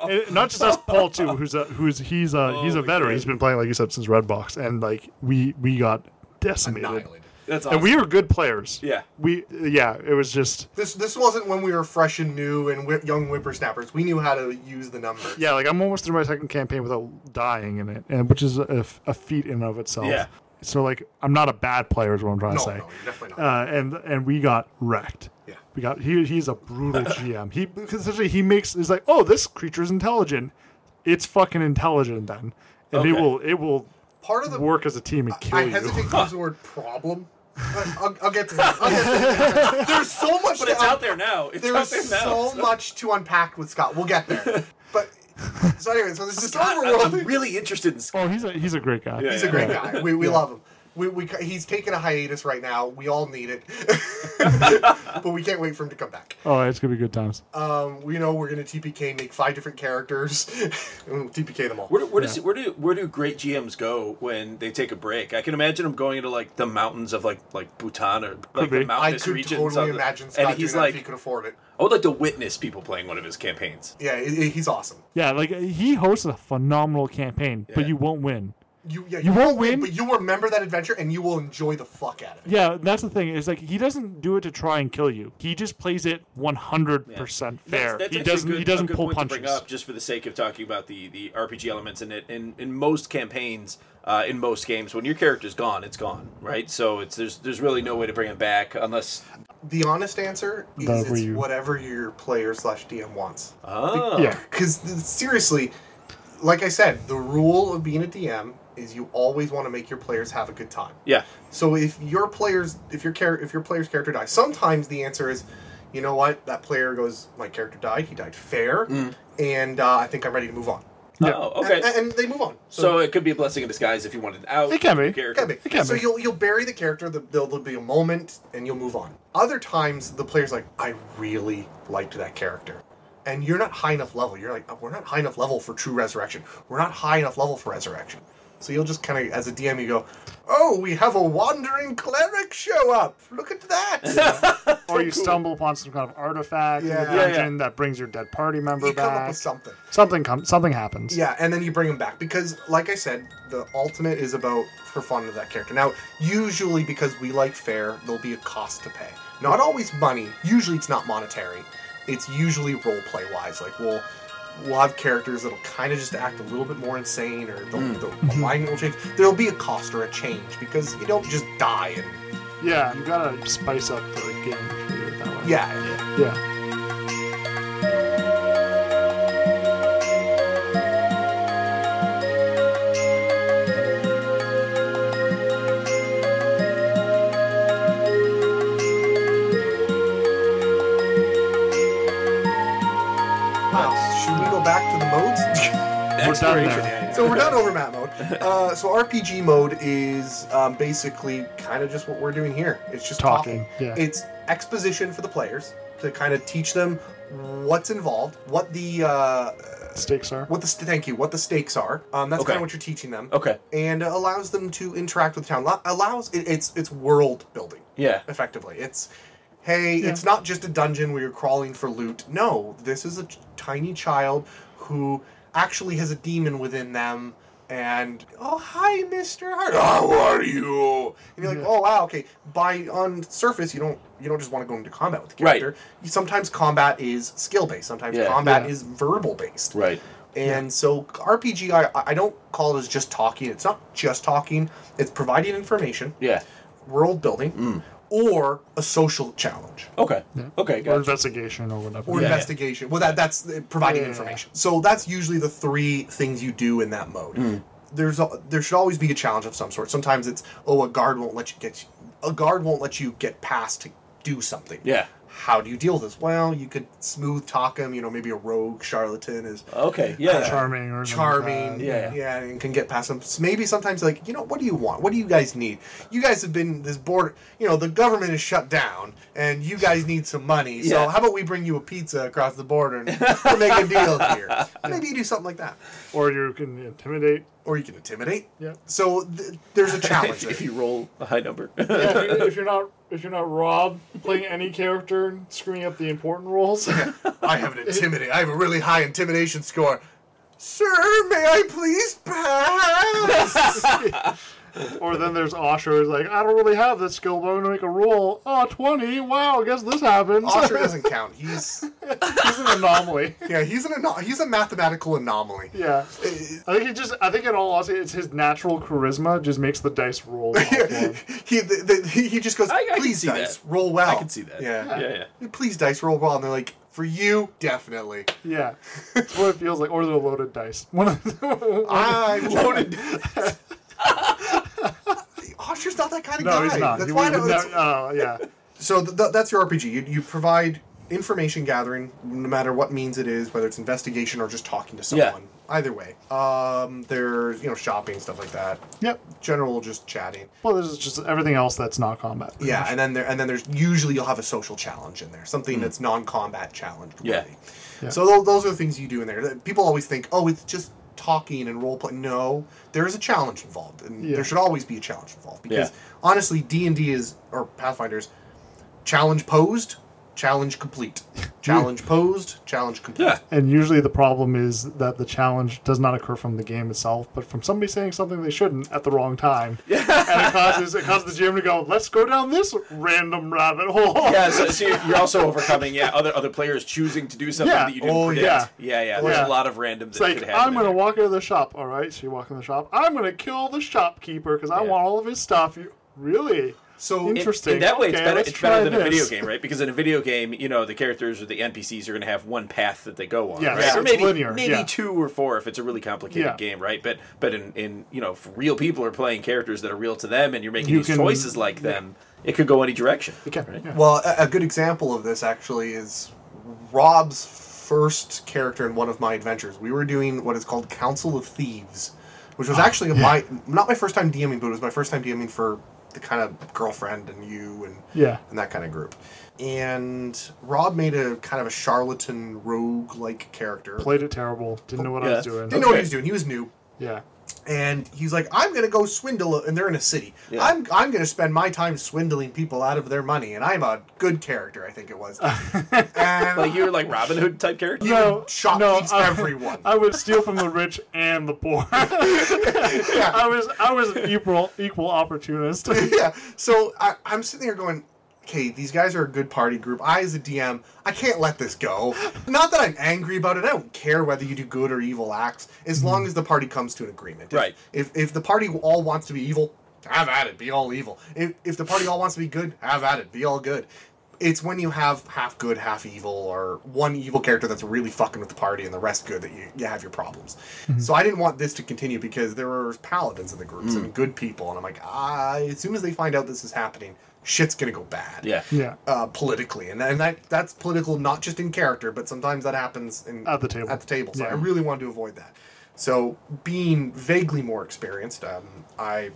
S4: And not just us, Paul too, who's a who's he's a he's a
S1: my
S4: veteran.
S1: God.
S4: He's been playing like you said since Red Box, and like we we got decimated.
S3: Annihilated.
S1: That's awesome.
S4: And we were good players.
S1: Yeah.
S4: we yeah. It was just
S3: This this wasn't when we were fresh and new and whi young whippersnappers. We knew how to use the number.
S4: yeah. Like I'm almost through my second campaign without dying in it, and which is a, a feat in and of itself.
S1: Yeah.
S4: So like I'm not a bad player is what I'm trying
S3: no,
S4: to
S3: no,
S4: say.
S3: you're definitely not.
S4: uh, and and we got wrecked.
S3: Yeah.
S4: we got he, he's a brutal GM. He because essentially he makes he's like, oh, this creature's intelligent. It's fucking intelligent then, and
S1: Okay.
S4: it will it will
S3: Part of the
S4: work as a team and kill
S3: I
S4: you.
S3: hesitate to use the word problem. I, I'll, I'll get to that. I'll get to that. There's so much.
S1: but
S3: to
S1: it's
S3: un-
S1: out there now. It's out
S3: There's
S1: there
S3: so
S1: now.
S3: much to unpack with Scott. We'll get there. But so anyway, so this is
S1: God,
S3: Scott,
S1: I'm really interested in.
S4: Oh, he's a he's a great guy.
S1: Yeah,
S3: He's a great guy. We, we love him. We, we, ca- he's taking a hiatus right now. We all need it. but we can't wait for him to come back.
S4: Oh, it's gonna be good times.
S3: Um, we know we're going to TPK, make five different characters, and we'll TPK them all.
S1: Where do, where, does, where do where do great GMs go when they take a break? I can imagine him going into like the mountains of like like Bhutan or like
S4: be.
S1: the
S3: I
S1: mountainous
S3: could
S1: regions.
S3: totally
S1: of the-
S3: imagine Scott
S1: and he's
S3: doing that if he
S1: like,
S3: could afford it.
S1: I would like to witness people playing one of his campaigns.
S3: Yeah, i i he's awesome.
S4: Yeah, like he hosts a phenomenal campaign, but
S1: Yeah.
S4: you won't win.
S3: You, yeah,
S4: You won't win?
S3: but you remember that adventure and you will enjoy the fuck out of it.
S4: Yeah, that's the thing is like he doesn't do it to try and kill you. He just plays it 100 percent fair.
S1: That's- that's
S4: he
S1: actually a
S4: doesn't he
S1: good-
S4: doesn't
S1: a good
S4: pull
S1: point to bring
S4: punches.
S1: up just for the sake of talking about the the RPG elements in it. In in most campaigns, uh, in most games, when your character's gone, it's gone, right? So it's there's there's really no way to bring it back unless
S3: The honest answer is
S4: That were
S3: it's
S4: you.
S3: whatever your player slash DM wants.
S1: oh
S4: Yeah.
S3: Because seriously, like I said, the rule of being a DM is you always want to make your players have a good time.
S1: yeah
S3: So if your players, if your char- if your player's character dies, sometimes the answer is, you know what, that player goes, my character died, he died fair, and uh, I think I'm ready to move on.
S4: Yeah.
S1: oh Mm. okay.
S3: And, and they move on.
S1: so it could be a blessing in disguise if you wanted out.
S4: It can be.
S1: your character.
S3: Can be.
S4: It can
S3: so
S4: be.
S3: you'll you'll bury the character. The, there'll, there'll be a moment, and you'll move on. Other times, the player's like, "I really liked that character," and you're not high enough level. You're like, "Oh, "We're not high enough level for true resurrection. We're not high enough level for resurrection." So you'll just kind of, as a DM, you go, "Oh, we have a wandering cleric show up. Look at that."
S4: or you stumble upon some kind of artifact in
S3: Yeah.
S4: the
S3: Yeah,
S1: yeah.
S4: dungeon that brings your dead party member
S3: You come up
S4: back.
S3: with something.
S4: something comes. Something happens.
S3: Yeah, and then you bring him back because, like I said, the ultimate is about for fun of that character. Now, usually because we like fair, there'll be a cost to pay. Not always money. Usually, it's not monetary. It's usually role play wise. Like we'll we'll have characters that'll kind of just act a little bit more insane, or the, the alignment will change. There'll be a cost or a change because you don't just die. And
S4: Yeah, you gotta spice up the game. if you do it that way.
S3: yeah,
S4: Yeah.
S3: Wow. Should we go back to the modes?
S1: Exploration.
S4: there.
S1: Yeah, yeah.
S3: so we're not over map mode. Uh, so RPG mode is um, basically kind of just what we're doing here. It's just talking.
S4: Talking, yeah.
S3: It's exposition for the players to kind of teach them what's involved, what the uh,
S4: Stakes are.
S3: what the st- thank you, what the stakes are. Um, that's
S1: Okay.
S3: kind of what you're teaching them,
S1: Okay.
S3: and uh, allows them to interact with the town. Lo- Allows it, it's it's world building
S1: Yeah.
S3: effectively. It's hey,
S4: Yeah.
S3: it's not just a dungeon where you're crawling for loot. No, this is a t- tiny child who actually has a demon within them. And oh hi, Mister Hart. How are you? And you're like,
S4: Yeah.
S3: oh wow, okay. By on surface, you don't you don't just want to go into combat with the
S1: Right.
S3: character. You, sometimes combat is skill based. Sometimes
S1: Yeah.
S3: combat
S4: Yeah.
S3: is verbal based.
S1: Right.
S3: And so RPG, I I don't call it as just talking. It's not just talking. It's providing information
S1: Yeah.
S3: world building or a social challenge
S1: Okay. Okay.
S4: Or
S1: Gotcha.
S4: investigation or whatever.
S3: or
S1: Yeah.
S3: investigation. Well, that that's uh, providing
S4: Yeah.
S3: information. So that's usually the three things you do in that mode. There's a, there should always be a challenge of some sort. Sometimes it's oh a guard won't let you get a guard won't let you get past to do something.
S1: Yeah.
S3: How do you deal with this? Well, you could smooth talk him. You know, maybe a rogue charlatan is
S1: Okay. Yeah.
S4: charming or
S3: charming.
S1: Yeah.
S3: yeah. and can get past them. S- Maybe sometimes like, you know, what do you want? What do you guys need? You guys have been this border. You know, the government is shut down, and you guys need some money. So
S1: Yeah.
S3: how about we bring you a pizza across the border and we'll make a deal here? Maybe you do something like that,
S4: Or you can intimidate.
S3: or you can intimidate.
S4: Yeah.
S3: So th- there's a challenge.
S1: If, if
S3: there.
S1: you roll a high number.
S4: Yeah, if, you, if you're not if you're not Rob playing any character and screwing up the important roles.
S3: I have an intimidate. I have a really high intimidation score. Sir, may I please pass?
S4: or then there's Osher who's like, I don't really have this skill, but I'm gonna make a roll. Oh, 20. Wow, I guess this happens.
S3: Osher doesn't count. He's
S4: He's an anomaly.
S3: yeah, he's an ano- he's a mathematical anomaly.
S4: Yeah. I think he just I think in all honesty it's his natural charisma just makes the dice roll. off one.
S3: he, the, the, he he just goes,
S1: I- I can
S3: please
S1: see
S3: dice,
S1: that.
S3: roll well.
S1: I can see that.
S3: Yeah.
S1: Yeah.
S3: Please dice, roll well. And they're like, for you, definitely.
S4: Yeah. It's what it feels like. Or they're loaded dice. One of the-
S3: I
S1: Loaded.
S3: Osher's not that kind of
S4: No,
S3: guy.
S4: he's not.
S3: That's
S4: he
S3: why I
S4: would
S3: don't,
S4: never,
S3: that's,
S4: uh, yeah.
S3: So th- th- that's your RPG. You, you provide information gathering, no matter what means it is, whether it's investigation or just talking to
S1: Yeah.
S3: someone. Either way, um, there's you know shopping stuff like that.
S4: Yep.
S3: General just chatting.
S4: Well, there's just everything else that's not combat. pretty
S3: Yeah,
S4: much. Hmm.
S3: and then there and then there's usually you'll have a social challenge in there, something that's non-combat challenge.
S1: Yeah.
S3: completely.
S4: Yeah.
S3: So tho- those are the things you do in there. That- People always think, oh, it's just talking and role play. No, there is a challenge involved, and
S4: Yeah.
S3: there should always be a challenge involved because
S1: Yeah.
S3: honestly, D and D is or Pathfinders, challenge posed, challenge complete, challenge posed, challenge complete.
S1: Yeah.
S4: And usually the problem is that the challenge does not occur from the game itself, but from somebody saying something they shouldn't at the wrong time. Yeah. And it causes it causes the GM to go, let's go down this random rabbit hole.
S1: Yeah, so, so you're- you're also overcoming yeah other other players choosing to do something
S4: Yeah.
S1: that you didn't
S3: Oh,
S1: predict.
S4: yeah.
S1: Yeah, yeah, There's
S4: Yeah.
S1: a lot of random that
S4: It's like
S1: could happen.
S4: I'm gonna walk into the shop. All right, so you walk in the shop. I'm gonna kill the shopkeeper because I
S1: Yeah.
S4: want all of his stuff. You, really?
S3: So
S1: In-
S4: Inter- Interesting.
S1: In that way, it's
S4: Okay,
S1: better.
S4: let's
S1: It's better
S4: try
S1: than a
S4: this.
S1: video game, right? Because in a video game, you know, the characters or the NPCs are going to have one path that they go on,
S4: Yes,
S1: right? Or
S4: it's
S1: maybe
S4: linear,
S1: maybe
S4: yeah.
S1: two or four if it's a really complicated
S4: Yeah.
S1: game, right? But but in, in you know, if real people are playing characters that are real to them, and you're making
S4: You
S1: these
S4: can-
S1: choices like them. It could go any direction.
S4: Okay.
S1: right?
S4: Yeah.
S3: Well, a, a good example of this actually is Rob's first character in one of my adventures. We were doing what is called Council of Thieves, which was actually my not my first time DMing, but it was my first time DMing for the kind of girlfriend and you and
S4: Yeah.
S3: and that kind of group. And Rob made a kind of a charlatan rogue like character.
S4: Played it terrible. Didn't know what I
S1: Yeah.
S4: was doing.
S3: Didn't know what
S1: Okay.
S3: he was doing. He was new.
S4: Yeah.
S3: and he's like, "I'm gonna go swindle," and they're in a city.
S1: Yeah.
S3: I'm I'm gonna spend my time swindling people out of their money, and I'm a good character, I think it was. and
S1: Like you were like Robin Hood type character.
S4: No,
S3: shop
S4: no, uh,
S3: eats
S4: I-
S3: everyone.
S4: I would steal from the rich and the poor. I was I was an equal equal opportunist.
S3: yeah. So I, I'm sitting there going, okay, these guys are a good party group. I, as a DM, I can't let this go. Not that I'm angry about it. I don't care whether you do good or evil acts, as
S4: Mm-hmm.
S3: long as the party comes to an agreement. If-
S1: Right.
S3: If, if the party all wants to be evil, have at it. Be all evil. If, if the party all wants to be good, have at it. Be all good. It's when you have half good, half evil, or one evil character that's really fucking with the party and the rest good that you, you have your problems. So I didn't want this to continue because there were paladins in the groups and good people, and I'm like, ah, as soon as they find out this is happening, shit's gonna go bad
S1: Yeah.
S4: yeah.
S3: uh, politically, and, and that that's political not just in character, but sometimes that happens in,
S4: At the table.
S3: At the table, so I
S4: Yeah.
S3: really wanted to avoid that. So, being vaguely more experienced, um, I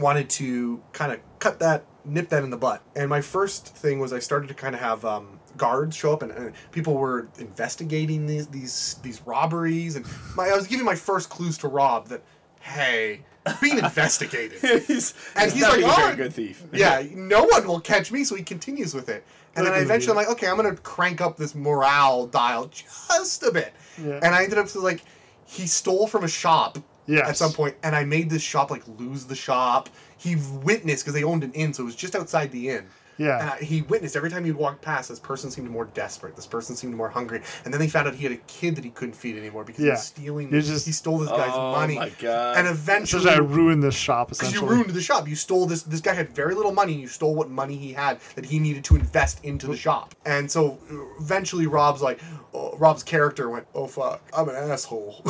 S3: wanted to kind of cut that, nip that in the butt. And my first thing was I started to kind of have um, guards show up, and, and people were investigating these these these robberies, and my, I was giving my first clues to Rob that hey, being investigated.
S1: he's
S3: And
S1: he's,
S3: he's
S1: not
S3: like,
S1: being a very
S3: "Oh."
S1: good thief.
S3: yeah, no one will catch me, so he continues with it. And then I
S4: Look at
S3: eventually, I'm
S4: you.
S3: like, okay, I'm gonna crank up this morale dial just a bit.
S4: Yeah.
S3: And I ended up to like, he stole from a shop
S4: Yes.
S3: at some point, and I made this shop like lose the shop. He witnessed because they owned an inn, so it was just outside the inn.
S4: Yeah.
S3: And I- he witnessed every time he'd walk past. This person seemed more desperate. This person seemed more hungry. And then they found out he had a kid that he couldn't feed anymore because he
S4: Yeah.
S3: was stealing.
S4: You're just-
S3: he stole this guy's
S1: Oh
S3: money.
S1: my God.
S3: And
S4: So
S3: eventually,
S4: I ruined this shop
S3: because you
S4: essentially.
S3: ruined the shop. You stole this. This guy had very little money. and You stole what money he had that he needed to invest into the shop. And so uh, eventually, Rob's like, oh, Rob's character went, "Oh fuck, I'm an asshole."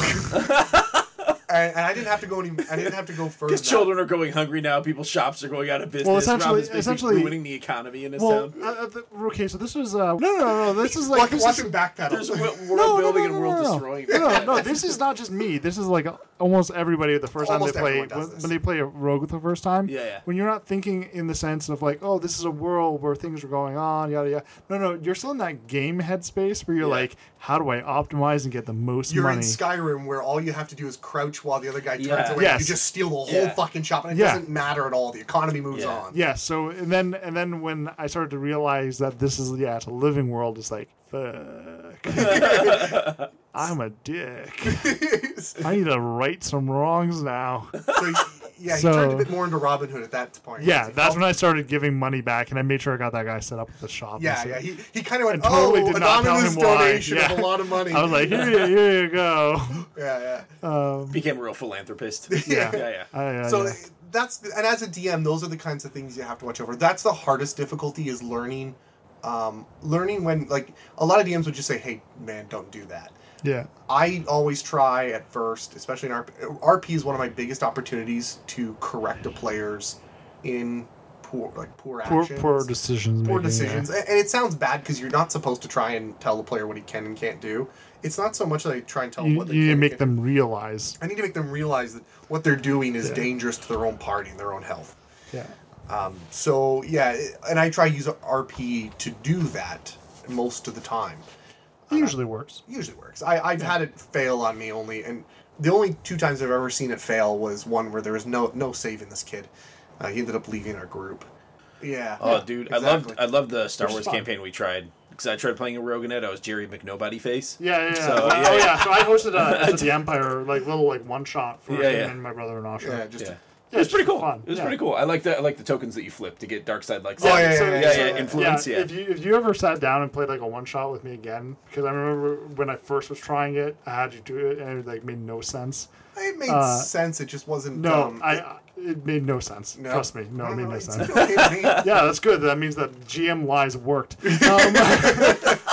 S3: and, and I didn't have to go any. I didn't have to go further.
S1: His children are going hungry now. People's shops are going out of business.
S4: Well,
S1: Rob
S4: essentially-
S1: is basically
S4: essentially-
S1: ruining the economy in his
S4: well,
S1: town.
S4: uh, uh, th- okay, so this was uh, no, no, no, no. This is like
S3: Like,
S4: this
S3: watch
S4: is,
S3: him
S1: There's
S3: backpedal.
S1: wo- world
S4: no, no,
S1: building
S4: no,
S1: and
S4: no,
S1: world
S4: no, no.
S1: destroying.
S4: No, no, this is not just me. This is like almost everybody the first
S3: Almost
S4: time they play
S3: everyone does
S4: when,
S3: this.
S4: when they play a rogue the first time.
S1: Yeah, yeah.
S4: When you're not thinking in the sense of like, oh, this is a world where things are going on, yada yada. No, no, you're still in that game headspace where you're
S1: Yeah.
S4: like, how do I optimize and get the most
S3: You're
S4: money?
S3: in Skyrim where all you have to do is crouch while the other guy turns
S1: Yeah.
S3: away.
S4: Yes.
S3: You just steal the whole
S1: Yeah.
S3: fucking shop, and it
S4: Yeah.
S3: doesn't matter at all. The economy moves
S1: Yeah.
S3: on.
S4: yeah. So and then and then when I started to realize that this is yeah, it's a living world. It's like fuck. I'm a dick. I need to right some wrongs now.
S3: so he- yeah, he
S4: So-
S3: turned a bit more into Robin Hood at that point.
S4: Yeah,
S3: He
S4: that's
S3: helped
S4: when I started giving money back, and I made sure I got that guy set up at the shop.
S3: Yeah,
S4: and
S3: yeah.
S4: shit.
S3: He, he kind of went,
S4: I totally
S3: oh,
S4: did not tell
S3: anonymous
S4: him why.
S3: donation of a
S4: Yeah.
S3: lot of money.
S4: I was like, here, you- here you go.
S3: yeah, yeah.
S1: Became a real philanthropist.
S4: Yeah,
S1: yeah, yeah.
S4: I, uh,
S3: so
S4: yeah.
S3: that's and as a DM, those are the kinds of things you have to watch over. That's the hardest difficulty is learning, um, learning when like a lot of DMs would just say, hey man, don't do that.
S4: yeah,
S3: I always try at first, especially in RP. RP is one of my biggest opportunities to correct a player's in poor like poor
S4: poor,
S3: actions.
S4: poor decisions.
S3: poor
S4: making, yeah.
S3: decisions. A- And it sounds bad because you're not supposed to try and tell the player what he can and can't do. It's not so much that I try and tell them
S4: You,
S3: what they can
S4: you need to
S3: and
S4: make
S3: can't
S4: them realize.
S3: do. I need to make them realize that what they're doing is dangerous to their own party and their own health.
S4: Yeah,
S3: Um, so yeah, it- and I try to use RP to do that most of the time.
S4: usually works.
S3: Usually works. I, I've had it fail on me only, and the only two times I've ever seen it fail was one where there was no no saving this kid. Uh, he ended up leaving our group. Yeah.
S1: Oh,
S3: Yeah,
S1: dude, I
S3: exactly.
S1: loved I loved the Star
S4: Which is
S1: Wars
S4: fun.
S1: campaign we tried because I tried playing a rogue and it. I was Jerry McNobody face.
S4: Yeah, yeah, yeah.
S1: So,
S4: Uh,
S1: yeah,
S4: Oh yeah. So I hosted uh, hosted the Empire like little like one shot for
S1: Yeah,
S4: him
S1: yeah.
S4: and my brother and Asha.
S3: Yeah, just
S1: yeah.
S3: to
S1: It was
S4: it's
S1: pretty
S4: just
S1: cool.
S4: fun.
S1: It was
S4: Yeah.
S1: pretty cool. I like the I like the tokens that you flip to get dark side like.
S3: Oh, yeah, yeah, yeah, yeah, yeah.
S1: influence, yeah.
S4: uh, If you if you ever sat down and played like a one shot with me again, because I remember when I first was trying it, I had you do it and it like made no sense.
S3: It made sense. It just wasn't.
S4: Uh, No,
S3: um,
S4: I I- it made no sense.
S3: No.
S4: Trust me, no, it made no
S3: it's
S4: sense.
S3: okay with me.
S4: Yeah, that's good. That means that GM lies worked. Um,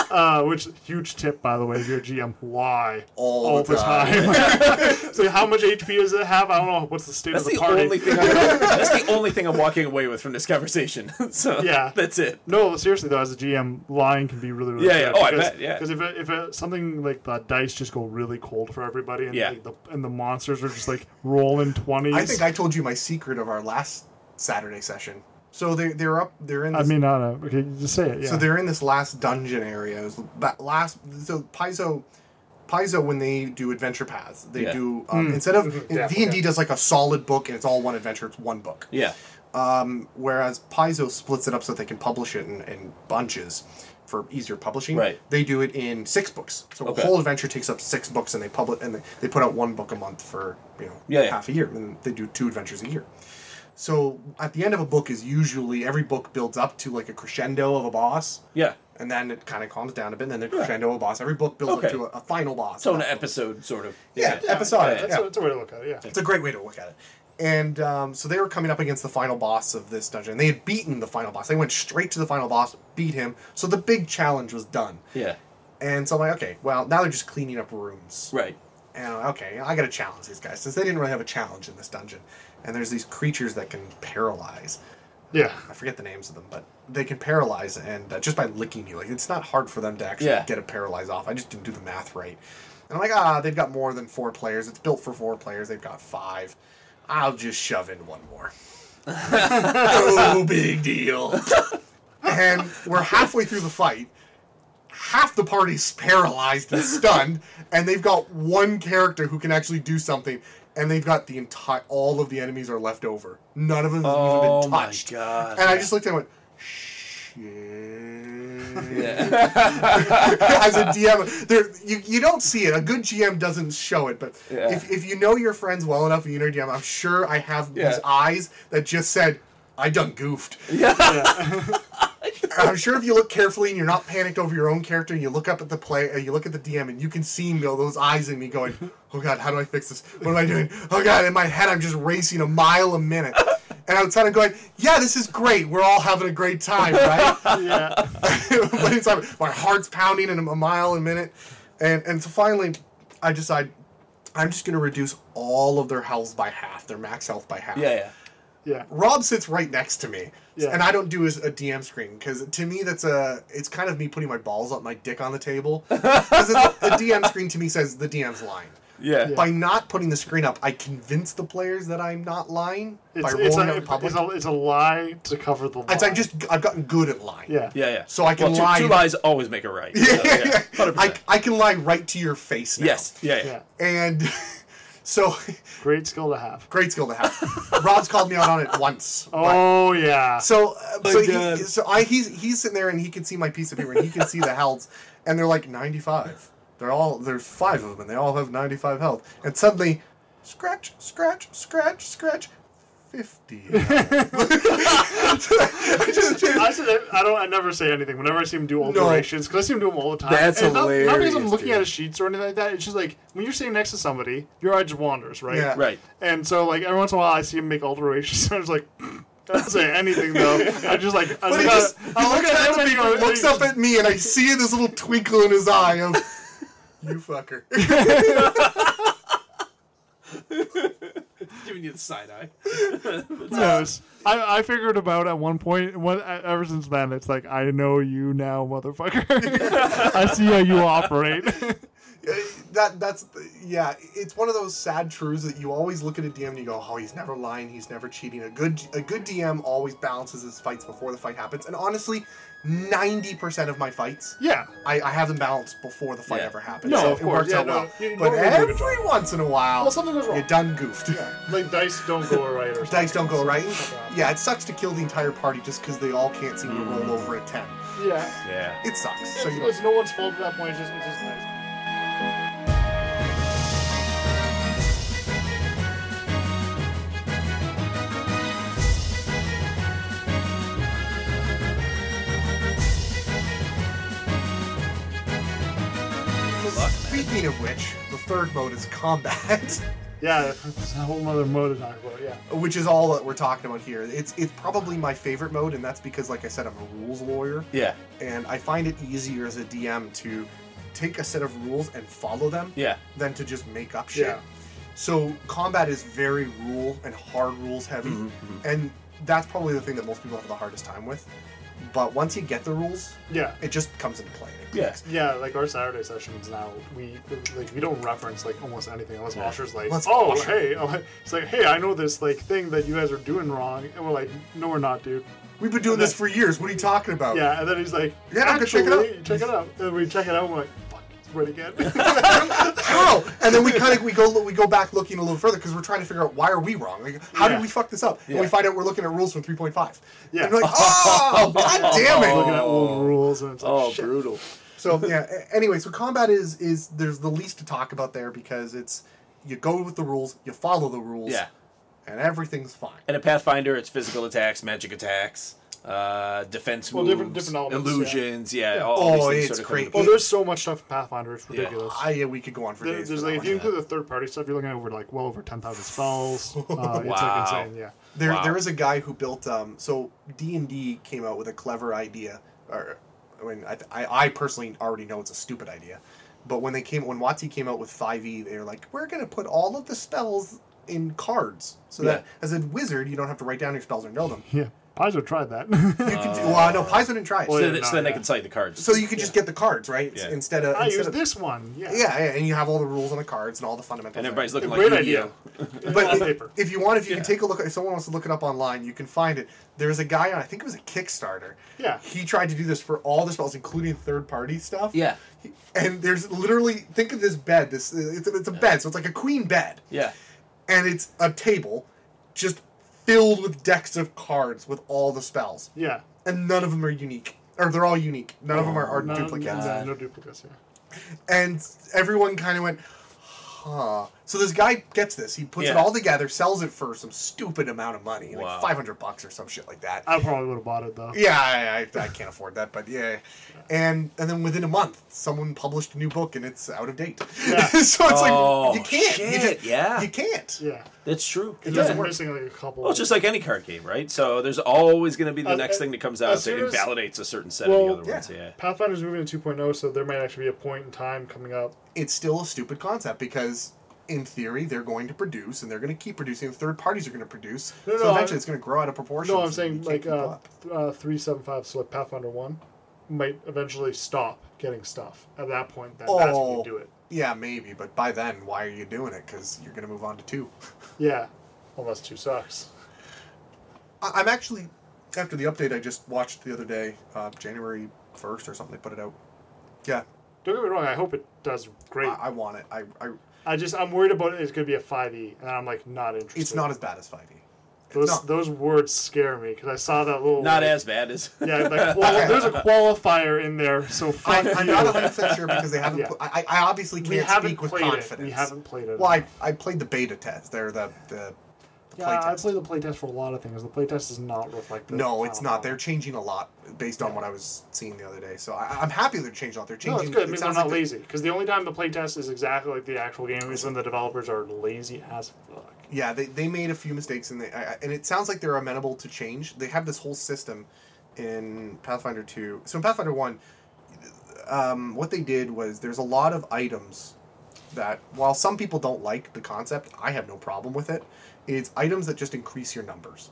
S4: uh, which huge tip, by the way, if you're a GM, lie
S3: All the
S4: time. so how much HP does it have? I don't know. What's the state
S1: That's
S4: of the,
S1: the
S4: party?
S1: only thing. I'm, that's the only thing I'm walking away with from this conversation. so
S4: Yeah.
S1: that's it.
S4: No, seriously though, as a GM, lying can be really, really
S1: Yeah, yeah.
S4: good
S1: Oh, I
S4: because,
S1: bet, yeah.
S4: Because if it, if it, something like the dice just go really cold for everybody, and
S1: Yeah.
S4: like, the and the monsters are just like rolling twenties.
S3: I think I told you my secret of our last Saturday session. So they they're up. They're in. This,
S4: I mean, I don't know. Okay, just say it. Yeah.
S3: so they're in this last dungeon area. It was ba- last. So Paizo Paizo when they do adventure paths. They
S1: Yeah.
S3: do um, instead of
S4: Hmm. Mm-hmm. Yeah,
S3: D and D
S4: okay.
S3: does like a solid book and it's all one adventure. It's one book.
S1: Yeah.
S3: Um, whereas Paizo splits it up so they can publish it in, in bunches for easier publishing.
S1: Right.
S3: They do it in six books. So
S1: Okay.
S3: a whole adventure takes up six books, and they publish and they, they put out one book a month for you know
S1: Yeah, yeah.
S3: half a year, and they do two adventures a year. So at the end of a book is usually every book builds up to like a crescendo of a boss.
S1: Yeah.
S3: And then it kind of calms down a bit, and then the crescendo of a boss. Every book builds
S1: Okay.
S3: up to a, a final boss.
S1: So an episode sort of.
S3: Yeah,
S1: Yeah,
S3: episodic.
S4: That's,
S3: yeah.
S4: A, that's a way to look at it. Yeah.
S3: It's a great way to look at it. And um, so they were coming up against the final boss of this dungeon. They had beaten the final boss. They went straight to the final boss, beat him. So the big challenge was done.
S1: Yeah.
S3: And so I'm like, okay, well now they're just cleaning up rooms.
S1: Right.
S3: And I'm like, okay, I got to challenge these guys since they didn't really have a challenge in this dungeon. And there's these creatures that can paralyze.
S4: Yeah.
S3: I forget the names of them, but they can paralyze, and uh, just by licking you, like it's not hard for them to actually
S1: Yeah.
S3: get a paralyze off. I just didn't do the math right, and I'm like, ah, they've got more than four players. It's built for four players. They've got five. I'll just shove in one more. no big deal. and we're halfway through the fight. Half the party's paralyzed and stunned, and they've got one character who can actually do something, and they've got the entire all of the enemies are left over. None of them have
S1: Oh
S3: even been
S1: my
S3: touched.
S1: God.
S3: And I just looked at him and went, shit.
S1: Yeah.
S3: As a DM, there you, you don't see it. A good GM doesn't show it, but
S1: Yeah.
S3: if, if you know your friends well enough and you know your DM, I'm sure I have
S1: Yeah.
S3: these eyes that just said, I done goofed. I'm sure if you look carefully and you're not panicked over your own character, and you look up at the play, uh, you look at the DM, and you can see me, those eyes in me going, "Oh God, how do I fix this? What am I doing? Oh God!" In my head, I'm just racing a mile a minute, and outside, I'm going, "Yeah, this is great. We're all having a great time, right?"
S4: Yeah.
S3: but inside, my heart's pounding in a mile a minute, and and so finally, I decide I'm just going to reduce all of their health by half, their max health by half.
S1: Yeah. Yeah.
S4: Yeah.
S3: Rob sits right next to me,
S4: Yeah.
S3: and I don't do his, a DM screen because to me that's a it's kind of me putting my balls up, my dick on the table. 'Cause it's- a DM screen to me says the DM's lying.
S1: Yeah.
S3: By not putting the screen up, I convince the players that I'm not lying
S4: It's,
S3: by
S4: it's,
S3: rolling
S4: a,
S3: out in public.
S4: it's, a, it's a lie to cover the lie.
S3: It's- I just I've gotten good at lying.
S4: Yeah.
S1: Yeah. yeah.
S3: So I can
S1: well, two,
S3: lie-
S1: Two lies always make a right. So, Oh, yeah. Hundred
S3: I,
S1: percent.
S3: I can lie right to your face now.
S1: Yes. Yeah. Yeah.
S4: Yeah.
S3: And so
S4: Great skill to have.
S3: great skill to have. Rob's called me out on it once. but-
S4: Oh yeah.
S3: So, uh,
S1: My
S3: so, he,
S1: God.
S3: so I, he's he's sitting there and he can see my piece of paper and he can see the healths, and they're like ninety five. They're all there's five of them and they all have ninety five health. And suddenly, scratch, scratch, scratch, scratch, fifty. I just-
S4: I, said that- I don't. I never say anything whenever I see him do alterations because I see him do them all the time.
S1: That's
S4: And not, not because I'm
S1: hilarious,
S4: looking
S1: dude.
S4: at his sheets or anything like that. It's just like when you're sitting next to somebody, your eye just wanders, right?
S3: Yeah.
S1: Right.
S4: And so like every once in a while, I see him make alterations. And I was like, I don't say anything though. I just like I
S3: but
S4: look,
S3: he just he
S4: at, I look
S3: looks,
S4: at him
S3: at
S4: and
S3: me,
S4: he goes,
S3: looks up at me and I see this little twinkle in his eye of you fucker.
S1: Giving you the side eye.
S4: Who knows? I, I figured about at one point. What ever since then, it's like I know you now, motherfucker. I see how you operate.
S3: that that's yeah it's one of those sad truths that you always look at a dm and you go oh he's never lying he's never cheating a good a good dm always balances his fights before the fight happens and honestly 90% of my fights
S4: yeah.
S3: i, I have them balanced before the fight
S1: Yeah.
S3: ever happens
S4: No,
S3: so
S4: of
S3: it
S4: course,
S3: works
S4: yeah,
S3: out
S4: no,
S3: well
S4: you
S3: but
S4: normally do a good
S3: every once in a while
S4: Well, something goes wrong.
S3: you done goofed
S4: Like dice don't go right or something.
S3: dice don't go right yeah it sucks to kill the entire party just because they all can't seem to
S4: Mm.
S3: roll over a 10
S4: Yeah.
S1: Yeah.
S3: it sucks so you
S4: it's,
S3: don't
S4: it's no one's fault at that point. It's just, it's just nice.
S1: luck,
S3: speaking of which the third mode is combat
S4: Yeah, it's a whole other mode to talk about. Yeah.
S3: which is all that we're talking about here. It's it's probably my favorite mode, and that's because, like I said, I'm a rules lawyer,
S1: Yeah.
S3: and I find it easier as a DM to take a set of rules and follow them
S1: Yeah.
S3: than to just make up shit.
S4: Yeah.
S3: So combat is very rule and hard rules heavy,
S1: Mm-hmm,
S3: and that's probably the thing that most people have the hardest time with. But once you get the rules,
S4: Yeah.
S3: it just comes into play. It
S1: Yeah.
S3: clicks.
S4: Yeah, like our Saturday sessions now, we like we don't reference like almost anything unless
S1: Yeah.
S4: Osher's like,
S3: Unless
S4: oh
S3: Osher-
S4: hey, I'm like- it's like hey, I know this like thing that you guys are doing wrong, and we're like, no, we're not, dude.
S3: We've been doing this for years. What are you talking about?
S4: Yeah, and then he's like,
S3: Yeah, go
S4: actually,
S3: check it
S4: check it out. And we check it out, and we're like, fuck, Superman again.
S3: Oh. how? And then we kind of we go we go back looking a little further because we're trying to figure out why are we wrong? Like, how
S4: Yeah.
S3: did we fuck this up? And
S1: Yeah.
S3: we find out we're looking at rules from 3.5.
S4: Yeah.
S3: And we're like, oh, god damn it!
S4: Looking at old rules and it's like,
S1: Oh,
S4: shit.
S1: brutal.
S3: So yeah. a- Anyway, so combat is is there's the least to talk about there because it's you go with the rules, you follow the rules,
S1: Yeah.
S3: and everything's fine.
S1: And a Pathfinder, it's physical attacks, magic attacks, uh, defense
S4: Well,
S1: moves,
S4: different- different elements, yeah.
S1: illusions. Yeah. all
S3: Oh,
S1: these things
S3: it's
S1: sort of come
S3: great.
S4: Well,
S1: into play.
S4: there's so much stuff in Pathfinder, it's ridiculous.
S3: I, yeah, we could go on for
S4: There-
S3: days.
S4: there's
S3: for
S4: like
S3: that
S4: if
S3: one.
S4: you include the third party stuff, you're looking at over like well over ten thousand spells. Uh, It's
S1: Wow.
S4: like insane, yeah.
S3: There,
S1: Wow.
S3: there is a guy who built. Um, so D and D came out with a clever idea, or I mean, I, I, I personally already know it's a stupid idea, but when they came, when WotC came out with Five E, they were like, we're gonna put all of the spells in cards, so that as a wizard, you don't have to write down your spells or know them.
S4: Yeah. Pfizer tried that.
S3: You can do, well, no, Paizo didn't try it.
S4: Well,
S3: so,
S1: So, that-
S4: no,
S1: so then
S4: yeah.
S1: they can cite the cards.
S3: so you could just get the cards right
S1: Yeah.
S3: instead of
S4: I
S3: instead
S4: used
S3: of,
S4: this one. Yeah.
S3: yeah, yeah, and you have all the rules on the cards and all the fundamentals.
S1: and
S3: there.
S1: everybody's looking like
S4: Great
S1: Yu-Gi-Oh.
S4: idea.
S3: But
S4: on
S3: if,
S4: paper.
S3: if you want, if you can
S1: Yeah.
S3: take a look, if someone wants to look it up online, you can find it. There's a guy on, I think it was a Kickstarter.
S4: Yeah.
S3: He tried to do this for all the spells, including third party stuff.
S1: Yeah.
S3: He- And there's literally, think of this bed. This it's, it's a bed, so it's like a queen bed,
S1: Yeah.
S3: and it's a table, just filled with decks of cards with all the spells,
S4: Yeah.
S3: and none of them are unique, or they're all unique. None of them are, are
S4: No,
S3: duplicates
S4: No, no duplicates. Yeah.
S3: and everyone kind of went, huh. So this guy gets this. He puts it
S1: Yeah.
S3: all together, sells it for some stupid amount of money, like
S1: Wow.
S3: 500 bucks or some shit like that.
S4: I probably would have bought it though.
S3: yeah, I, I, I can't afford that, but yeah. And and then within a month, someone published a new book and it's out of date.
S4: Yeah.
S3: so it's
S1: Oh,
S3: like you can't. You
S1: shit, yeah.
S3: You can't.
S4: Yeah.
S1: That's true.
S4: It
S1: Yeah.
S4: doesn't work. Missing like a couple.
S1: Well, it's just like any card game, right? So there's always going to be the
S4: Uh,
S1: next
S4: uh,
S1: thing that comes
S4: as
S1: out that
S4: soon as-
S1: invalidates a certain set
S4: Well,
S1: of the other ones.
S3: yeah.
S1: Yeah.
S4: Pathfinder's moving to 2.0, so there might actually be a point in time coming up.
S3: It's still a stupid concept because in theory they're going to produce and they're going to keep producing. Third parties are going to produce.
S4: No, no,
S3: so eventually
S4: I-
S3: it's going to grow out of proportion.
S4: No, I'm saying like uh, th- uh, 375, so like Pathfinder 1 might eventually stop getting stuff. At that point, then that's when
S3: Oh.
S4: you do it.
S3: Yeah, maybe, but by then, why are you doing it? Because you're going to move on to two.
S4: Yeah. Unless 2 sucks.
S3: I- I'm actually, after the update I just watched the other day, uh, January 1st or something, they put it out. Yeah,
S4: Don't get me wrong, I hope it does great.
S3: I, I want it. I, I,
S4: I just I'm worried about it's gonna be a 5e, and I'm like not interested.
S3: it's not as bad as E. 5e.
S4: those
S3: not.
S4: those words scare me because I saw that little
S1: Not
S4: like,
S1: as bad as.
S4: yeah like well, there's a qualifier in there so
S3: I,
S4: fuck
S3: I'm
S4: you.
S3: not 100% sure because they haven't.
S4: E Yeah.
S3: put- I, I obviously
S4: we
S3: can't
S4: haven't
S3: speak with
S4: played it.
S3: confidence.
S4: We haven't played it.
S3: Well, I, I played the beta test. They're the, the, the
S4: yeah, I
S3: playtest.
S4: played the playtest for a lot of things. The playtest does not reflect. The
S3: no, it's
S4: final
S3: not. They're
S4: product.
S3: changing a lot based on what I was seeing the other day. So I, I'm happy they're changing a lot. They're changing.
S4: No, it's good. It
S3: it
S4: means they're
S3: sounds
S4: not
S3: like they-
S4: lazy because the only time the playtest is exactly like the actual game is when the developers are lazy as fuck.
S3: Yeah, they, they made a few mistakes and they I, I- and it sounds like they're amenable to change. They have this whole system in Pathfinder two. So in Pathfinder one, um, what they did was there's a lot of items that while some people don't like the concept, I have no problem with it. It's items that just increase your numbers.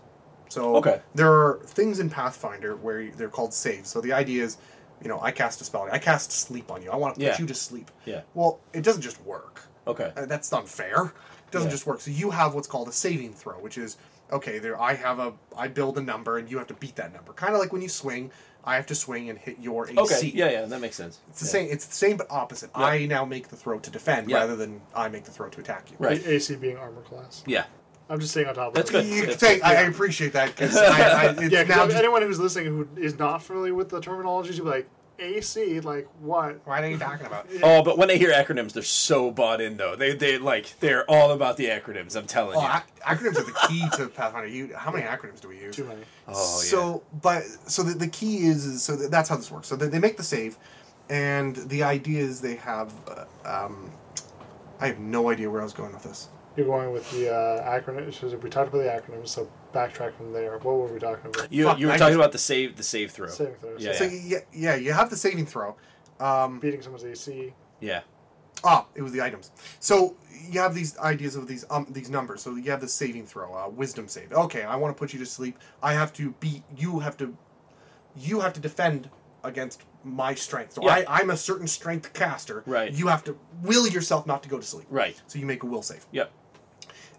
S3: So
S1: Okay.
S3: there are things in Pathfinder where you- they're called saves. So the idea is, you know, I cast a spell, I cast sleep on you. I want to put
S1: Yeah.
S3: you to sleep.
S1: Yeah.
S3: Well, it doesn't just work.
S1: Okay.
S3: Uh, that's not fair. It doesn't
S1: Yeah.
S3: just work. So you have what's called a saving throw, which is okay. There, I have a, I build a number, and you have to beat that number. Kind of like when you swing, I have to swing and hit your AC.
S1: Okay. Yeah, yeah, that makes sense.
S3: It's the same. It's the same, but opposite. I now make the throw to defend
S1: Yeah.
S3: rather than I make the throw to attack you.
S1: Right.
S4: A- AC being armor class.
S1: Yeah.
S4: I'm just saying on top of
S1: That's
S4: it.
S1: good.
S3: You
S1: That's
S3: think-
S1: good.
S3: I, I appreciate that because I, I, it's
S4: Yeah, 'cause
S3: now
S4: if
S3: just,
S4: anyone who's listening who is not familiar with the terminology, should be like AC, like what?
S3: what are you talking about?
S1: Oh, but when they hear acronyms, they're so bought in though. They they like they're all about the acronyms. I'm telling
S3: Oh,
S1: you.
S3: ac- acronyms are the key to Pathfinder. You, how many acronyms do we use?
S4: Too many.
S1: Oh, yeah.
S3: so but so the, the key is, is so that, that's how this works so they, they make the save and the idea is they have uh, um, i have no idea where i was going with this
S4: You're going with the uh, acronyms. so We talked about the acronyms, so backtrack from there. What were we talking about?
S1: you
S3: fuck,
S1: you were
S3: I
S1: talking
S3: just-
S1: about the save the save throw.
S4: Saving throws.
S1: Yeah.
S3: so yeah, yeah you have the saving throw um,
S4: Beating someone's AC.
S1: Yeah.
S3: Ah, it was the items. So you have these ideas of these um these numbers. So you have the saving throw, uh, wisdom save. Okay, I want to put you to sleep. I have to beat. You have to. You have to defend against my strength. So
S1: Yeah.
S3: I, I'm a certain strength caster.
S1: Right.
S3: You have to will yourself not to go to sleep.
S1: Right.
S3: So you make a will save.
S1: Yep.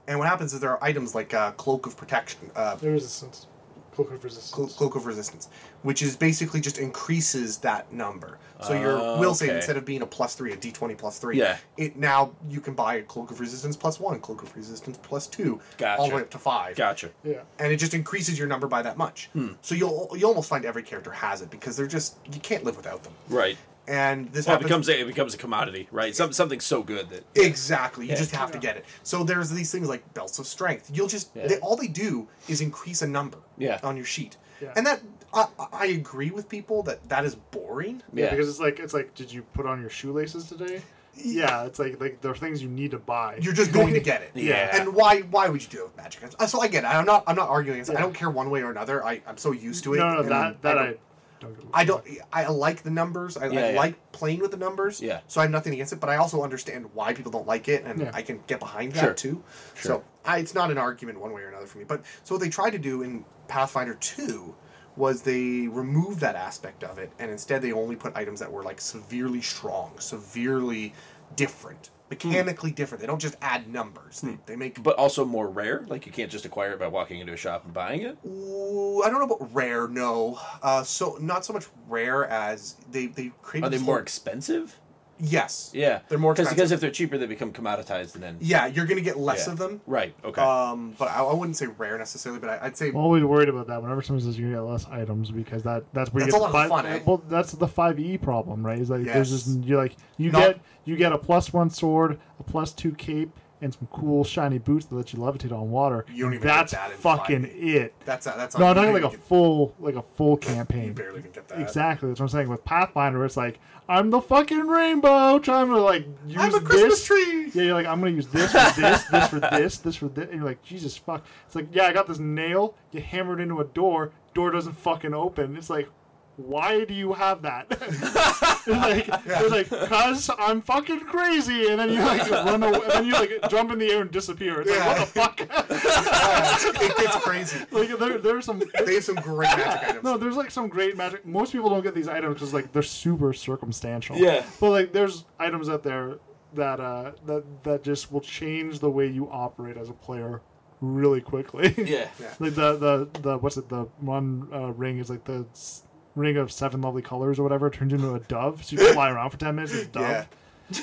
S3: And what happens is there are items like uh, cloak of protection, uh,
S4: There is a sense. Cloak of Resistance.
S3: Clo- Cloak of Resistance, which is basically just increases that number. So your
S1: Oh,
S3: will save
S1: okay.
S3: instead of being a plus three, a D twenty plus three.
S1: Yeah.
S3: It now you can buy a Cloak of Resistance plus one, Cloak of Resistance plus two, all
S1: Gotcha.
S3: the way up to five.
S1: Gotcha.
S4: Yeah.
S3: and it just increases your number by that much.
S1: Hmm.
S3: So you'll you almost find every character has it because they're just you can't live without them.
S1: Right.
S3: And this
S1: Well, it
S3: happens
S1: becomes a, it becomes a commodity, right? Some, something so good that
S3: Exactly. You
S1: Yeah.
S3: just have to get it. So there's these things like belts of strength. You'll just
S1: Yeah.
S3: they, all they do is increase a number
S1: Yeah.
S3: on your sheet.
S4: Yeah.
S3: And that I, I agree with people that that is boring.
S4: yeah,
S1: yeah,
S4: Because it's like it's like, did you put on your shoelaces today? Yeah, it's like like there are things you need to buy.
S3: You're just going to get it.
S1: Yeah.
S3: And why why would you do it with magic? Uh, So I get it. I'm not I'm not arguing this. I don't care one way or another. I I'm so used to it.
S4: no, no, no,
S3: and
S4: that that
S3: don't-
S4: I don't. give a
S3: I don't.
S4: fuck.
S3: I like the numbers. I,
S1: Yeah,
S3: I
S1: yeah.
S3: like playing with the numbers.
S1: Yeah.
S3: So I have nothing against it, but I also understand why people don't like it, and
S4: Yeah.
S3: I can get behind
S1: Sure.
S3: that too.
S1: Sure.
S3: So I, it's not an argument one way or another for me. But so what they tried to do in Pathfinder Two was they removed that aspect of it, and instead they only put items that were like severely strong, severely different, mechanically
S1: Hmm.
S3: different. They don't just add numbers. They, they make.
S1: but also more rare. Like you can't just acquire it by walking into a shop and buying it.
S3: Ooh, I don't know about rare. No, uh, so not so much rare as they they created.
S1: Are they
S3: this
S1: more
S3: whole-
S1: expensive?
S3: Yes.
S1: Yeah,
S3: They're more
S1: because
S3: expensive.
S1: because if they're cheaper, they become commoditized, and then
S3: Yeah, you're gonna get less
S1: Yeah.
S3: of them.
S1: right. Okay.
S3: Um, but I, I wouldn't say rare necessarily, but I, I'd say
S4: I'm always worried about that. Whenever someone says you're gonna get less items because that that's where you
S3: That's
S4: get
S3: a lot of fun, eh?
S4: Well, that's the five E problem, right? It's like there's
S3: Yes.
S4: just you're like you
S3: Not-
S4: get you get a plus one sword, a plus two cape, and some cool shiny boots that let you levitate on water.
S3: You don't even
S4: that's
S3: get that in
S4: fucking
S3: 5E.
S4: it.
S3: that's uh, that's
S4: No, I'm
S3: you
S4: talking like
S3: barely
S4: a full like a full campaign.
S3: get- you barely even get that.
S4: Exactly, that's what I'm saying. With Pathfinder, it's like I'm the fucking rainbow, trying to like use
S3: I'm a Christmas
S4: this.
S3: tree.
S4: Yeah, you're like, I'm gonna use this for this, this for this, this for this. And you're like, Jesus fuck. It's like, yeah, I got this nail. You hammered into a door. Door doesn't fucking open. It's like, why do you have that? it's like, it's like, cause I'm fucking crazy. And then you like run away. And then you like jump in the air and disappear. It's
S3: Yeah.
S4: like, what the fuck?
S3: Oh, it gets crazy.
S4: like there, there's some.
S3: They have some great magic items.
S4: No, there's like some great magic. Most people don't get these items because like they're super circumstantial.
S1: Yeah.
S4: But like, there's items out there that uh that that just will change the way you operate as a player really quickly.
S1: yeah.
S3: Yeah.
S4: like the the the what's it the one uh, ring is like the s- ring of seven lovely colors or whatever turns into a dove, so you can fly around for ten minutes as a dove.
S3: Yeah.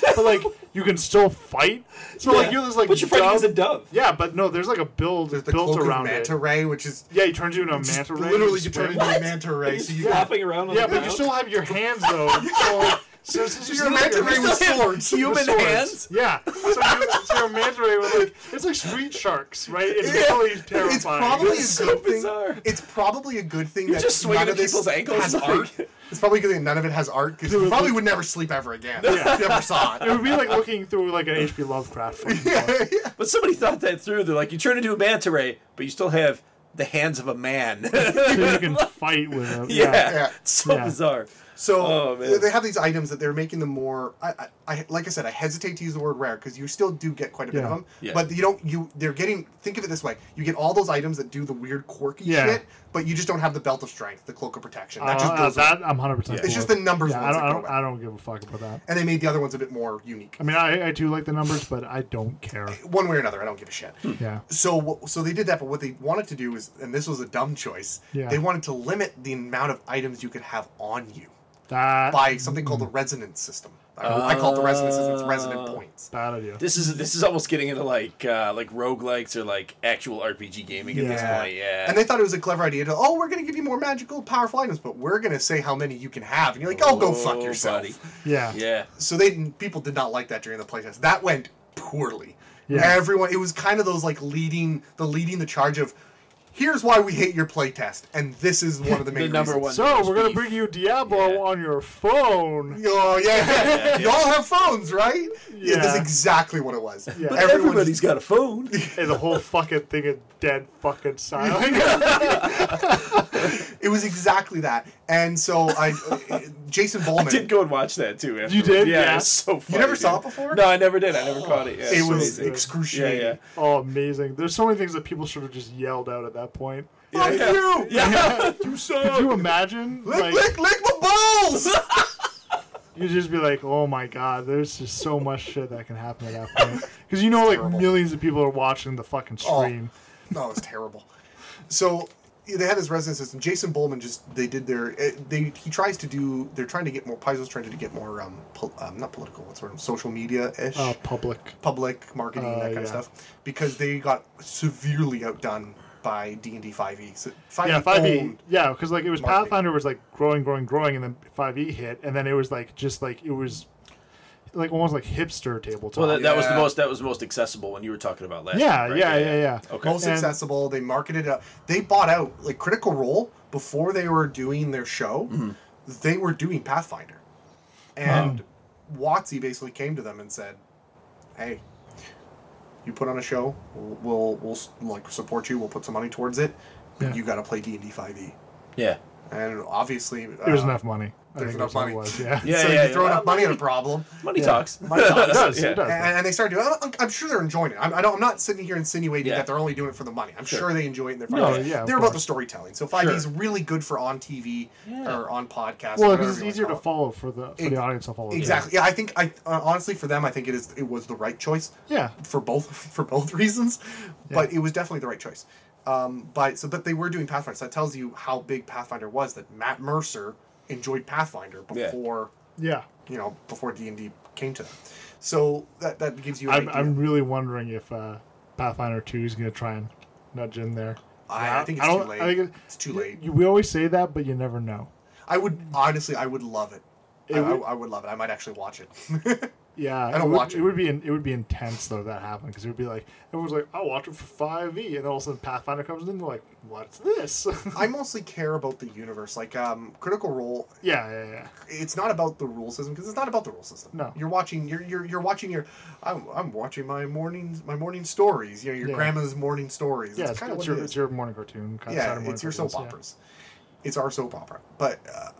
S4: but like you can still fight. So like
S1: Yeah.
S4: you're this like
S1: But you're fighting
S4: dove-
S1: as a dove.
S4: Yeah, but no, there's like a build
S3: There's the
S4: built
S3: cloak
S4: around
S3: of
S4: it.
S3: manta ray, which is
S4: Yeah, he turns you into a manta ray.
S3: literally
S4: and
S3: you
S4: just
S3: turn into
S4: swings.
S3: a manta ray.
S1: He's
S3: So you,
S1: flopping around. On
S4: Yeah,
S1: the
S4: but you
S1: ground?
S4: still have your hands though. So, like, so since
S3: You're a
S4: still got
S3: manta
S4: your
S3: ray
S4: hands-
S3: with
S1: Still have
S3: swords.
S1: human
S3: With swords.
S1: hands.
S4: Yeah, so you're, so you're a manta ray with like it's like street sharks, right? It's really terrifying.
S3: It's probably a
S1: It's so
S3: good
S1: bizarre.
S3: thing. It's probably a good thing
S1: You're
S3: that
S1: just swinging
S3: none
S1: at
S3: of this
S1: people's ankles,
S3: has
S1: like-
S3: art. It's probably good that none of it has art because you
S4: Dude,
S3: probably
S4: the-
S3: would never sleep ever again. if you ever saw
S4: it
S3: it.
S4: would be like looking through like an H.P. Lovecraft. fucking book.
S1: But somebody thought that through. They're like, you turn into a manta ray, but you still have the hands of a man. yeah.
S4: So you can fight with it.
S3: Yeah.
S1: It's so
S4: Yeah.
S1: bizarre.
S3: So
S1: Oh, man.
S3: they have these items that they're making them more. I, I, I like I said, I hesitate to use the word rare because you still do get quite a bit of
S4: Yeah.
S3: them.
S1: Yeah.
S3: But you don't. You they're getting. Think of it this way: you get all those items that do the weird quirky
S4: Yeah.
S3: shit, but you just don't have the belt of strength, the cloak of protection. That
S4: Uh,
S3: just
S4: uh,
S3: goes. up.
S4: that I'm 100. percent
S1: It's
S3: just the numbers
S4: Yeah, I
S3: ones
S4: don't.
S3: that
S4: I
S3: go
S4: don't,
S3: with.
S4: I don't give a fuck about that.
S3: and they made the other ones a bit more unique.
S4: I mean, I, I do like the numbers, but I don't care.
S3: One way or another, I don't give a shit.
S4: Yeah.
S3: So wh- so they did that, but what they wanted to do is, and this was a dumb choice.
S4: Yeah.
S3: They wanted to limit the amount of items you could have on you
S4: That
S3: by something called the
S4: Mm.
S3: resonance system. I, I call it the resonance system. It's resonant
S4: Oh.
S3: points.
S4: bad idea.
S1: This is this is almost getting into like uh, like roguelikes or like actual RPG gaming at this
S4: Yeah.
S1: point. Yeah.
S3: And they thought it was a clever idea to, oh, we're going to give you more magical, powerful items, but we're going to say how many you can have. And you're like, oh, go fuck
S1: Oh,
S3: yourself.
S1: buddy.
S4: Yeah.
S1: Yeah.
S3: So they didn't- people did not like that during the playtest. That went poorly.
S4: Yeah.
S3: Everyone, it was kind of those like leading the leading the charge of, here's why we hate your playtest, and this is one of the main
S1: number
S3: reasons."
S1: one.
S4: So we're gonna bring you Diablo
S1: Yeah.
S4: on your phone.
S3: Oh yeah,
S1: yeah.
S3: y'all have phones, right?
S4: Yeah.
S3: that's exactly what it was.
S4: But
S3: Everyone just-
S1: Everybody's got a phone.
S4: and the whole fucking thing is dead fucking silent.
S3: it was exactly that. And so I, Jason Ballman,
S1: did go and watch that too. Afterwards.
S4: did?
S1: Yeah,
S4: Yeah.
S1: It was so funny.
S3: never saw
S1: dude.
S3: it before? Oh.
S1: No, I never did. I never caught it. Yeah,
S3: it
S1: so
S3: was
S1: amazing.
S3: excruciating.
S1: Yeah, yeah.
S4: oh, amazing! There's so many things that people should have just yelled out at that point.
S3: Fuck
S1: yeah.
S3: you!
S1: Yeah. you
S4: Could you imagine?
S3: Lick,
S4: Like
S3: lick, lick my balls!
S4: you'd just be like, "Oh my god!" There's just so much shit that can happen at that point because you know, like millions of people are watching the fucking
S3: Oh.
S4: stream.
S3: No, it was terrible. So yeah, they had this resident system. Jason Bowman just they did their it, they he tries to do they're trying to get more Paizo's trying to get more um, pol, um not political what's sort of social media ish
S1: Oh.
S4: Uh, public.
S3: public marketing
S4: Uh,
S3: that kind
S4: yeah.
S3: of stuff because they got severely outdone by D and D five E. So five
S4: Yeah, five E.
S3: owned
S4: Yeah, because like it was
S3: marketing.
S4: Pathfinder was like growing, growing, growing, and then five E hit, and then it was like just like it was like almost like hipster tabletop.
S1: Well, that, that was the
S3: Yeah.
S1: most that was the most accessible one you were talking about last.
S4: yeah,
S1: time, right?
S4: yeah, yeah, yeah.
S1: Okay.
S3: most
S4: And-
S3: accessible. They marketed up. They bought out like Critical Role before they were doing their show.
S1: Mm-hmm.
S3: They were doing Pathfinder, and Watsy basically came to them and said, "Hey, you put on a show. We'll we'll, we'll s- like support you. We'll put some money towards it. But
S4: Yeah.
S3: you got to play D and D five E."
S1: yeah.
S3: And obviously, uh,
S4: There was enough money. I
S3: there's
S4: think
S3: enough
S4: that's what it
S3: money.
S4: was, yeah.
S1: Yeah,
S3: so
S1: yeah,
S3: you throw
S1: yeah.
S3: enough money at a problem.
S1: Money
S4: Yeah.
S1: talks.
S4: Money talks. It does, it
S1: Yeah.
S4: does.
S3: and, and they start doing. I'm, I'm sure they're enjoying it. I'm, I don't, I'm not sitting here insinuating
S1: Yeah.
S3: that they're only doing it for the money. I'm
S1: Sure.
S3: sure, they enjoy it. And they're fine.
S4: No,
S3: with it.
S4: yeah, of
S3: they're about
S4: course.
S3: the storytelling. So 5e is really good for on TV
S1: Yeah.
S3: or on podcast.
S4: Well,
S3: whatever
S4: because it's
S3: you wanna
S4: easier to
S3: call it.
S4: follow for the for
S3: Ex-
S4: the audience to follow. too.
S3: Exactly. Yeah, I think I uh, honestly for them, I think it is it was the right choice
S4: Yeah.
S3: for both for both reasons, but it was definitely the right choice. Um, but so but they were doing Pathfinder. So that tells you how big Pathfinder was. That Matt Mercer enjoyed Pathfinder
S1: Yeah.
S3: before
S4: Yeah.
S3: you know before D and D came to them. So that that gives you. An
S4: I'm,
S3: idea.
S4: I'm really wondering if uh, Pathfinder Two is going to try and nudge in there.
S3: I, I think it's
S4: don't-
S3: too late.
S4: I think it-
S3: it's too late.
S4: You, we always say that, but you never know.
S3: I would honestly, I would love it.
S4: It
S3: I,
S4: would-
S3: I, I would love it. I might actually watch it.
S4: Yeah,
S3: don't
S4: it would,
S3: watch it.
S4: It would be in, it would be intense though if that happened because it would be like everyone's like I'll watch it for five e, and then all of a sudden Pathfinder comes in, and they're like, what's this?
S3: I mostly care about the universe. Like um, Critical Role,
S4: yeah, yeah, yeah.
S3: it's not about the rule system because it's not about the rule system.
S4: No.
S3: you're watching. You're you're, you're watching your. I'm, I'm watching my morning my morning stories. You know your
S4: Yeah.
S3: grandma's morning stories.
S4: Yeah,
S3: It's
S4: it's,
S3: kind of
S4: it's
S3: what
S4: your
S3: it
S4: it's
S3: is.
S4: your morning cartoon. Kind
S3: yeah,
S4: Saturday morning
S3: it's your soap
S4: cartoons, yeah.
S3: operas. It's our soap opera. But uh,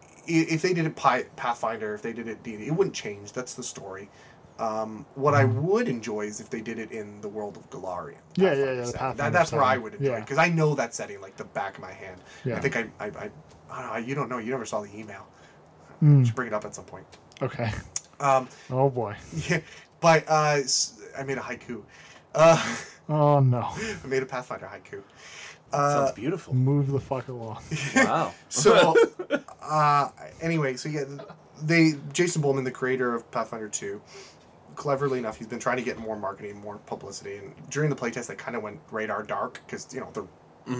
S3: i- if they did it Pi- Pathfinder, if they did it D&D, it wouldn't change. That's the story. Um, what I would enjoy is if they did it in the world of Galarian. the
S4: Mm-hmm. Yeah, yeah, yeah, the
S3: setting.
S4: Pathfinder
S3: That, that's where I
S4: setting.
S3: would enjoy
S4: Yeah.
S3: because I know that setting like the back of my hand.
S4: Yeah.
S3: I think I, I, I, I don't know. You don't know. You never saw the email.
S4: Hmm.
S3: You should bring it up at some point.
S4: Okay.
S3: Um,
S4: Oh boy.
S3: yeah, but uh, s- I made a haiku. Uh,
S4: Oh no.
S3: I made a Pathfinder haiku.
S1: Sounds beautiful.
S4: Move the fuck along.
S1: Wow.
S3: So, uh, anyway, so yeah, they Jason Bowman, the creator of Pathfinder Two, cleverly enough, he's been trying to get more marketing, more publicity, and during the playtest, they kind of went radar dark because you know they're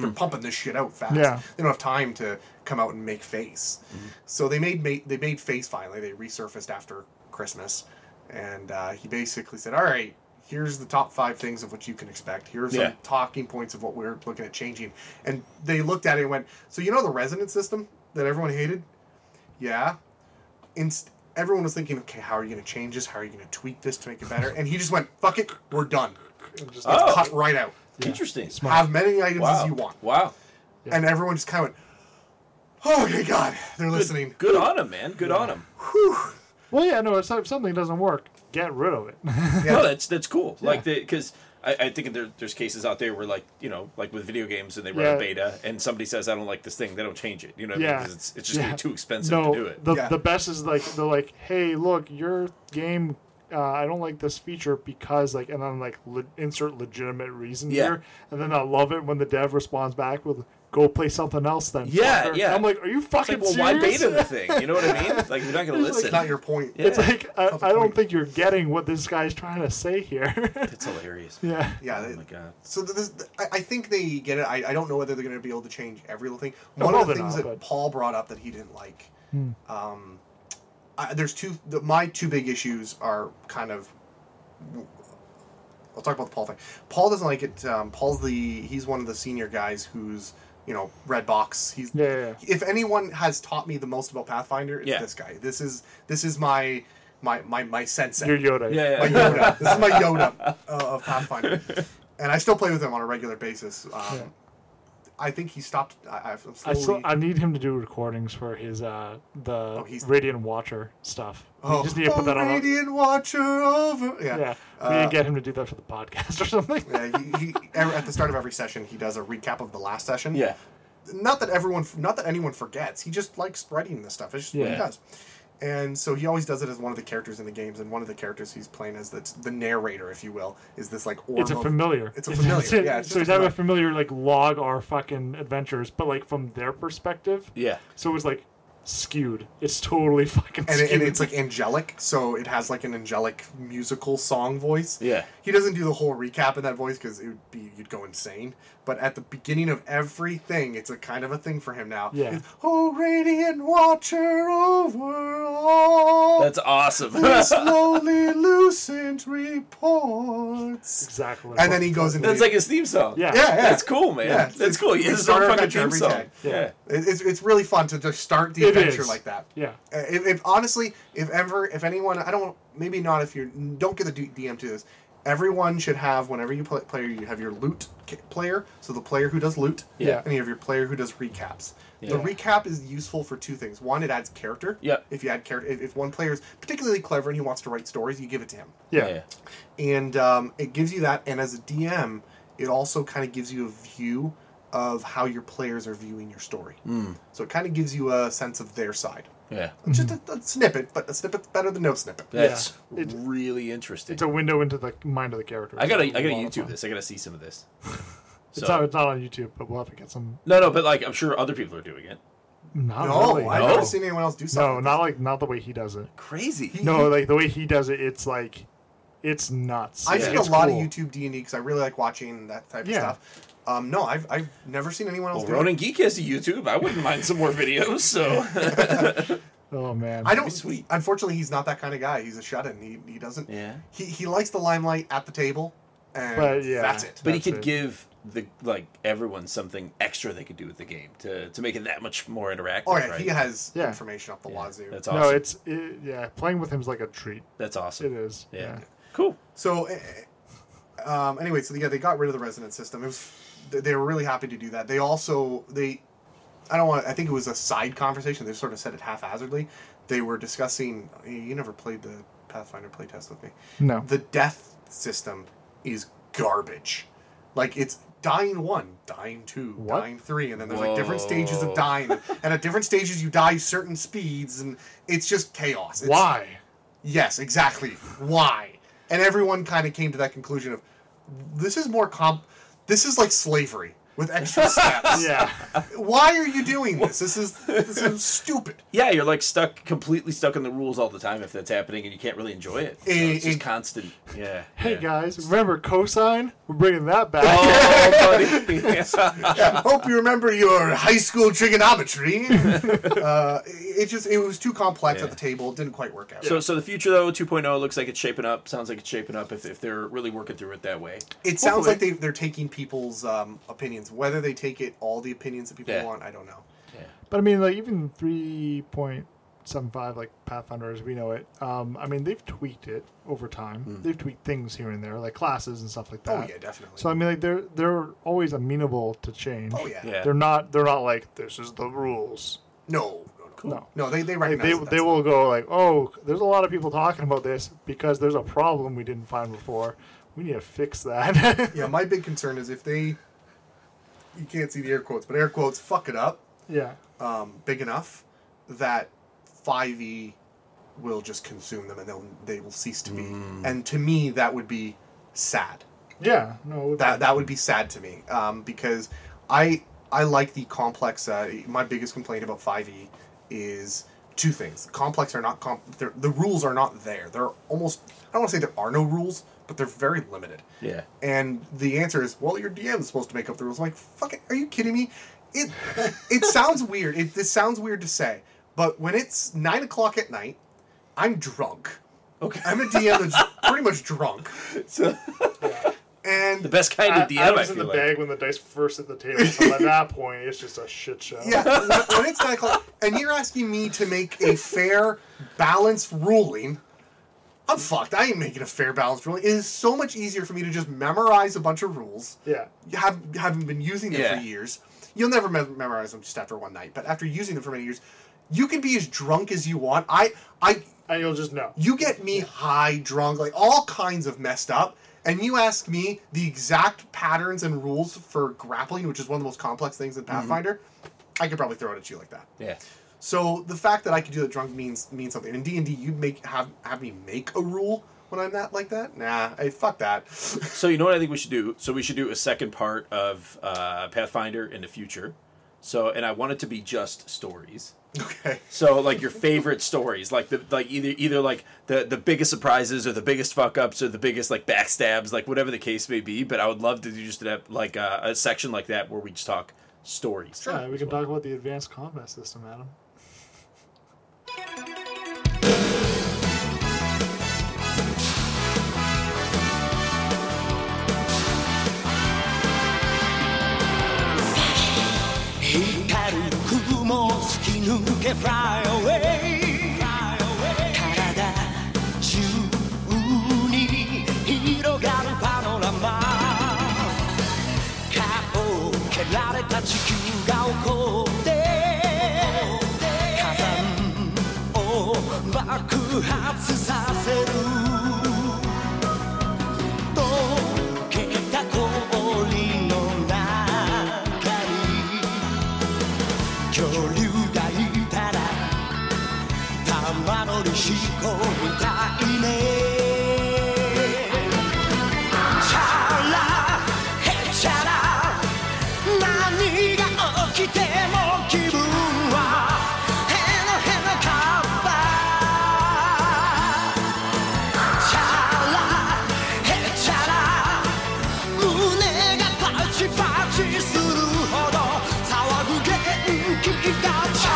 S3: they're pumping this shit out fast.
S4: Yeah.
S3: they don't have time to come out and make face.
S1: Mm-hmm.
S3: So they made ma- they made face finally. They resurfaced after Christmas, and uh, he basically said, "All right." Here's the top five things of what you can expect. Here's
S1: Yeah.
S3: some talking points of what we're looking at changing. And they looked at it and went, So, you know the resonance system that everyone hated? Yeah. Inst- everyone was thinking, okay, how are you going to change this? How are you going to tweak this to make it better? And he just went, fuck it, we're done.
S4: Just-
S1: Oh.
S3: Cut right out.
S1: Interesting.
S3: Have many items
S1: Wow.
S3: as you want.
S1: Wow.
S3: And everyone just kind of went, oh, okay, God, they're listening.
S1: Good on him, man. Good on him.
S4: Well, yeah, no. If if something doesn't work, get rid of it.
S3: Yeah.
S1: No, that's that's cool. Like the because I, I think there, there's cases out there where like you know like with video games and they run
S4: Yeah.
S1: a beta and somebody says I don't like this thing, they don't change it. You know, what I mean?
S4: yeah,
S1: 'Cause it's it's just gonna
S4: Yeah.
S1: be too expensive
S4: no,
S1: to do it.
S4: The,
S3: Yeah.
S4: the best is like they're like, hey, look, your game, uh, I don't like this feature because like, and then like le- insert legitimate reason
S1: Yeah.
S4: here, and then I love it when the dev responds back with, go play something else then.
S1: Yeah,
S4: fucker."
S1: yeah.
S4: I'm like, are you
S1: It's like,
S4: fucking
S1: well, why
S4: serious?
S1: beta the thing? You know what I mean? Like, you're not gonna
S4: It's like
S1: listen.
S3: It's not your point.
S1: Yeah.
S4: It's like I,
S3: That's the
S4: I don't
S3: point.
S4: think you're getting what this guy's trying to say here.
S1: It's hilarious.
S4: yeah.
S3: Yeah,
S1: Oh
S3: they-
S1: my god.
S3: So th- this, th- I- I think they get it. I, I don't know whether they're going to be able to change every little thing.
S4: No,
S3: One of
S4: probably
S3: the things
S4: not,
S3: that
S4: but- Hmm.
S3: Paul brought up that he didn't like. Um, I, there's two. The, my two big issues are kind of. I'll talk about the Paul thing. Paul doesn't like it. Um, Paul's the he's one of the senior guys who's you know red box. He's
S4: Yeah, yeah, yeah.
S3: if anyone has taught me the most about Pathfinder, it's
S1: Yeah.
S3: this guy. This is this is my my my my sensei
S4: You're Yoda.
S1: Yeah,
S3: my
S1: yeah.
S3: Yoda. This is my Yoda uh, of Pathfinder, and I still play with him on a regular basis. Um,
S4: Yeah.
S3: I think he stopped. I, I've I'm
S4: I
S3: slowly.
S4: still I need him to do recordings for his uh the
S1: Oh,
S3: he's-
S4: Radiant Watcher stuff.
S3: oh,
S4: we just need to put
S3: the
S4: that on. a-
S3: Radiant Watcher over. Yeah.
S4: Yeah, we
S3: Uh,
S4: didn't get him to do that for the podcast or something.
S3: yeah, he, he, ev- at the start of every session, he does a recap of the last session.
S1: Yeah.
S3: Not that everyone, not that anyone forgets. He just likes writing this stuff. It's just what he
S4: Yeah.
S3: does. And so he always does it as one of the characters in the games, and one of the characters he's playing as the, the narrator, if you will, is this like orb
S2: It's a
S3: of-
S2: familiar.
S3: Um, It's a familiar,
S2: just-
S3: yeah, it's
S2: so
S3: just
S2: he's
S3: a
S2: having a familiar like log our fucking adventures, but like from their perspective.
S1: Yeah.
S2: So it was like skewed. It's totally fucking
S3: and,
S2: skewed.
S3: it, and it's like angelic, so it has like an angelic musical song voice.
S1: Yeah.
S3: He doesn't do the whole recap in that voice because it would be you'd go insane. But at the beginning of everything, it's a kind of a thing for him now.
S2: Yeah.
S3: It's, oh, radiant watcher over
S4: Oh.
S3: all.
S1: That's awesome.
S3: the slowly lucent reports.
S2: exactly.
S3: And then he goes into
S1: That's
S3: the-
S1: like his theme song.
S2: Yeah.
S3: yeah, yeah.
S1: That's cool, man.
S3: Yeah.
S1: That's cool. He has his own
S3: Starter
S1: fucking
S3: Adventure
S1: theme
S3: every
S1: song. Yeah.
S3: day.
S2: Yeah.
S3: It- It's, it's really fun to just start the
S2: It
S3: adventure
S2: is.
S3: like that.
S2: yeah.
S3: Uh, if, if honestly, if ever, if anyone, I don't, maybe not. If you don't get the D- DM to this, everyone should have whenever you play player, you have your loot ca- player, so the player who does loot,
S1: Yeah.
S3: and you have your player who does recaps. The
S1: Yeah.
S3: recap is useful for two things. One, it adds character.
S1: Yep.
S3: If you add character, if, if one player is particularly clever and he wants to write stories, you give it to him
S2: Yeah.
S1: Yeah.
S3: and um, it gives you that. And as a DM, it also kind of gives you a view of how your players are viewing your story. So it kind of gives you a sense of their side.
S1: Yeah.
S3: Just a, a snippet, but a snippet's better than no snippet.
S1: That's
S2: It's-
S1: really interesting.
S2: It's a window into the mind of the character.
S1: I gotta I gotta
S2: It's a lot of
S1: YouTube
S2: fun.
S1: this. I gotta see some of this. So-
S2: It's, not, it's not on YouTube, but we'll have to get some.
S1: no, no, but like I'm sure other people are doing it.
S2: Not
S3: No,
S2: really.
S3: I've
S1: No.
S3: never seen anyone else do something.
S2: No, not like not the way he does it.
S1: Crazy.
S2: No, like the way he does it, it's like, it's nuts.
S3: I've
S1: Yeah.
S3: seen a
S2: It's
S3: lot
S2: cool.
S3: of YouTube D and D because I really like watching that type
S2: Yeah.
S3: of stuff. Um, no, I've, I've never seen anyone else
S1: Well,
S3: do it.
S1: Ronin Geek has a YouTube. I wouldn't mind some more videos. So
S2: Oh man,
S3: I don't.
S1: sweet.
S3: Unfortunately, he's not that kind of guy. He's a shut-in. He, he doesn't.
S1: Yeah.
S3: He, he likes the limelight at the table, and
S2: But, yeah.
S3: that's it.
S1: But he
S2: That's
S1: could
S2: it.
S1: give the like everyone something extra they could do with the game to, to make it that much more interactive.
S3: Oh yeah,
S1: right?
S3: he has
S2: Yeah.
S3: information up the wazoo.
S1: That's
S2: No,
S1: awesome.
S2: it's it, yeah. Playing with him is like a treat.
S1: That's
S2: It
S1: awesome.
S2: is.
S1: Yeah.
S2: Yeah.
S1: Cool.
S3: So, eh, eh, um, anyway, so yeah, they got rid of the resident system. It was they- they were really happy to do that. They also they, I don't want. I think it was a side conversation. They sort of said it haphazardly. They were discussing. You never played the Pathfinder playtest with me.
S2: No.
S3: The death system is garbage. Like it's dying one, dying two,
S2: What?
S3: dying three, and then there's like different
S1: Whoa.
S3: stages of dying, and at different stages you die certain speeds, and it's just chaos. It's,
S2: Why?
S3: Yes, exactly. Why? And everyone kind of came to that conclusion of this is more comp. This is like slavery with extra steps.
S2: Yeah.
S3: Why are you doing this? This is this is stupid.
S1: Yeah, you're like stuck completely stuck in the rules all the time if that's happening, and you can't really enjoy it. So
S3: Eh,
S1: it's just
S3: eh.
S1: constant. Yeah.
S2: Hey
S1: yeah.
S2: guys, remember cosine? We're bringing that back.
S1: Oh, buddy. Yeah.
S3: Yeah, hope you remember your high school trigonometry. uh, it just it was too complex at
S1: Yeah.
S3: the table. It didn't quite work out.
S1: So, so the future though, 2.0 looks like it's shaping up. Sounds like it's shaping up if, if they're really working through it that way.
S3: it sounds like they they're taking people's um, opinions. Whether they take it all the opinions that people
S1: Yeah.
S3: want, I don't know.
S2: But I mean, like even three point seven five, like Pathfinder as we know it. Um, I mean, they've tweaked it over time. They've tweaked things here and there, like classes and stuff like
S3: Hmm. Oh
S2: that.
S3: yeah, definitely.
S2: So I mean, like they're they're always amenable to change.
S3: oh yeah.
S1: Yeah.
S2: They're not they're not like this is the rules.
S3: No, no, no.
S2: No.
S3: No, they they
S2: Like
S3: recognize
S2: they,
S3: that that's
S2: they will go like, oh, there's a lot of people talking about this because there's a problem we didn't find before. We need to fix that.
S3: Yeah, my big concern is if they, you can't see the air quotes, but air quotes fuck it up
S2: yeah.
S3: um, big enough that 5e will just consume them and they'll they will cease to be. And to me, that would be sad.
S2: Yeah. No.
S3: That that would be sad to me um, because I I like the complex. Uh, my biggest complaint about 5e is two things: complex are not comp. they're- The rules are not there. They're almost I don't want to say there are no rules, but they're very limited.
S1: Yeah.
S3: And the answer is, well, your DM is supposed to make up the rules. I'm like, fucking, are you kidding me? It it sounds weird. It this sounds weird to say, but when it's nine o'clock at night, I'm drunk.
S1: Okay.
S3: I'm a DM that's pretty much drunk,
S1: So,
S3: and
S1: the best kind
S2: I,
S1: of DM.
S2: I
S1: I,
S2: was in
S1: feel
S2: the
S1: like.
S2: bag when the dice first hit the table, so by that point it's just a shit show.
S3: yeah, when, when it's nine o'clock, and you're asking me to make a fair, balanced ruling. I'm fucked. I ain't making a fair balanced ruling. It is so much easier for me to just memorize a bunch of rules.
S2: Yeah.
S3: you have haven't been using them
S1: Yeah.
S3: for years. You'll never mem- memorize them just after one night, but after using them for many years, you can be as drunk as you want. I, I,
S2: And you'll just know.
S3: you get me high, drunk, like all kinds of messed up, and you ask me the exact patterns and
S4: Mm-hmm.
S3: rules for grappling, which is one of the most complex things in Pathfinder. I could probably throw it at you like that.
S1: Yeah.
S3: So the fact that I could do the drunk means means something. In D and D, you make have have me make a rule when I'm that like that. Nah, I fuck that.
S1: So you know what I think we should do? So we should do a second part of uh, Pathfinder in the future. So and I want it to be just stories.
S3: okay.
S1: So like your favorite stories, like the like either either like the the biggest surprises or the biggest fuck ups or the biggest like backstabs, like whatever the case may be. But I would love to do just have like uh, a, a section like that where we just talk stories.
S4: Yeah, we can talk about the advanced combat system, Adam.
S5: 光る雲を突き抜け Fly away 体中に広がるパノラマカを蹴られた地球が怒って火山を爆発させる溶けた氷の中に恐竜がいたら玉乗り飛行みたいねチャラへチャラ何が起きても気分はへのへのカバーチャラへチャラ胸がパチパチするほど騒ぐ元気がチャ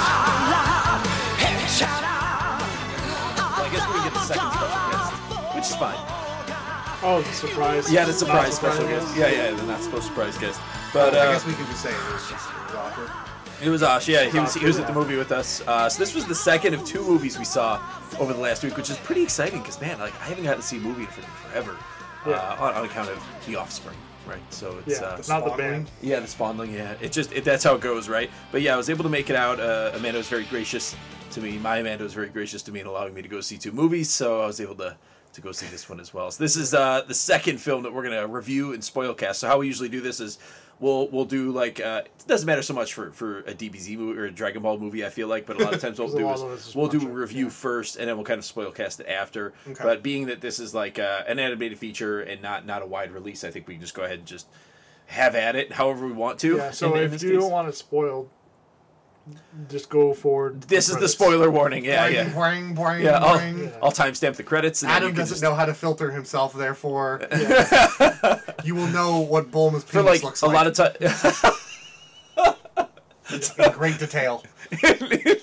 S5: ラへチャラ
S1: I guess we get the second special guest, which is fine.
S4: Oh, the surprise.
S1: Yeah, the surprise
S4: Not
S1: special guest. Yeah, yeah, the not supposed surprise guest. But
S3: Oh, I
S1: uh,
S3: guess we could just say it was just it was awkward.
S1: It was Ash, yeah. He was, he was at the movie with us. Uh, so this was the second of two movies we saw over the last week, which is pretty exciting because man, like I haven't gotten to see a movie in forever uh, on, on account of The Offspring, right? So it's
S4: Yeah,
S1: uh,
S4: the not the
S3: Spawn
S4: band.
S3: wing.
S1: yeah, the Spondling. Yeah, it just it, that's how it goes, right? But yeah, I was able to make it out. Uh, Amanda was very gracious to me. My Amanda was very gracious to me in allowing me to go see two movies, so I was able to to go see this one as well. So this is uh, the second film that we're gonna review and spoil cast. So how we usually do this is we'll we'll do like uh, it doesn't matter so much for for a DBZ movie or a Dragon Ball movie. I feel like, but a lot of times what we'll
S4: There's a
S1: do
S4: lot
S1: is
S4: of us just
S1: we'll do a
S4: watching,
S1: review first, and then we'll kind of spoil cast it after. But being that this is like uh, an animated feature and not not a wide release, I think we can just go ahead and just have at it however we want to.
S4: Yeah, so
S1: in- in
S4: if
S1: this
S4: you
S1: case.
S4: don't want it spoiled, just go forward.
S1: this is the
S4: credits.
S1: spoiler warning. Yeah,
S3: Boing,
S1: yeah,
S3: boing, boing,
S1: yeah. I'll,
S3: boing.
S1: I'll timestamp the credits. And then
S3: Adam
S1: you can
S3: doesn't
S1: just,
S3: know how to filter himself, therefore you will know what Bulma's
S1: for
S3: penis
S1: like
S3: looks
S1: a
S3: like
S1: lot of time.
S3: in great detail.
S4: It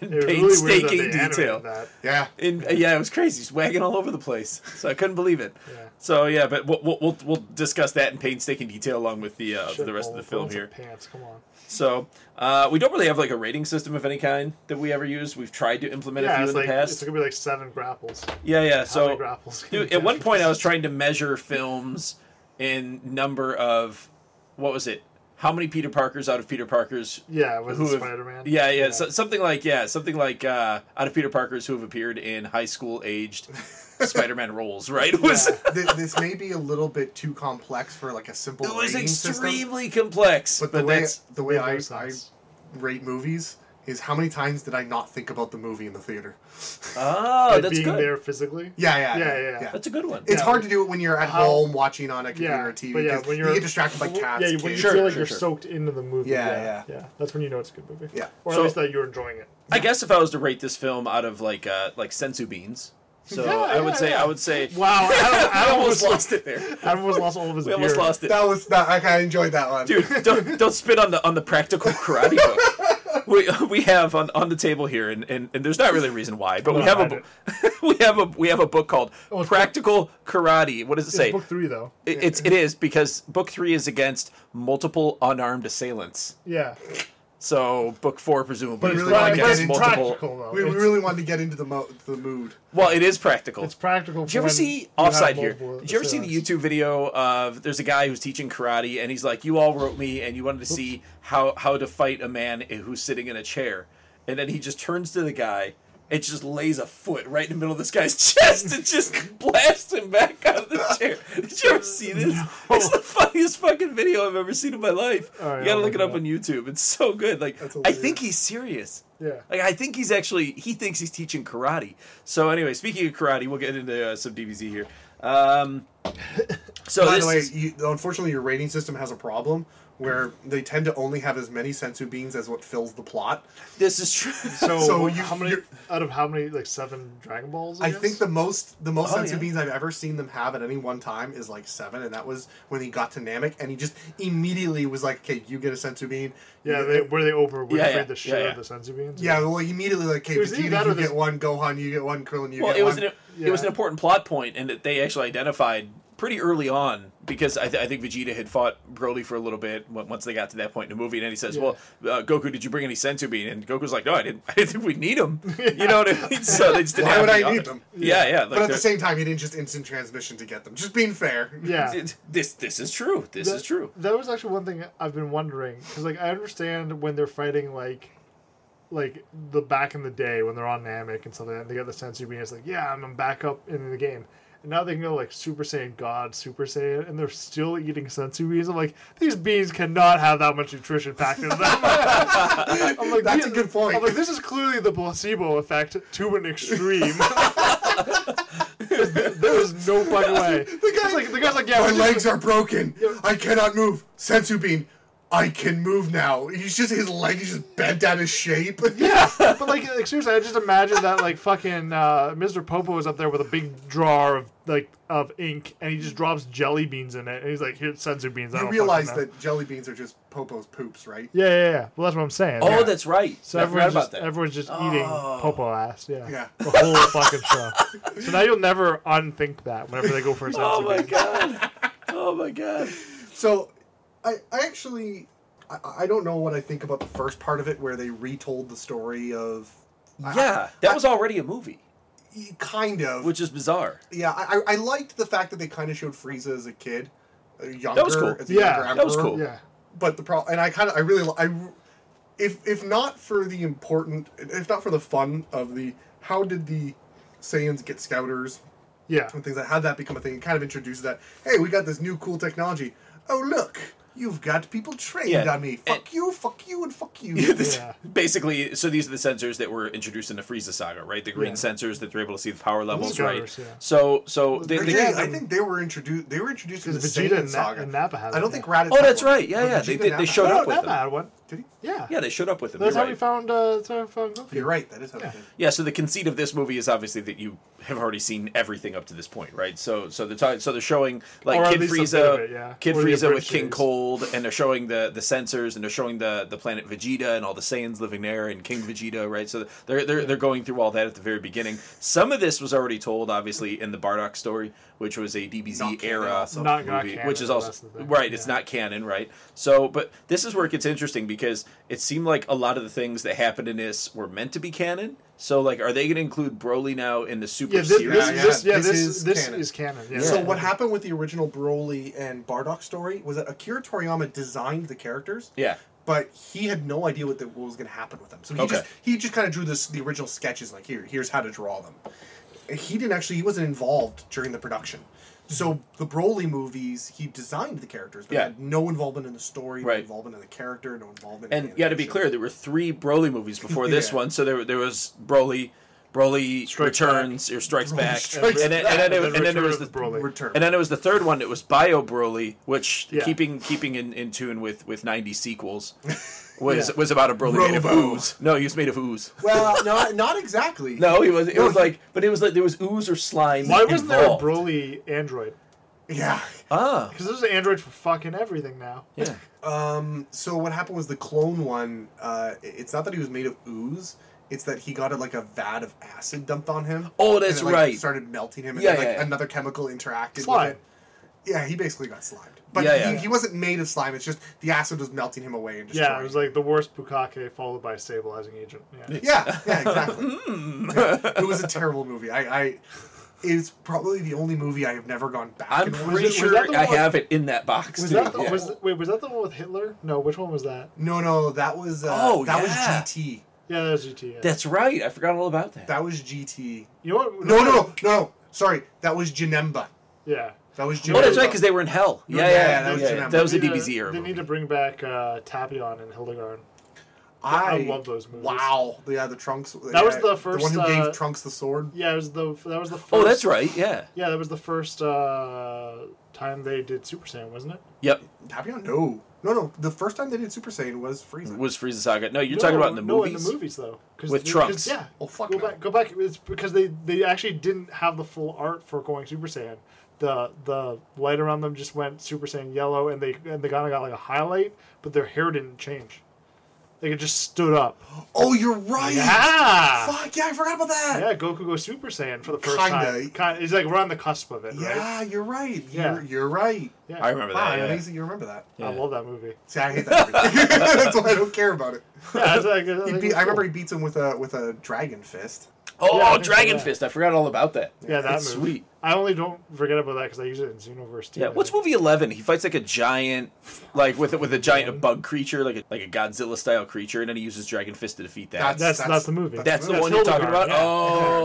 S4: was really weird that they
S1: painstaking
S4: animated
S1: detail.
S4: That.
S3: Yeah.
S1: In, yeah, it was crazy. He's wagging all over the place, so I couldn't believe it.
S4: Yeah.
S1: So yeah, but we'll, we'll we'll we'll discuss that in painstaking detail along with the uh,
S4: Shit,
S1: the rest of the
S4: Paul,
S1: film
S4: put on
S1: here.
S4: some Pants, come on.
S1: So uh, we don't really have like a rating system of any kind that we ever use. We've tried to implement a
S4: Yeah,
S1: few
S4: it's
S1: in
S4: like
S1: the
S4: it's
S1: past.
S4: gonna be like seven grapples.
S1: Yeah, yeah.
S4: many
S1: So,
S4: grapples can
S1: dude,
S4: you
S1: at one
S4: catch?
S1: point I was trying to measure films in number of what was it? How many Peter Parkers out of Peter Parkers?
S4: Yeah, with
S1: have-
S4: Spider Man.
S1: Yeah, yeah, So, something like yeah, something like uh, out of Peter Parkers who have appeared in high school aged Spider-Man roles. Right? It was
S3: Th- this may be a little bit too complex for like a simple
S1: it was
S3: rating system.
S1: extremely complex,
S3: But
S1: but,
S3: the way
S1: that's
S3: the way
S4: Yeah,
S3: I,
S4: makes
S3: I
S4: sense.
S3: rate movies is how many times did I not think about the movie in the theater?
S1: oh,
S4: Like
S1: that's
S4: being
S1: good.
S4: there physically.
S3: Yeah, yeah,
S4: Yeah, yeah.
S1: That's a good one.
S3: It's
S4: Yeah.
S3: hard to do it when you're at
S4: How-
S3: home watching on a computer
S4: Yeah,
S3: or TV.
S4: but yeah,
S3: 'cause
S4: when
S3: you
S4: you're
S3: get distracted by cats.
S4: Yeah,
S3: kids.
S4: when you
S1: Sure,
S4: feel like
S1: sure,
S4: you're
S1: sure.
S4: soaked into the movie.
S3: Yeah,
S4: yeah, yeah. That's when you know it's a good movie.
S3: Yeah.
S4: or
S1: So-
S4: at least that you're enjoying it.
S1: I guess if I was to rate this film out of like uh like sensu beans, so I would say I would say
S4: Wow, Adam,
S1: I
S4: Adam
S1: almost
S4: was
S1: lost it there.
S4: Adam was lost all of his.
S1: We almost
S4: beer.
S1: lost it,
S3: that was that. Like, I enjoyed that one.
S1: dude. Don't don't spit on the on the practical karate book. We, we have on, on the table here, and, and, and there's not really a reason why, but we
S4: No,
S1: have a
S4: I
S1: bo- we have a we have a book called
S4: Oh, it's
S1: Practical Karate. What does it
S4: It's
S1: say?
S4: book three though.
S1: It- it's it is because book three is against multiple unarmed assailants.
S4: Yeah,
S1: So book four presumably
S3: But
S1: is
S3: really
S1: the one
S3: wanna get
S1: against
S3: into
S1: multiple.
S4: practical though.
S3: we, we
S4: It's-
S3: really wanted to get into the mo- the mood.
S1: Well, it is practical.
S4: It's practical.
S1: Did you ever see offside here? Did you ever see the YouTube video of there's a guy who's teaching karate and he's like, "You all wrote me, and you wanted to see how how to fight a man who's sitting in a chair," and then he just turns to the guy and just lays a foot right in the middle of this guy's chest and just blasts him back out of the chair. Did you ever see this? It's the funniest fucking video I've ever seen in my life.
S4: All right,
S1: you gotta
S4: I'll
S1: look
S4: look
S1: it
S4: it
S1: up
S4: up.
S1: on YouTube. It's so good. Like I
S3: hilarious.
S1: think he's serious.
S4: Yeah.
S1: Like I think he's actually he thinks he's teaching karate. So anyway, speaking of karate, we'll get into uh, some DBZ here. Um, so
S3: By
S1: this
S3: the way,
S1: is-
S3: you, unfortunately, your rating system has a problem where they tend to only have as many sensu beans as what fills the plot.
S1: this is true.
S4: So,
S3: So you-
S4: how many
S3: you're-
S4: out of how many like seven Dragon Balls?
S3: I think the most the most
S1: Oh,
S3: sensu
S1: yeah.
S3: beans I've ever seen them have at any one time is like seven, and that was when he got to Namek, and he just immediately was like, "Okay, you get a sensu bean."
S4: yeah,
S3: You
S4: they,
S3: get-
S4: were they over with
S1: Yeah, yeah,
S4: the shit
S1: yeah,
S4: out
S1: yeah.
S4: of the sensu beans?
S3: yeah. Well, he immediately like, "Okay,
S4: It was
S3: Vegeta, you
S4: either that or
S3: get
S4: this-
S3: one, Gohan, you get one, Krillin, you
S1: Well,
S3: get
S1: it was
S3: one."
S1: an, it was an
S4: yeah.
S1: important plot point, and that they actually identified pretty early on because I, th- I think Vegeta had fought Broly for a little bit on- once they got to that point in the movie, and then he says, "Well, uh, Goku, did you bring any sensu bean?" And Goku's like, "No, I didn't. I didn't think we need them. You know what I mean? So they just didn't
S3: Why
S1: have
S3: would
S1: any
S3: I need
S1: other-
S3: them?
S1: Yeah, yeah. like
S3: but at the
S1: they're-
S3: same time, he didn't just instant transmission to get them. Just being fair.
S4: Yeah.
S1: it- this this is true. This is
S4: That-
S1: true.
S4: That was actually one thing I've been wondering because, like, I understand when they're fighting, like, like the back in the day when they're on Namek and something, like that, and they got the sense of being it's like, yeah, I'm I'm back up in the game. And now they can go like Super Saiyan God, Super Saiyan, and they're still eating sensu beans. I'm like, these beans cannot have that much nutrition packed into them. I'm like,
S3: That's
S4: "These-
S3: a good point."
S4: I'm like, this is clearly the placebo effect to an extreme. there is no fucking way. The guy's like, the guy's like, yeah,
S3: My
S4: we're just-
S3: legs are broken. I cannot move. Sensu bean, I can move now. He's just his leg is just bent out of shape.
S4: Yeah, but like, like seriously, I just imagine that like fucking uh, Mr. Popo is up there with a big jar of like of ink, and he just drops jelly beans in it, and he's like, "Here's sensu beans." I
S3: You
S4: don't
S3: realize
S4: fucking know."
S3: that jelly beans are just Popo's poops, right?
S4: Yeah, yeah, yeah. Well, that's what I'm saying.
S1: Oh,
S4: yeah.
S1: that's right.
S4: so
S1: I forgot
S4: everyone's
S1: about
S4: just,
S1: that.
S4: everyone's just eating
S1: Oh.
S4: Popo ass. Yeah,
S3: Yeah.
S4: the whole fucking show. So now you'll never unthink that whenever they go for a sensu
S1: oh my
S4: bean.
S1: god. Oh my god.
S3: So, I, I actually, I, I don't know what I think about the first part of it where they retold the story of. I-
S1: Yeah, that was already a movie,
S3: I- kind of.
S1: which is bizarre.
S3: yeah, I, I I liked the fact that they kind of showed Frieza as a kid. uh, Younger,
S1: was cool.
S3: As a
S4: Yeah,
S3: younger
S1: that was
S3: emperor.
S1: cool.
S4: Yeah,
S3: but the problem, and I kind of, I really, li- I, r- if if not for the important, if not for the fun of the, how did the Saiyans get scouters
S4: yeah.
S3: and things like how that become a thing? It kind of introduces that. Hey, we got this new cool technology. Oh look, you've got people trained
S1: Yeah,
S3: on me.
S1: and-
S3: Fuck you, fuck you, and fuck you.
S1: Yeah, this-
S4: Yeah.
S1: Basically, so these are the sensors that were introduced in the Frieza saga, right? The green
S4: Yeah.
S1: sensors that they're able to see the power levels,
S4: scouters,
S1: right?
S4: yeah.
S1: So, so they,
S3: Or
S1: they-
S3: yeah, I think they were introduced. They were introduced in the
S4: Because Vegeta
S3: Saiyan
S4: and, Na-
S3: saga.
S4: and Nappa had.
S3: I don't
S4: it,
S3: think
S4: yeah.
S3: Raditz.
S1: Oh,
S3: had
S1: that's
S3: one.
S1: right. Yeah,
S3: But
S1: yeah.
S3: Vegeta
S1: They,
S3: and
S1: they, they
S3: Nappa
S1: showed
S3: had
S4: No,
S1: up with
S4: Nappa
S1: them.
S4: had Oh, one.
S3: Did he?
S4: Yeah,
S1: Yeah, they showed up with them.
S4: That's
S1: you're
S4: how we
S1: right.
S4: found. Uh, that's how we found Goku.
S3: You're right. That is how. it
S4: Yeah.
S3: is.
S1: Yeah, so the conceit of this movie is obviously that you have already seen everything up to this point, right? So, so they're talking, so they're showing like
S4: Or at
S1: Kid
S4: least a bit
S1: Frieza,
S4: of it, yeah.
S1: Kid
S4: Or the
S1: Frieza with King
S4: abridged.
S1: Cold, and they're showing the the sensors, and they're showing the the planet Vegeta and all the Saiyans living there, and King Vegeta, right? So they're they're they're going through all that at the very beginning. Some of this was already told, obviously, in the Bardock story, which was a DBZ
S3: Not canon
S1: era
S3: also.
S4: Not- not
S1: movie,
S4: canon,
S1: which is
S4: though,
S1: also
S4: that's the thing,
S1: right. It's
S4: yeah.
S1: not canon, right? So, but this is where it gets interesting because it seemed like a lot of the things that happened in this were meant to be canon. So, like, are they going to include Broly now in the Super
S4: Yeah, this,
S1: series?
S4: this,
S3: Yeah,
S4: this,
S3: yeah.
S4: yeah,
S3: This
S4: this,
S3: is
S4: this,
S3: canon.
S4: is canon. Yeah.
S3: So what happened with the original Broly and Bardock story was that Akira Toriyama designed the characters,
S1: yeah,
S3: but he had no idea what, the, what was going to happen with them. So he
S1: Okay.
S3: just he just kind of drew this the original sketches like here here's how to draw them. He didn't actually he wasn't involved during the production. So the Broly movies, he designed the characters, but
S1: Yeah.
S3: had no involvement in the story,
S1: Right.
S3: no involvement in the character, no involvement. in
S1: and
S3: the
S1: yeah. To be
S3: animation.
S1: clear, there were three Broly movies before this
S3: Yeah.
S1: one. So there there was Broly. Broly
S4: Strikes
S1: returns or strikes
S3: Broly
S1: back,
S3: Strikes
S1: and then, and then,
S4: Back,
S1: it,
S4: and
S1: and then there
S4: Return
S1: was the
S4: of Broly.
S3: return.
S1: And then it was the third one. It was Bio Broly, which
S4: Yeah.
S1: keeping keeping in, in tune with with ninety sequels, was
S4: Yeah.
S1: was about a Broly made of
S3: Robo.
S1: ooze. No, he was made of ooze.
S3: well, no, not exactly.
S1: No, he was. It
S3: No,
S1: was
S3: he-
S1: like, but it was like there was ooze or slime.
S4: Why wasn't there a
S1: involved.
S4: Broly Android?
S3: yeah.
S1: Ah,
S4: Because there's an Android for fucking everything now.
S1: yeah.
S3: Um, so what happened was the clone one. Uh, i- it's not that he was made of ooze. It's that he got a, like a vat of acid dumped on him.
S1: Oh,
S3: and
S1: that's
S3: it, like,
S1: right.
S3: Started melting him, and
S1: Yeah,
S3: then, like
S1: yeah, yeah.
S3: another chemical interacted
S4: Slime.
S3: with it. Yeah, he basically got slimed. But
S1: Yeah,
S3: He,
S1: yeah.
S3: he wasn't made of slime. It's just the acid was melting him away and destroying.
S4: Yeah, it was like the worst Bukake followed by a stabilizing agent. Yeah.
S3: Yeah, yeah, exactly.
S1: Hmm.
S3: Yeah, it was a terrible movie. I, I, it's probably the only movie I have never gone back.
S1: I'm
S3: and watched.
S1: pretty
S4: was
S1: sure
S4: that the
S1: I
S4: one-
S1: have it in that box.
S4: Was
S1: too.
S4: that the,
S1: yeah.
S4: was wait was that the one with Hitler? No, which one was that?
S3: No, no, that was uh,
S1: Oh,
S3: that
S1: yeah.
S3: was GT.
S4: Yeah, that was GT. yeah.
S1: That's right. I forgot all about that.
S3: That was GT.
S4: you know what?
S3: No, no, no, no. Sorry, that was Janemba.
S4: Yeah.
S3: That was Janemba.
S1: oh, that's right, because they were in hell. Yeah, yeah, yeah.
S3: that was
S1: yeah.
S3: Janemba.
S1: That was
S4: They
S1: a
S4: need to-
S1: DBZ era.
S4: They
S1: movie.
S4: need to bring back uh, Tapion and Hildegard.
S3: I,
S4: love those movies.
S3: Wow, yeah, the Trunks. That
S4: was the first,
S3: The one who
S4: uh,
S3: gave Trunks the sword.
S4: Yeah, it was the that was the first.
S1: Oh, that's right. Yeah.
S4: Yeah, that was the first uh, time they did Super Saiyan, wasn't it?
S1: Yep.
S3: Papillon? No, no, no. The first time they did Super Saiyan was Frieza.
S1: Was Frieza Saga. No, you're talking about in the
S4: no,
S1: movies.
S4: in the movies though, 'Cause
S1: With
S4: they- 'cause-
S1: Trunks.
S4: Yeah.
S3: Oh, fuck
S4: Go
S3: no.
S4: back. Go back. It's because they they actually didn't have the full art for going Super Saiyan. The the light around them just went Super Saiyan yellow, and they and they kind of got like a highlight, but their hair didn't change. Like it just stood up.
S3: oh, you're right.
S4: Yeah.
S3: Fuck yeah, I forgot about that.
S4: Yeah, Goku goes Super Saiyan for the 1st
S3: Kinda.
S4: time. Kind, he's like we're on the cusp of it, right?
S3: Yeah, you're right.
S4: Yeah.
S3: You're, you're right.
S4: Yeah.
S1: I remember
S3: Wow,
S1: that. yeah.
S3: amazing you remember that.
S4: I love that movie.
S3: See, I hate that. movie. That's why I don't care about it.
S4: Yeah, it's like,
S3: He beat, I remember he beats him with a with a dragon fist.
S1: Oh,
S4: Yeah, I think so,
S1: Dragon
S4: yeah.
S1: Fist. I forgot all about that.
S4: Yeah, that
S1: It's
S4: movie.
S1: sweet.
S4: I only don't forget about that because I use it in Xenoverse 2.
S1: Yeah, what's movie eleven? He fights like a giant, like with with a giant bug creature, like a, like a Godzilla style creature, and then he uses Dragon Fist to defeat that.
S3: That's-
S1: That's,
S3: that's-
S4: That's, that's, the movie.
S1: the
S4: That's
S1: one you're talking about.
S4: Hildegard,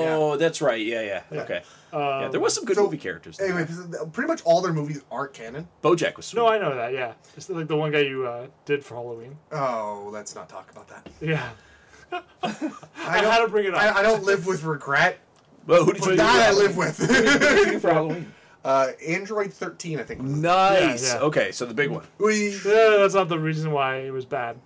S4: yeah.
S1: Oh, that's right. Yeah, yeah. Okay. yeah, there was some good
S3: Um, so-
S1: movie characters. There.
S3: Anyway, pretty much all their movies are canon.
S1: BoJack was sweet.
S4: No, Oh, I know that. Yeah, it's like the one guy you uh, did for Halloween.
S3: Oh, let's not talk about that.
S4: Yeah,
S3: I,
S4: had
S3: don't-
S4: to bring it up.
S3: I, I don't live with regret.
S1: Well, who did you
S3: That I live
S1: Who
S3: with.
S1: did you do for Halloween?
S3: uh, Android 13, I think. was it.
S1: Nice.
S4: Yeah, yeah.
S1: Okay, so the big one.
S3: We,
S4: yeah, that's not the reason why it was bad.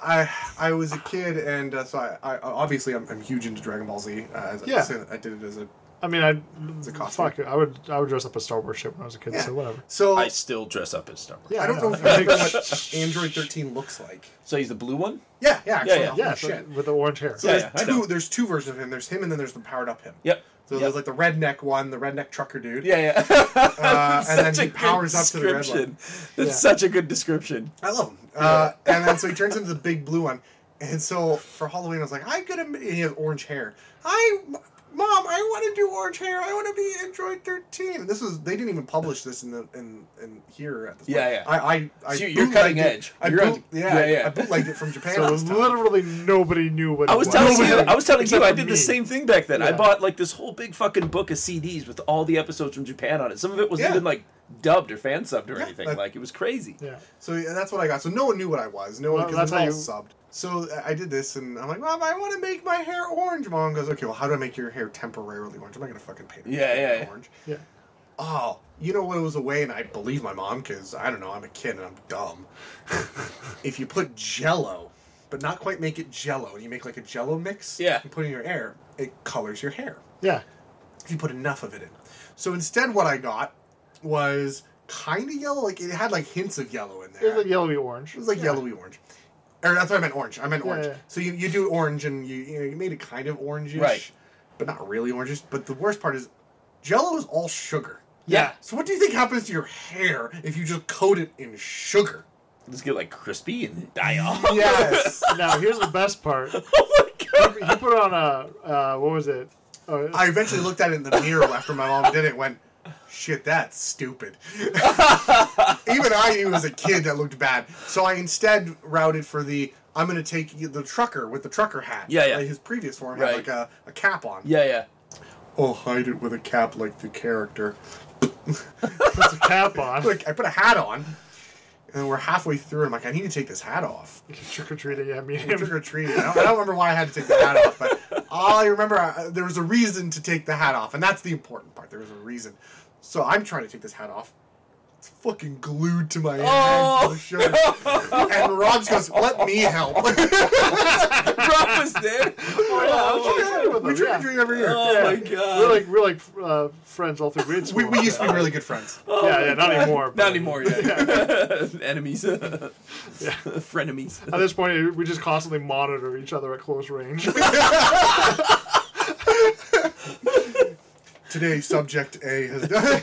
S3: I, I was a kid, and uh, so I, I obviously I'm, I'm huge into Dragon Ball Z. Uh, as
S4: Yeah.
S3: I, said, I did it as a
S4: I mean, I
S3: a costume.
S4: fuck. it, I would I would dress up as Star Wars shit when I was a kid.
S3: yeah.
S4: So whatever.
S3: So
S1: I still dress up as Star Wars.
S4: Yeah,
S3: I don't know if you
S4: I think-
S3: remember what Android 13 looks like.
S1: So he's the blue one.
S3: Yeah, yeah, actually.
S1: yeah.
S3: holy
S4: yeah, so-
S3: shit.
S4: with the orange hair.
S3: So
S1: Yeah, yeah,
S3: there's
S1: I know.
S3: two. There's two versions of him. There's him, and then there's the powered up him.
S1: Yep.
S3: So
S1: yep.
S3: there's like the redneck one, the redneck trucker dude.
S1: yeah, yeah.
S3: Uh, and then
S1: Such a
S3: he
S1: good
S3: powers up to the red
S1: description.
S3: one.
S1: That's
S4: Yeah.
S1: such a good description.
S3: I love him. Uh, and then so he turns into the big blue one. And so for Halloween, I was like, I'm gonna. He has orange hair. I, mom, I want to do orange hair. I want to be Android 13. And this was they didn't even publish this in the in in here at this.
S1: Yeah,
S3: point.
S1: yeah.
S3: I, I, I
S1: So you're
S3: bootlegged
S1: cutting
S3: it.
S1: edge.
S3: I
S1: You're on-
S3: boot, yeah,
S1: yeah, yeah.
S3: I bootlegged it from Japan.
S4: So
S3: this time.
S4: literally nobody knew what
S1: I
S4: it
S1: was telling you.
S4: Nobody.
S1: I was telling you.
S4: Except
S1: I
S4: for
S1: did
S4: me.
S1: the same thing back then. I
S4: Yeah.
S1: bought like this whole big fucking book of CDs with all the episodes from Japan on it. Some of it wasn't
S3: Yeah.
S1: even like dubbed or fan subbed or
S3: Yeah,
S1: anything.
S3: that-
S1: like it was crazy.
S4: Yeah,
S3: So yeah, that's what I got. So no one knew what I was. No one
S4: Well,
S3: because
S4: that's how
S3: it
S4: you-
S3: was all subbed. So I I did this, and I'm like, Mom, I want to make my hair orange. Mom goes, Okay, well, how do I make your hair temporarily orange? I'm not gonna fucking paint it
S1: Yeah, yeah, yeah.
S3: orange.
S4: yeah.
S3: Oh, you know what? It was a way, and I believe my mom because I don't know. I'm a kid and I'm dumb. if you put Jello, but not quite make it Jello, and you make like a Jello mix,
S1: Yeah.
S3: and put it in your hair, it colors your hair
S4: Yeah,
S3: if you put enough of it in. So instead, what I got was kind of yellow. Like it had like hints of yellow in
S4: it was
S3: there.
S4: like yellowy orange.
S3: It was like yellowy orange. Or that's what I meant orange. I meant
S4: Yeah,
S3: orange.
S4: yeah.
S3: So you, you do orange and you you, know, you made it kind of orangish.
S1: Right.
S3: But not really orangish. But the worst part is jello is all sugar.
S1: Yeah.
S3: So what do you think happens to your hair if you just coat it in sugar?
S1: Let's get like crispy and die off.
S3: Yes.
S4: Now here's the best part.
S1: oh my god.
S4: He put on a uh, what was it? Oh,
S3: I eventually looked at it in the mirror after my mom did it and went, shit, that's stupid. Even I knew as a kid that looked bad. So I instead routed for the I'm going to take the trucker with the trucker hat.
S1: Yeah, yeah.
S3: Like his previous form
S1: Right.
S3: had like a, a cap on.
S1: Yeah, yeah.
S3: I'll hide it with a cap like the character.
S4: puts a cap on.
S3: Like I put a hat on, and we're halfway through, and I'm like, I need to take this hat off.
S4: Trick or treating. Yeah, me and
S3: Trick
S4: him.
S3: or treating. I don't, I don't remember why I had to take the hat off, but all I remember uh, there was a reason to take the hat off, and that's the important part. There was a reason. So I'm trying to take this hat off. It's fucking glued to my hand.
S1: Oh.
S3: for sure. and Rob just goes, "Let me help."
S1: Rob was there.
S4: Oh,
S3: we
S4: yeah.
S3: trick or treat every year.
S1: Oh my
S4: We're
S1: god.
S4: like we're like uh, friends all through grade
S3: we,
S4: school.
S3: we used to be really good friends.
S4: yeah, yeah, not anymore. but-
S1: Oh Not anymore. Yeah. Enemies. Frenemies.
S4: At this point, we just constantly monitor each other at close range.
S3: Today, subject A has done.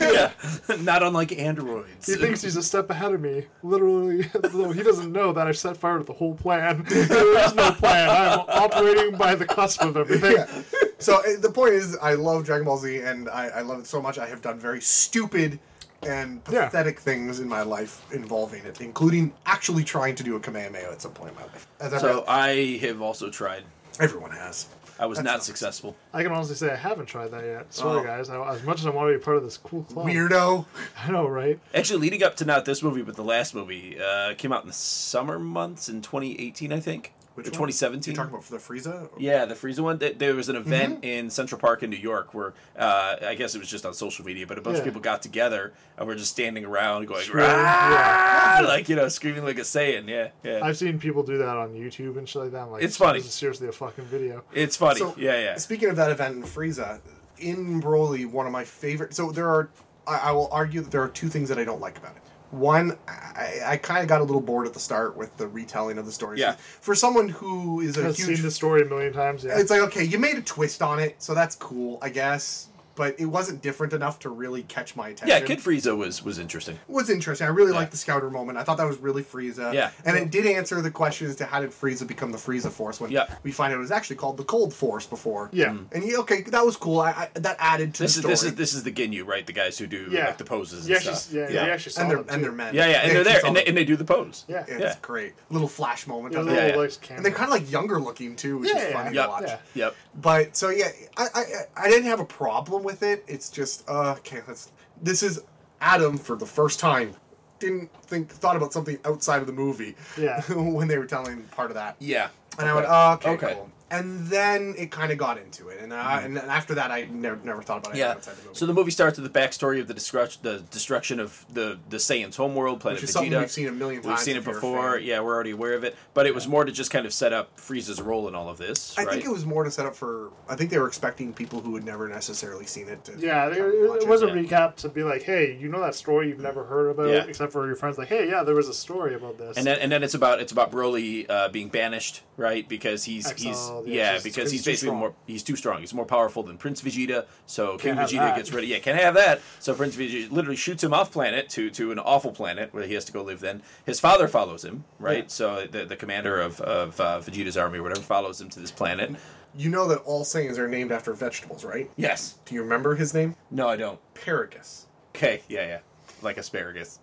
S1: yeah. Not unlike androids.
S4: he thinks he's a step ahead of me. Literally, though he doesn't know that I've set fire to the whole plan. There is no plan. I'm operating by the cusp of everything.
S3: yeah. So uh, the point is, I love Dragon Ball Z, and I, I love it so much. I have done very stupid and
S4: Yeah.
S3: pathetic things in my life involving it, including actually trying to do a Kamehameha at some point in my life. As
S1: So
S3: everyone,
S1: I have also tried.
S3: everyone has.
S1: I was
S3: That's
S1: not
S3: not-
S1: successful.
S4: I can honestly say I haven't tried that yet. Sorry,
S3: Oh.
S4: guys. I, as much as I want to be part of this cool
S1: oh.
S4: club,
S3: Weirdo.
S4: I know, right?
S1: Actually, leading up to not this movie, but the last movie uh, came out in the summer months in 2018, I think.
S3: Which
S1: The
S3: one?
S1: 2017?
S3: You're talking about for the Frieza?
S1: Yeah, the Frieza one. Th- There was an event in Central Park in New York where uh, I guess it was just on social media, but a bunch of
S2: Yeah.
S1: people got together and were just standing around going,
S2: Screaming,
S1: "Rah!" like you know, screaming like a Saiyan. Yeah, yeah.
S2: I've seen people do that on YouTube and shit like that. I'm like,
S1: It's funny.
S2: This is seriously a fucking video.
S1: it's funny. yeah, yeah.
S3: Speaking of that event in Frieza, in Broly, one of my favorite. So there are, I, I will argue that there are two things that I don't like about it. One, I, I kind of got a little bored at the start with the retelling of the story.
S1: Yeah.
S3: For someone who is a
S2: I've
S3: huge,
S2: seen the story a million times. Yeah.
S3: it's like okay, you made a twist on it, so that's cool, I guess. But it wasn't different enough to really catch my attention.
S1: Yeah, Kid Frieza was was interesting.
S3: was interesting. I really
S1: Yeah.
S3: liked the Scouter moment. I thought that was really Frieza.
S1: Yeah.
S3: And it did answer the question as to how did Frieza become the Frieza Force when
S1: Yeah.
S3: we find out it was actually called the Cold Force before.
S2: Yeah. Mm.
S3: And yeah, okay, that was cool. I, I that added to
S1: This is
S3: the story.
S1: this is this is the Ginyu, right? The guys who do
S2: Yeah.
S1: like the poses and
S2: Yeah,
S1: stuff.
S2: she's- yeah,
S1: yeah,
S2: yeah. We actually saw
S3: and they're
S2: them
S3: and
S2: too.
S3: they're men.
S1: yeah, yeah, And they're there,
S3: she's all-
S1: and they, and they do the pose.
S2: Yeah.
S3: yeah,
S1: yeah.
S3: it's great. Little flash moment.
S2: Yeah,
S3: of
S2: little,
S3: it.
S1: yeah.
S2: like,
S3: And they're
S2: camera.
S3: kind of like younger looking too, which
S2: Yeah,
S3: is
S2: yeah,
S3: funny
S1: yeah.
S3: to watch.
S2: Yeah.
S1: Yep.
S3: But so yeah, I, I I didn't have a problem with it. It's just uh, okay. Let's. This is Adam for the first time. Didn't think thought about something outside of the movie.
S2: Yeah.
S3: when they were telling part of that,
S1: Yeah.
S3: and I went oh, okay,
S1: Okay. Mm-hmm.
S3: cool. And then it kind of got into it, and uh, and then after that, I never never thought about it
S1: Yeah.
S3: outside the movie.
S1: So the movie starts with the backstory of the destruction, the destruction of the the Saiyan's homeworld, planet
S3: Which is
S1: Vegeta.
S3: something we've seen a million
S1: We've
S3: times
S1: seen it
S3: if you're a
S1: before.
S3: fan.
S1: Yeah, we're already aware of it. But it was more to just kind of set up Frieza's role in all of this.
S3: I
S1: right?
S3: think it was more to set up for. I think they were expecting people who had never necessarily seen it. To
S2: Yeah,
S3: come
S2: there,
S3: watch
S2: it was a
S1: yeah.
S2: recap to be like, hey, you know that story you've never heard about,
S1: Yeah.
S2: except for your friends. Like, hey, yeah, there was a story about this.
S1: And then, and then it's about it's about Broly uh, being banished, right? Because he's
S2: Exiled,
S1: he's
S2: yeah,
S1: yeah,
S2: just-
S1: because he's
S2: he's too
S1: basically
S2: strong.
S1: more he's too strong. He's more powerful than Prince Vegeta, so King
S2: have
S1: Vegeta
S2: that.
S1: gets rid of yeah, can't have that. So Prince Vegeta literally shoots him off planet to to an awful planet where he has to go live. Then his father follows him, right? So the, the commander of of uh, Vegeta's army or whatever follows him to this planet.
S3: You know that all Saiyans are named after vegetables, right?
S1: Yes.
S3: Do you remember his name?
S1: No, I don't.
S3: Paragus.
S1: Okay. Yeah, yeah. Like asparagus.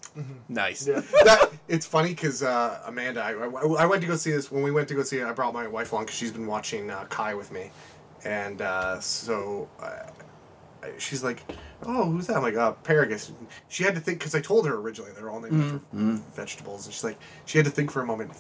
S1: Nice.
S2: Mm-hmm. yeah.
S3: that it's funny because uh, Amanda, I, I, I went to go see this when we went to go see it. I brought my wife along because she's been watching uh, Kai with me, and uh, so uh, I- she's like, "Oh, who's that?" I'm like, "Uh, Paragus." She had to think because I told her originally they're all named
S1: Mm,
S3: after vegetables, and she's like, she had to think for a moment.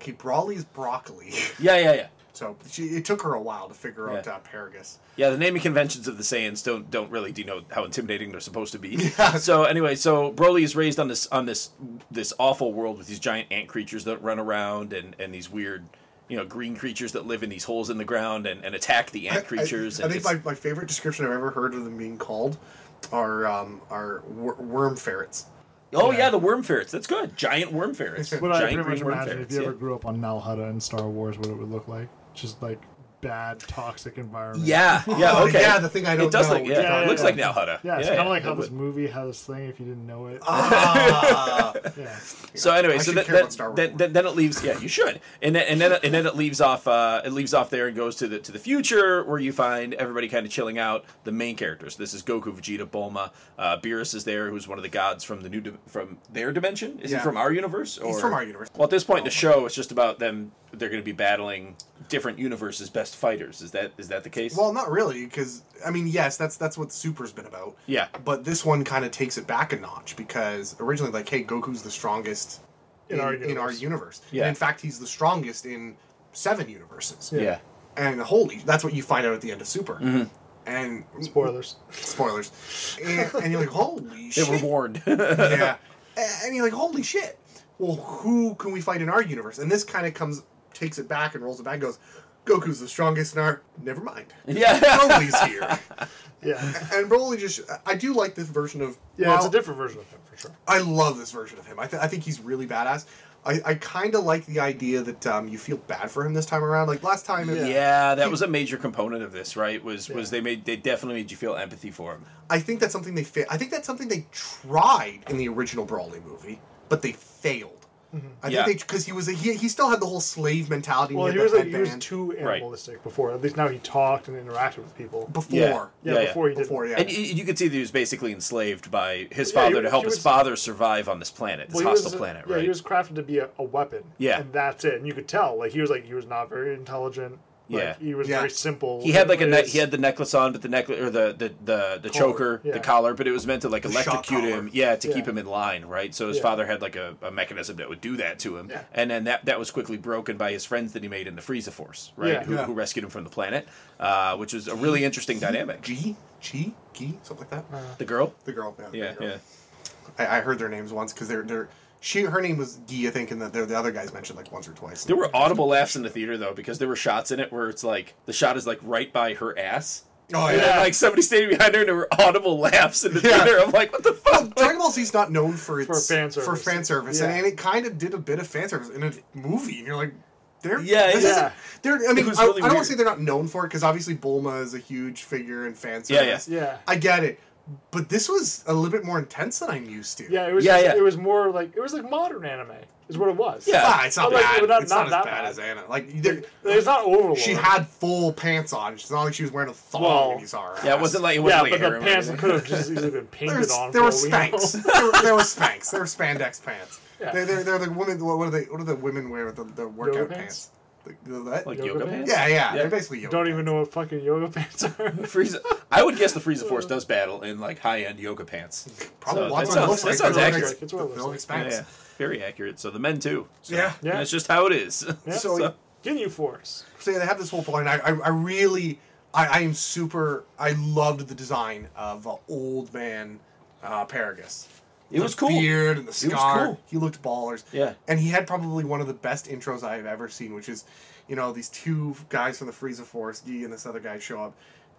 S3: Okay, Brawley's broccoli.
S1: Yeah, yeah, yeah.
S3: so she, it took her a while to figure out
S1: Yeah.
S3: uh, Paragus.
S1: Yeah, the naming conventions of the Saiyans don't don't really denote how intimidating they're supposed to be. So anyway, so Broly is raised on this on this this awful world with these giant ant creatures that run around and and these weird you know green creatures that live in these holes in the ground and, and attack the ant creatures.
S3: I, I
S1: and
S3: think
S1: it's-
S3: my, my favorite description I've ever heard of them being called are um, are wor- worm ferrets.
S1: oh yeah. the worm ferrets. That's good. Giant worm ferrets.
S2: What
S1: giant
S2: I pretty much
S1: green worm
S2: imagine if
S1: ferrets,
S2: you
S1: yeah.
S2: ever grew up on Nalhutta in Star Wars, what it would look like. Just like bad, toxic environment.
S1: yeah, yeah,
S3: Oh,
S1: okay.
S3: yeah, the thing I don't
S1: it does
S3: know.
S1: Look, yeah,
S2: Yeah,
S1: it
S2: yeah,
S1: looks
S2: yeah.
S1: like now Hutta.
S2: Yeah, it's kind of like how this movie had this thing if you didn't know it.
S3: Ah.
S2: yeah.
S1: So anyway,
S3: I
S1: so
S3: should
S1: that,
S3: care about
S1: that-
S3: Star Wars
S1: then,
S3: more.
S1: then, then it leaves. Yeah, you should. And then and then and then it leaves off. Uh, it leaves off there and goes to the to the future where you find everybody kind of chilling out. The main characters. This is Goku, Vegeta, Bulma. Uh, Beerus is there, who's one of the gods from the new dim- from their dimension. Is
S3: Yeah.
S1: he from our universe? Or?
S3: He's from our universe.
S1: Well, at this point in the show, it's just about them. They're going to be battling different universes' best fighters. Is that is that the case?
S3: Well, not really, because I mean, yes, that's that's what Super's been about.
S1: Yeah.
S3: But this one kind of takes it back a notch because originally, like, hey, Goku's the strongest in,
S2: In our
S3: in our
S2: universe.
S3: universe.
S1: Yeah.
S3: And in fact, he's the strongest in seven universes.
S1: yeah.
S3: And holy, that's what you find out at the end of Super.
S1: Mm-hmm.
S3: And
S2: Spoilers.
S3: spoilers. And, and you're like, holy
S1: They
S3: shit.
S1: were warned.
S3: yeah. A- And you're like, holy shit. Well, who can we fight in our universe? And this kind of comes, takes it back and rolls it back and goes, Goku's the strongest in our. Never mind.
S1: yeah.
S3: Broly's here.
S2: Yeah.
S3: And Broly just. I do like this version of.
S2: Yeah, it's
S3: well,
S2: a different version of him for sure.
S3: I love this version of him. I, th- I think he's really badass. I, I kind of like the idea that um, you feel bad for him this time around. Like last time, it-
S1: Yeah, that was a major component of this, right? Was was they made they definitely made you feel empathy for him.
S3: I think that's something they fa- I think that's something they tried in the original Brawley movie, but they failed. I
S1: Yeah.
S3: think because he was a, he, he still had the whole slave mentality.
S2: Mm-hmm. Well,
S3: and
S2: he
S3: he,
S2: was
S3: had
S2: like
S3: that
S2: he was
S3: headband
S2: too
S1: Right.
S2: animalistic before. At least now he talked and interacted with people.
S3: before.
S2: yeah,
S1: Yeah, yeah.
S2: before he did.
S3: Before, yeah.
S1: And you, you could see that he was basically enslaved by his
S2: Yeah, he
S1: father
S2: was-
S1: to help
S2: he
S1: his
S2: was-
S1: father survive on this planet, this
S2: Well, he
S1: hostile
S2: was-
S1: planet,
S2: yeah,
S1: right?
S2: he was crafted to be a, a weapon.
S1: Yeah.
S2: and that's it. And you could tell, like he was like he was not very intelligent.
S4: Like,
S1: Yeah.
S2: He was
S3: Yeah.
S2: very simple.
S1: He had like a
S2: It
S1: ne-
S2: was-
S1: he had the necklace on, but the necklace or the the the, the choker,
S2: yeah.
S1: the collar, but it was meant to like
S3: The shock
S1: electrocute
S3: collar.
S1: him, yeah, to keep
S2: Yeah.
S1: him in line, right? So his
S2: Yeah.
S1: father had like a, a mechanism that would do that to him,
S2: Yeah.
S1: and then that that was quickly broken by his friends that he made in the Frieza Force, right?
S2: Yeah.
S1: Who,
S3: Yeah.
S1: who rescued him from the planet, uh, which was a really interesting dynamic.
S3: G, G, G, something like
S2: Uh.
S3: that.
S1: The girl,
S3: The girl. Yeah.
S1: yeah,
S3: the girl.
S1: yeah,
S3: I, I heard their names once because they're they're she her name was Gee, I think, and the, the the other guys mentioned like once or twice.
S1: There were audible laughs in the theater though, because there were shots in it where it's like the shot is like right by her ass.
S3: oh
S1: And
S3: yeah.
S1: then, like somebody standing behind her, and there were audible laughs in the
S3: Yeah.
S1: theater. I'm like, what the fuck?
S3: Dragon Ball Z's not known for its
S2: fan
S3: for
S2: service.
S3: fan service,
S2: Yeah.
S3: and, and it kind of did a bit of fan service in a movie, and you're like, they're
S1: Yeah,
S3: this
S1: yeah.
S3: isn't- They're, I mean,
S1: It was
S3: I,
S1: really
S3: I don't
S1: weird.
S3: want to say they're not known for it because obviously Bulma is a huge figure in fan
S1: Yeah, yeah.
S3: service.
S2: Yeah.
S3: I get it, but this was a little bit more intense than I'm used to.
S2: Yeah, it was.
S1: Yeah,
S2: just-
S1: yeah.
S2: It was more like it was like modern
S3: Oh.
S2: anime is what it was.
S1: Yeah.
S3: Ah, it's not
S2: But, like,
S3: bad.
S2: but not-
S3: it's
S2: not
S3: not,
S2: that
S3: as bad,
S2: bad.
S3: as Anna. Like they're-
S2: It's not Overlord.
S3: she had full pants on. It's not like she was wearing a thong
S2: Well,
S3: when you saw her.
S1: Yeah, it
S3: ass.
S1: wasn't like it
S2: Yeah,
S1: wasn't like
S2: but the
S1: harem or
S2: pants
S1: anything.
S2: could have just easily been painted
S3: There's-
S2: on.
S3: there were
S2: for all we know.
S3: spanks. there, were, there were spanks. There were spandex pants.
S2: Yeah.
S3: They're, they're, they're the women. What are they? What do the women wear? The, the workout
S2: pants?
S3: pants. The, the what?
S1: like
S2: Yoga
S1: yoga, pants.
S2: pants?
S3: yeah, yeah,
S1: Yeah.
S3: They're basically yoga.
S2: Don't even know what fucking yoga pants are.
S1: Frieza. I would guess the Frieza Force does battle in like high end yoga pants.
S3: Probably
S1: So
S3: what
S1: that
S3: it
S1: sounds-
S3: looks
S1: that
S3: like.
S1: sounds
S3: They're
S1: accurate.
S3: like-
S2: It's what it
S3: they're
S2: looks
S3: like
S1: Yeah,
S3: spanks.
S1: yeah. very accurate. So the men too. So
S3: Yeah.
S2: Yeah.
S1: That's just how it is.
S2: Yeah.
S1: So,
S3: So-
S2: Ginyu Force.
S3: So yeah, they have this whole point. I, I, I really, I, I am super. I loved the design of uh, old man uh, Paragus.
S1: it was cool.
S3: Beard and the
S1: was
S3: scar.
S1: cool.
S3: He looked ballers.
S1: Yeah.
S3: And he had probably one of the best intros I have ever seen, which is, you know, these two guys from the Frieza Force, Yi and this other guy, show up,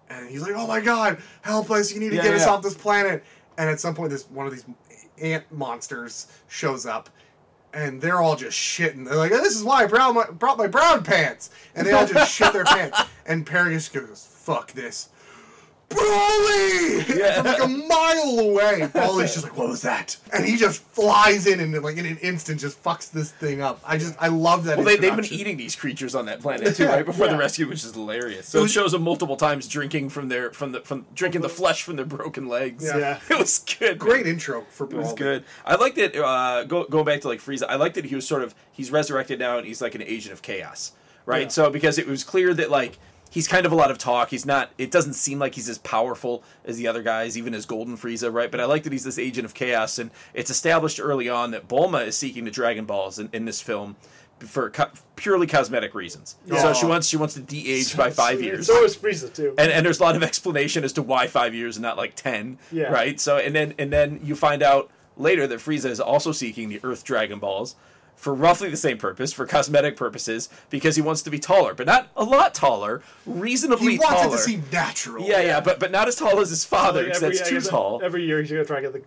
S3: and he's like, "Oh my God, help us! You need to
S1: Yeah,
S3: get us
S1: yeah.
S3: off this planet." And at some point, this one of these ant monsters shows up, and they're all just shitting. They're like, "This is why I brought my, brought my brown pants," and they all just shit their pants. And Paragus goes, "Fuck this." Broly!
S1: Yeah.
S3: From like a mile away, Broly's just like, "What was that?" And he just flies in and like in an instant just fucks this thing up. I just I love that.
S1: Well, they, they've been
S3: introduction.
S1: eating these creatures on that planet too, right? Before the
S2: Yeah.
S1: rescue, which is hilarious. So it,
S3: was-
S1: shows them multiple times drinking from their from the from drinking the flesh from their broken legs.
S3: Yeah.
S2: Yeah.
S1: it was good. man.
S3: Great intro for Broly.
S1: It was good. I liked that. Uh, go, going back to like Frieza, I liked that he was sort of he's resurrected now and he's like an agent of chaos, right? So because it was clear that like he's kind of a lot of talk. He's not. It doesn't seem like he's as powerful as the other guys, even as Golden Frieza, right? But I like that he's this agent of chaos, and it's established early on that Bulma is seeking the Dragon Balls in, in this film for co- purely cosmetic reasons. So she wants she wants to de-age by five years
S2: So is Frieza too.
S1: and and there's a lot of explanation as to why five years and not like ten,
S2: Yeah.
S1: right? So and then and then you find out later that Frieza is also seeking the Earth Dragon Balls for roughly the same purpose, for cosmetic purposes, because he wants to be taller, but not a lot taller, reasonably
S3: He wanted
S1: taller.
S3: to seem natural.
S1: yeah, yeah, but but not as tall as his father,
S2: Like,
S1: because
S2: every- I
S1: that's too
S2: guess
S1: tall,
S2: Every year he's gonna try to get the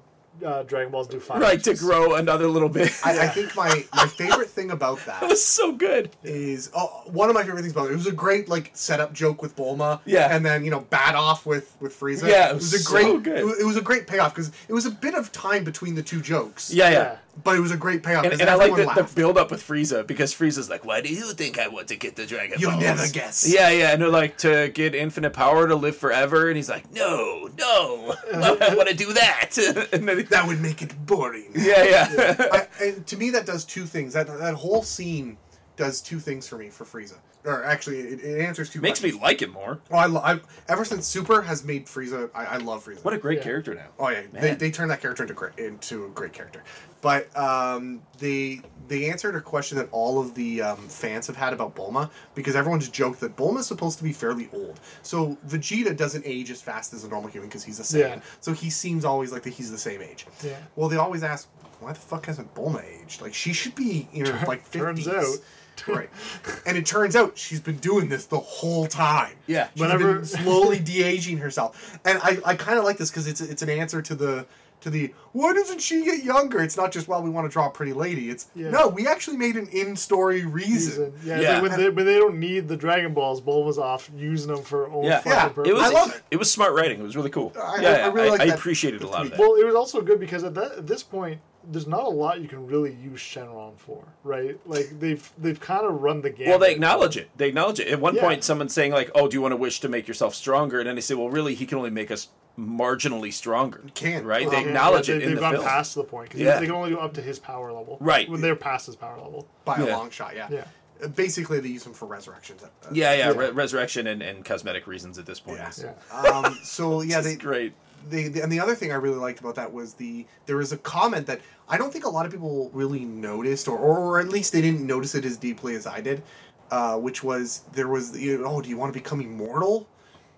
S2: uh, Dragon Balls to do five.
S1: right? To
S2: inches.
S1: grow another little bit.
S3: I, I think my my favorite thing about that
S1: that was so good.
S3: is oh, one of my favorite things about it. It was a great like setup joke with Bulma,
S1: Yeah.
S3: and then you know bat off with with Frieza.
S1: Yeah, it was
S3: a
S1: so
S3: great.
S1: good.
S3: It, was, it was a great payoff because it was a bit of time between the two jokes.
S1: Yeah, yeah.
S2: Yeah.
S3: but it was a great payoff.
S1: And,
S3: 'cause
S1: and I like
S3: everyone
S1: the, the
S3: laughed.
S1: build up with Frieza because Frieza's like, "Why do you think I want to get the Dragon
S3: You'll
S1: Balls?"
S3: never guess.
S1: Yeah, yeah, and they're like to get infinite power to live forever, and he's like, no, no, I want to do that. and then,
S3: that would make it boring.
S1: yeah, yeah,
S3: I, and to me, that does two things. That that whole scene does two things for me for Frieza. Or actually, it, it answers two.
S1: makes me
S3: questions.
S1: like him more.
S3: Oh, I, lo- I ever since Super has made Frieza, I, I love Frieza.
S1: What a great
S2: Yeah.
S1: character now.
S3: Oh yeah, they,
S1: Man.
S3: they turned that character into great, into a great character. But um, they they answered a question that all of the um, fans have had about Bulma because everyone's joked that Bulma's supposed to be fairly old. So Vegeta doesn't age as fast as a normal human because he's a Saiyan.
S2: Yeah.
S3: So he seems always like that he's the same age.
S2: Yeah.
S3: Well, they always ask why the fuck hasn't Bulma aged? Like she should be in her like
S2: turns
S3: fifties.
S2: out.
S3: Right, and it turns out she's been doing this the whole time.
S1: Yeah.
S3: She's
S2: Whenever-
S3: been slowly de-aging herself and i, I kind of like this because it's, it's an answer to the to the why doesn't she get younger it's not just well we want to draw a pretty lady it's
S2: Yeah.
S3: no we actually made an in-story reason,
S2: Reason. Yeah,
S1: Yeah.
S2: Like when, they, when they don't need the Dragon Balls, Bulma's off using them for own
S1: Yeah.
S2: fucking
S3: Yeah.
S2: purpose.
S1: It was,
S3: I love it.
S1: was smart writing. It was really cool.
S3: I-
S1: yeah,
S3: I- I
S1: yeah,
S3: really like that
S1: appreciated a lot of that.
S2: Well, it was also good because at, that, at this point, there's not a lot you can really use Shenron for, right? Like they've they've kind of run the game.
S1: Well, they acknowledge it. They acknowledge it. At one
S2: Yeah.
S1: point, someone's saying like, "Oh, do you want to wish to make yourself stronger?" And then they say, "Well, really, he can only make us marginally stronger."
S3: can't.
S1: right?
S3: Well,
S1: They acknowledge
S2: they,
S1: it in
S2: they've
S1: the
S2: gone
S1: film.
S2: past the point because
S1: Yeah.
S2: they can only go up to his power level,
S1: Right.
S2: When they're past his power level,
S3: by
S1: Yeah.
S3: a long shot yeah Uh,
S2: yeah.
S3: Basically, they use them for resurrections. uh,
S1: Yeah, yeah, Re- resurrection and, and cosmetic reasons at this point.
S3: Yeah.
S1: is-
S4: Yeah.
S3: Um, so yeah,
S1: is
S3: they,
S1: great.
S3: they, they- and the other thing I really liked about that was the there was a comment that I don't think a lot of people really noticed, or or at least they didn't notice it as deeply as I did, uh, which was there was you know, oh do you want to become immortal,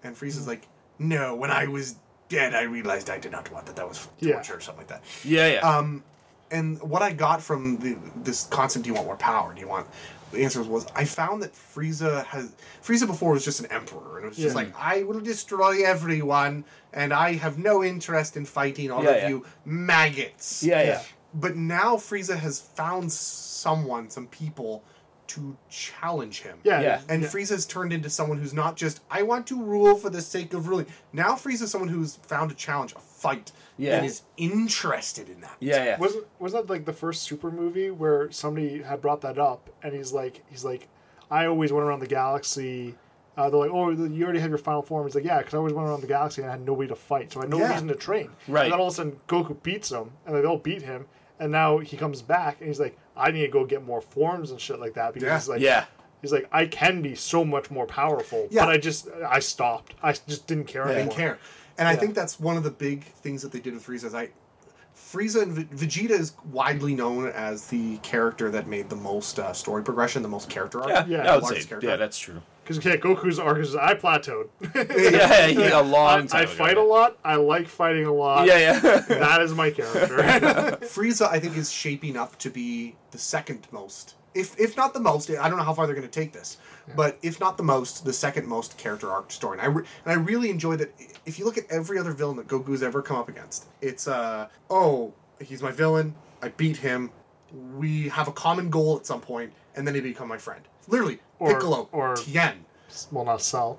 S3: and Frieza's like no when I was dead I realized I did not want that that was torture
S4: Yeah.
S3: or something like that.
S1: Yeah, yeah.
S3: Um, and what I got from the, this concept, do you want more power? Do you want the answer was I found that Frieza has Frieza before was just an emperor and it was just
S4: Yeah.
S3: like I will destroy everyone and I have no interest in fighting all
S1: Yeah,
S3: of
S1: yeah.
S3: you maggots.
S1: yeah, yeah,
S4: yeah.
S3: But now Frieza has found someone, some people, to challenge him.
S4: Yeah.
S1: Yeah.
S3: And Frieza's turned into someone who's not just I want to rule for the sake of ruling. Now Frieza's someone who's found a challenge, a fight,
S1: Yeah.
S3: and is interested in that.
S1: yeah, yeah.
S4: Wasn't wasn't that like the first super movie where somebody had brought that up and he's like he's like I always went around the galaxy. Uh, they're like, oh, you already have your final form. He's like, yeah, because I always went around the galaxy and I had nobody to fight, so I had no
S3: Yeah.
S4: reason to train.
S1: Right.
S4: And then all of a sudden, Goku beats him, and they all beat him, and now he comes back and he's like, I need to go get more forms and shit like that because
S3: Yeah.
S4: he's like,
S1: Yeah.
S4: he's like, I can be so much more powerful,
S3: Yeah.
S4: but I just, I stopped. I just didn't care
S3: I
S4: anymore.
S3: didn't care. And I think that's one of the big things that they did with Frieza. Is I, Frieza and v- Vegeta is widely known as the character that made the most uh, story progression, the most character arc.
S1: yeah,
S4: Yeah.
S1: I would
S3: largest
S1: say,
S3: character.
S1: yeah, that's true.
S4: Because yeah, Goku's arc is I plateaued.
S1: Yeah, yeah, a long
S4: I,
S1: time.
S4: I
S1: ago.
S4: fight a lot. I like fighting a lot.
S1: Yeah, yeah.
S4: That is my character.
S3: Frieza, I think, is shaping up to be the second most, if if not the most. I don't know how far they're going to take this, but if not the most, the second most character arc story. And I re- and I really enjoy that. If you look at every other villain that Goku's ever come up against, it's uh oh he's my villain. I beat him. We have a common goal at some point, and then he become my friend. Literally,
S4: Or-
S3: Piccolo
S4: or-
S3: Tien.
S4: well, not Cell.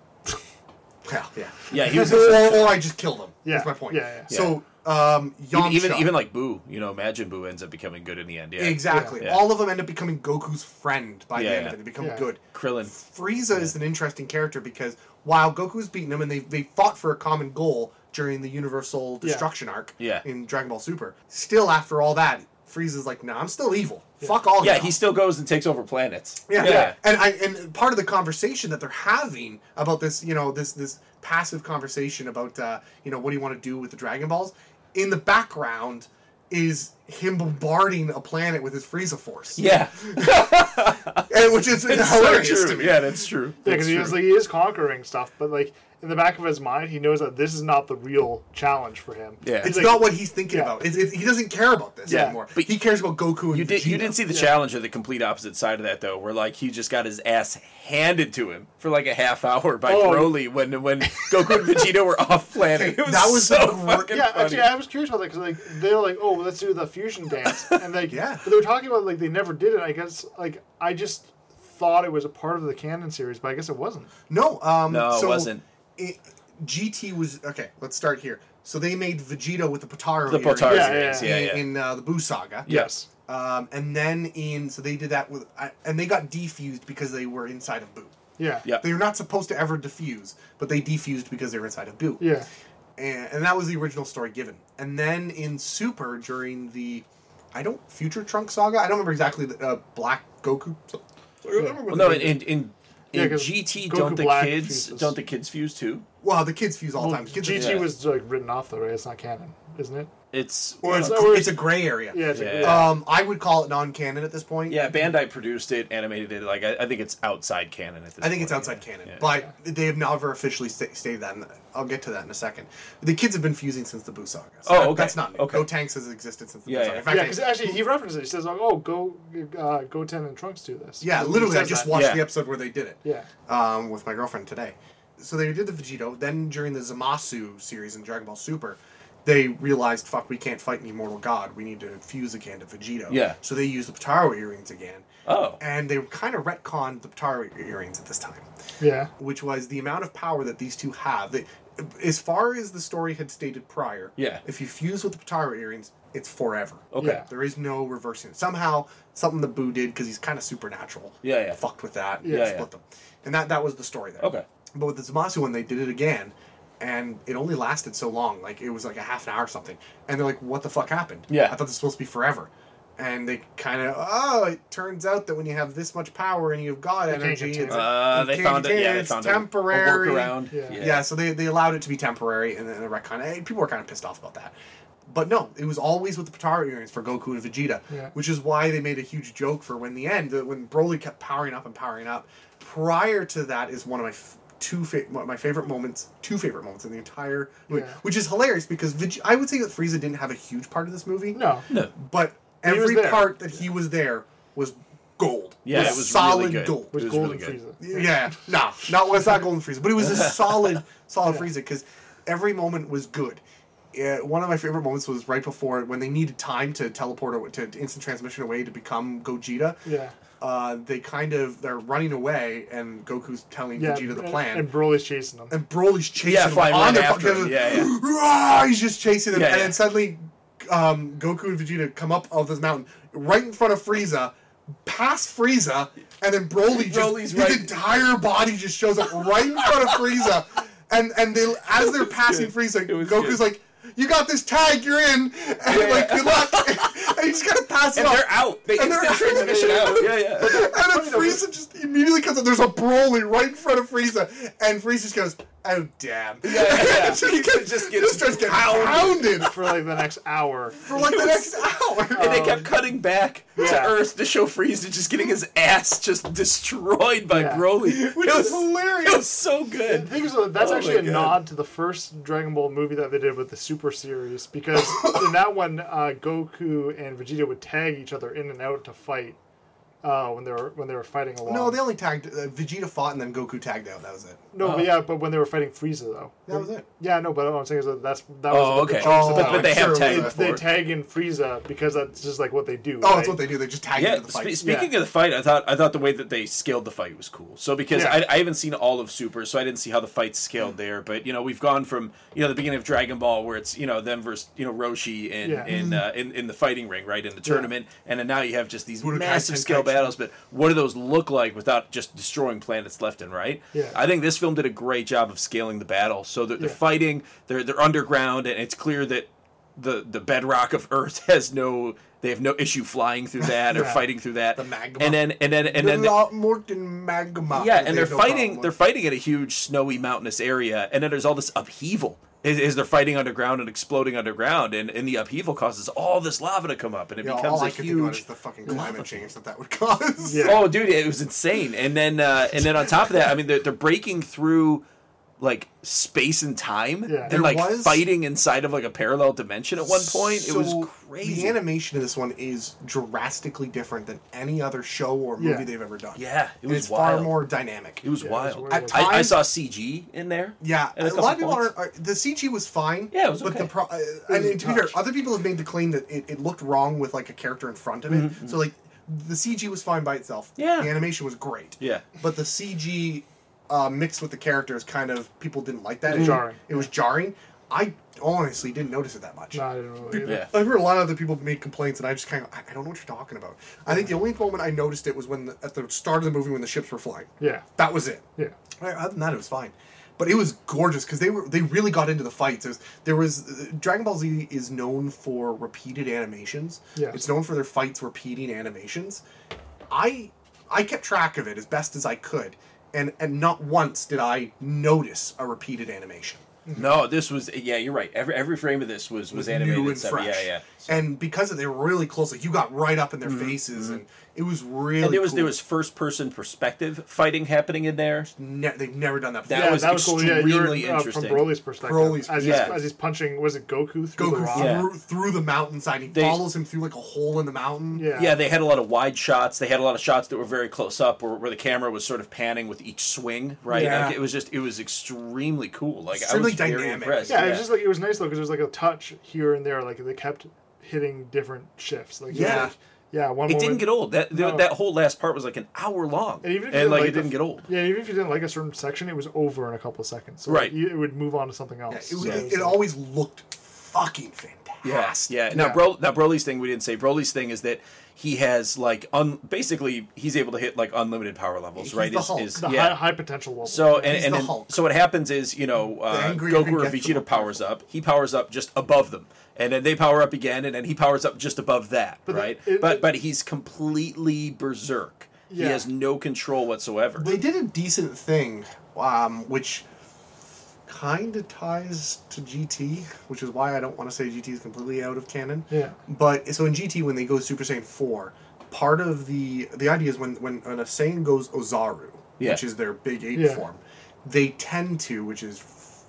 S3: Well, yeah.
S1: yeah, he was
S3: or, or I just kill them.
S4: Yeah,
S3: That's my point.
S4: yeah, yeah.
S3: So um, Yamcha.
S1: even, even even like Boo, you know, Majin Boo ends up becoming good in the end. Yeah,
S3: Exactly.
S1: Yeah.
S3: All of them end up becoming Goku's friend by
S1: Yeah,
S3: the end
S1: yeah.
S3: of it. They become
S4: Yeah.
S3: good.
S1: Krillin.
S3: Frieza is an interesting character because while Goku's beaten him and they they fought for a common goal during the Universal Destruction arc
S1: Yeah.
S3: in Dragon Ball Super, still after all that, Frieza's like, nah, I'm still evil. Fuck all
S1: Yeah,
S3: y'all."
S1: he still goes and takes over planets.
S3: Yeah. And I and part of the conversation that they're having about this, you know, this this passive conversation about uh, you know, what do you want to do with the Dragon Balls? In the background is him bombarding a planet with his Frieza force.
S1: yeah.
S3: And which is
S1: It's so
S3: hilarious to
S1: true.
S3: me.
S1: Yeah, that's true.
S4: Yeah,
S1: That's
S4: because he
S1: true.
S4: was like he is conquering stuff, but like in the back of his mind, he knows that this is not the real challenge for him.
S1: Yeah.
S4: He's
S3: It's
S4: like,
S3: not what he's thinking
S4: yeah.
S3: about. It's, it's, he doesn't care about this
S4: Yeah.
S3: anymore.
S1: But
S3: he cares about Goku and
S1: You did. You
S3: Vegeta.
S1: didn't see the challenge or the complete opposite side of that though, where like he just got his ass handed to him for like a half hour by
S4: Oh.
S1: Broly when when Goku and Vegeta were off planet. It was
S3: that was
S1: so
S3: the gr-
S1: fucking
S4: Yeah,
S1: funny.
S4: actually, I was curious about that because like they're like, oh, let's do the fusion dance, and like,
S3: Yeah.
S4: but they were talking about like they never did it. I guess like I just thought it was a part of the canon series, but I guess it wasn't.
S3: No, um,
S1: No, it
S3: so
S1: wasn't.
S3: it- GT was okay. Let's start here. So they made Vegeta with the Potaro.
S1: the
S3: earring
S1: Potara
S4: Yeah,
S1: series.
S4: yeah,
S1: Yeah,
S3: in,
S1: yeah.
S3: in, uh, the Buu saga.
S1: Yes.
S3: Um, and then in so they did that with I- and they got defused because they were inside of Boo.
S4: Yeah.
S1: Yeah.
S3: They were not supposed to ever defuse, but they defused because they were inside of Boo.
S4: Yeah.
S3: and, and that was the original story given. And then in Super during the, I don't Future Trunk Saga. I don't remember exactly the uh, Black Goku. So, I don't remember
S1: Well,
S3: what
S1: no,
S3: the-
S1: in in, in,
S4: Yeah,
S1: in
S4: 'cause
S1: GT,
S4: Goku
S1: don't the
S4: Black
S1: kids
S4: fuses.
S1: don't the kids fuse too?
S3: well, the kids fuse all the
S4: Well,
S3: time. The kids
S4: GT
S1: Yeah.
S4: was like written off though, right? It's not canon, isn't it?
S1: It's
S3: or it's,
S4: or
S3: it's a gray area.
S4: Yeah. It's
S1: Yeah.
S4: Like,
S3: Um, I would call it non-canon at this point.
S1: yeah. Bandai produced it, animated it. Like I, I think it's outside canon at this.
S3: I think
S1: point,
S3: it's outside
S1: yeah.
S3: canon,
S1: Yeah.
S3: but they have never officially sta- stated that. And I'll get to that in a second. The kids have been fusing since the Boo saga. So
S1: Oh,
S3: that-
S1: okay.
S3: That's not new.
S1: Okay.
S3: Gotenks has existed since the
S1: Yeah,
S3: Buu saga.
S1: yeah.
S3: In fact,
S4: yeah,
S3: I-
S4: because actually he references it. He says, like, "Oh, go, uh, go, Ten and Trunks do this."
S3: Yeah,
S4: He
S3: literally, I
S4: says
S3: just
S4: that.
S3: watched
S1: Yeah.
S3: the episode where they did it.
S4: Yeah.
S3: Um, with my girlfriend today. So they did the Vegito. Then during the Zamasu series in Dragon Ball Super, they realized, fuck, we can't fight an immortal god. We need to fuse again to Vegito.
S1: Yeah.
S3: So they used the Potaro earrings again.
S1: Oh.
S3: And they kind of retconned the Potaro earrings at this time,
S4: Yeah.
S3: which was the amount of power that these two have. They, as far as the story had stated prior,
S1: Yeah.
S3: if you fuse with the Potaro earrings, it's forever.
S1: Okay.
S4: Yeah.
S3: There is no reversing it. Somehow, something that Boo did because he's kind of supernatural.
S1: Yeah, yeah.
S3: Fucked with that. And
S1: Yeah,
S3: split
S1: yeah.
S3: them, and that that was the story there.
S1: Okay.
S3: But with the Zamasu one, they did it again, and it only lasted so long. Like it was like a half an hour or something, and they're like, "What the fuck happened?
S1: Yeah.
S3: I thought this was supposed to be forever." and they kind of oh, it turns out that when you have this much power and you've got
S2: can't
S3: energy,
S2: contain
S3: it's,
S2: it.
S1: Uh,
S3: you
S1: they
S3: can't
S1: found it.
S3: contain
S1: Yeah, they
S3: it's
S1: found a-
S3: temporary.
S1: A workaround.
S2: Yeah.
S3: Yeah. so they, they allowed it to be temporary, and then the retcon. eh, People were kind of pissed off about that. But no, it was always with the Potara earrings for Goku and Vegeta,
S2: Yeah.
S3: which is why they made a huge joke for when the end, uh, when Broly kept powering up and powering up. Prior to that is one of my f- two fa- one of my favorite moments, two favorite moments in the entire movie,
S2: Yeah.
S3: which is hilarious because Veg- I would say that Frieza didn't have a huge part of this movie.
S2: No.
S1: No.
S3: But
S2: he was
S3: every
S2: there.
S3: part that he was there was gold.
S1: Yeah, it was
S3: solid
S1: really good.
S3: gold.
S1: It
S2: With
S1: was
S2: Golden
S1: really good.
S2: Frieza.
S3: Yeah, no, not well, it's not Golden Frieza, but it was a solid, solid Frieza because every moment was good. Uh, one of my favorite moments was right before when they needed time to teleport or to, to instant transmission away to become Gogeta.
S2: Yeah.
S3: Uh, they kind of they're running away, and Goku's telling
S2: Yeah.
S3: Vegeta the
S2: and-
S3: plan,
S2: And
S3: and,
S2: Broly's chasing him.
S3: Broly's chasing
S1: Yeah,
S3: him
S1: flying
S3: on
S1: right
S3: the
S1: after
S3: fucking-
S1: him. Yeah, yeah.
S3: Rah! he's just chasing him,
S1: Yeah,
S3: and
S1: yeah.
S3: then suddenly um, Goku and Vegeta come up of this mountain right in front of Frieza, past Frieza, and then Broly just
S1: Broly's
S3: his
S1: right-
S3: entire body just shows up right in front of Frieza, and and they as they're passing Frieza,
S1: It was
S3: Goku's
S1: good.
S3: like. You got this tag, you're in, and like good luck. and you just gotta pass it
S1: And
S3: off.
S1: they're out. They
S3: And they're
S1: instant
S3: out.
S1: transmission out. Yeah, yeah.
S3: And then Frieza just immediately comes up. There's a Broly right in front of Frieza, and Frieza just goes, "Oh damn!"
S1: yeah.
S3: So he
S1: Just
S3: gets- just,
S1: gets
S3: starts getting hounded
S2: For like the next hour.
S3: for like the next hour.
S1: And they kept cutting back to
S2: Yeah.
S1: Earth to show Frieza just getting his ass just destroyed by
S2: Yeah.
S1: Broly.
S3: Which
S1: it was
S3: is hilarious.
S1: It was so good.
S2: The thing is, though, that's
S1: Oh
S2: actually
S1: my
S2: a
S1: God.
S2: nod to the first Dragon Ball movie that they did with the Super series because in that one, uh, Goku and Vegeta would tag each other in and out to fight uh, when they were when they were fighting along.
S3: no, they only tagged uh, Vegeta fought, and then Goku tagged out. That was it.
S2: no,
S1: Oh.
S2: but yeah, but when they were fighting Frieza though,
S3: That was it.
S2: yeah, no, but what I'm saying is that that's that was
S1: Oh,
S2: what they
S1: okay.
S2: chose
S3: Oh,
S2: to
S1: but,
S2: do.
S1: but they
S3: sure
S1: have
S3: it
S1: tagged
S3: was.
S2: they
S1: before.
S2: tag in Frieza because that's just like what they do.
S3: Oh, that's
S2: right?
S3: what they do. They just tagged
S1: Yeah.
S3: into the
S1: spe-
S3: fight.
S1: speaking of the fight, I thought I thought the way that they scaled the fight was cool. So because
S2: Yeah.
S1: I, I haven't seen all of Super, so I didn't see how the fights scaled there. But you know, we've gone from you know the beginning of Dragon Ball where it's you know them versus you know Roshi in
S2: Yeah.
S1: in, uh, in in the fighting ring, right in the tournament, and then now you have just these
S3: Budokai
S1: massive scale
S3: Tenkaichi.
S1: battles. But what do those look like without just destroying planets left and right?
S2: Yeah.
S1: I think this film did a great job of scaling the battle so that they're
S2: Yeah.
S1: fighting, they're they're underground, and it's clear that the the bedrock of Earth has no they have no issue flying through that or
S2: Yeah.
S1: fighting through that.
S3: The magma.
S1: And then and then and then
S3: the Lo- molten magma.
S1: yeah, and
S3: that they
S1: they're
S3: have no problem
S1: fighting
S3: with.
S1: they're fighting in a huge snowy mountainous area, and then there's all this upheaval. Is, is they're fighting underground and exploding underground, and, and the upheaval causes all this lava to come up, and it
S3: You know,
S1: becomes
S3: all
S1: a
S3: I can think about
S1: huge
S3: is the fucking climate change that that would cause.
S2: Yeah.
S1: Oh, dude, it was insane. And then, uh, and then on top of that, I mean, they're, they're breaking through like space and time,
S2: Yeah.
S1: and
S3: There
S1: like
S3: was-
S1: fighting inside of like a parallel dimension at one point. it
S3: So,
S1: was crazy.
S3: The animation in this one is drastically different than any other show or movie
S2: Yeah.
S3: they've ever done.
S1: yeah, it
S3: And
S1: was
S3: it's
S1: wild.
S3: far more dynamic.
S1: It was
S2: Yeah, it was
S1: wild.
S2: weird. At
S1: I, I
S3: times-
S1: saw CG in there.
S3: Yeah,
S1: at
S3: a lot of people
S1: points.
S3: are, are. The CG was fine.
S1: Yeah, it was
S3: But
S1: okay.
S3: the pro, uh, and,
S2: was
S3: to be fair,
S2: touched.
S3: other people have made the claim that it, it looked wrong with like a character in front of it. So like the CG was fine by itself.
S1: Mm-hmm, Yeah.
S3: the animation was great.
S1: Yeah.
S3: but the CG uh, mixed with the characters kind of people didn't like that. It was
S2: Jarring.
S3: It was jarring. I honestly didn't notice it that much.
S2: No, I didn't really.
S1: Yeah.
S3: I've heard a lot of other people make complaints, and I just kind of I I don't know what you're talking about. I think the only moment I noticed it was when the, at the start of the movie when the ships were flying.
S2: Yeah.
S3: That was it.
S2: Yeah.
S3: Right, Other than that, it was fine. But it was gorgeous because they were they really got into the fights. There's, there was uh, Dragon Ball Z is known for repeated animations.
S2: Yeah.
S3: It's known for their fights repeating animations. I I kept track of it as best as I could, and and not once did I notice a repeated animation.
S1: No, this was yeah. You're right. Every every frame of this was was,
S3: It was
S1: animated.
S3: new and
S1: separate-
S3: fresh.
S1: Yeah, yeah.
S3: And because of, they were really close, like you got right up in their
S2: Mm-hmm.
S3: faces, and it was really.
S1: and there was
S3: cool.
S1: there was first person perspective fighting happening in there.
S3: Ne- they've never done that before.
S1: That
S2: yeah,
S1: was
S2: that was cool. Yeah, you were,
S1: extremely
S2: uh, from
S1: interesting.
S2: Broly's perspective.
S3: Broly's
S2: as, he's,
S1: perspective.
S2: as he's punching, was it Goku through the
S3: Goku
S2: rock?
S1: Yeah.
S3: through, through the mountainside. He
S1: They-
S3: follows him through like a hole in the mountain.
S2: Yeah.
S1: Yeah, they had a lot of wide shots. They had a lot of shots that were very close up, where, where the camera was sort of panning with each swing. Right,
S3: Yeah.
S1: like, it was just it was extremely cool. Like I
S3: Extremely
S1: was very
S3: dynamic.
S1: impressed.
S2: Yeah, it was just like it was nice though because there was like a touch here and there. Like they kept hitting different shifts. Like it was,
S3: Yeah.
S2: like- yeah. One
S1: it
S2: moment,
S1: didn't get old. That
S2: No.
S1: that whole last part was like an hour long,
S2: And
S1: and,
S2: even if you didn't
S1: like,
S2: like
S1: it
S2: the-
S1: didn't get old.
S2: Yeah, even if you didn't like a certain section, it was over in a couple of seconds. So
S1: Right.
S2: like, you- it would move on to something
S3: Yeah,
S2: else.
S3: it, was-
S2: So
S3: it,
S2: was
S3: it
S2: like-
S3: always looked fucking fantastic. Yes.
S1: Yeah. Now, Bro, now Broly's thing we didn't say. Broly's thing is that he has like un, basically he's able to hit like unlimited power levels,
S3: He's
S1: right?
S3: the
S1: is,
S3: Hulk.
S1: is-
S2: The high,
S1: yeah.
S2: high potential level.
S1: so and, and
S3: the
S1: then-
S3: Hulk.
S1: so what happens is you know uh,
S3: angrier he
S1: Goku or
S3: gets, the more
S1: Vegeta powers up. He powers up just above them, and then they power up again, and then he powers up just above that,
S2: But
S1: right?
S2: it-
S1: but
S2: it-
S1: but he's completely berserk. He
S2: Yeah.
S1: has no control whatsoever.
S3: They did a decent thing, um, which kind of ties to GT, which is why I don't want to say GT is completely out of canon.
S2: Yeah.
S3: But so in GT, when they go Super Saiyan four, part of the the idea is when when, when a Saiyan goes Ozaru,
S1: Yeah.
S3: which is their big eight
S2: Yeah.
S3: form, they tend to, which is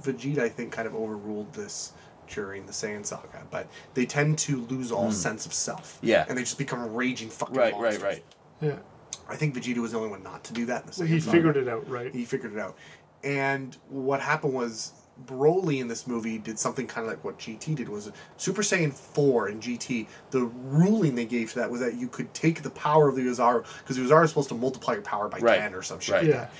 S3: Vegeta, I think, kind of overruled this during the Saiyan saga, but they tend to lose all sense of self.
S1: Mm. Yeah.
S3: and they just become raging fucking
S1: right, right,
S3: monsters.
S1: right.
S2: yeah.
S3: I think Vegeta was the only one not to do that in the
S2: So
S3: Saiyan.
S2: he
S3: saga
S2: figured it out, right?
S3: he figured it out. And what happened was Broly in this movie did something kind of like what GT did was Super Saiyan 4 in GT. The ruling they gave to that was that you could take the power of the Ozaru because the Ozaru is supposed to multiply your power by
S1: Right.
S3: 10 or some shit.
S1: Right.
S3: like
S2: Yeah.
S3: that.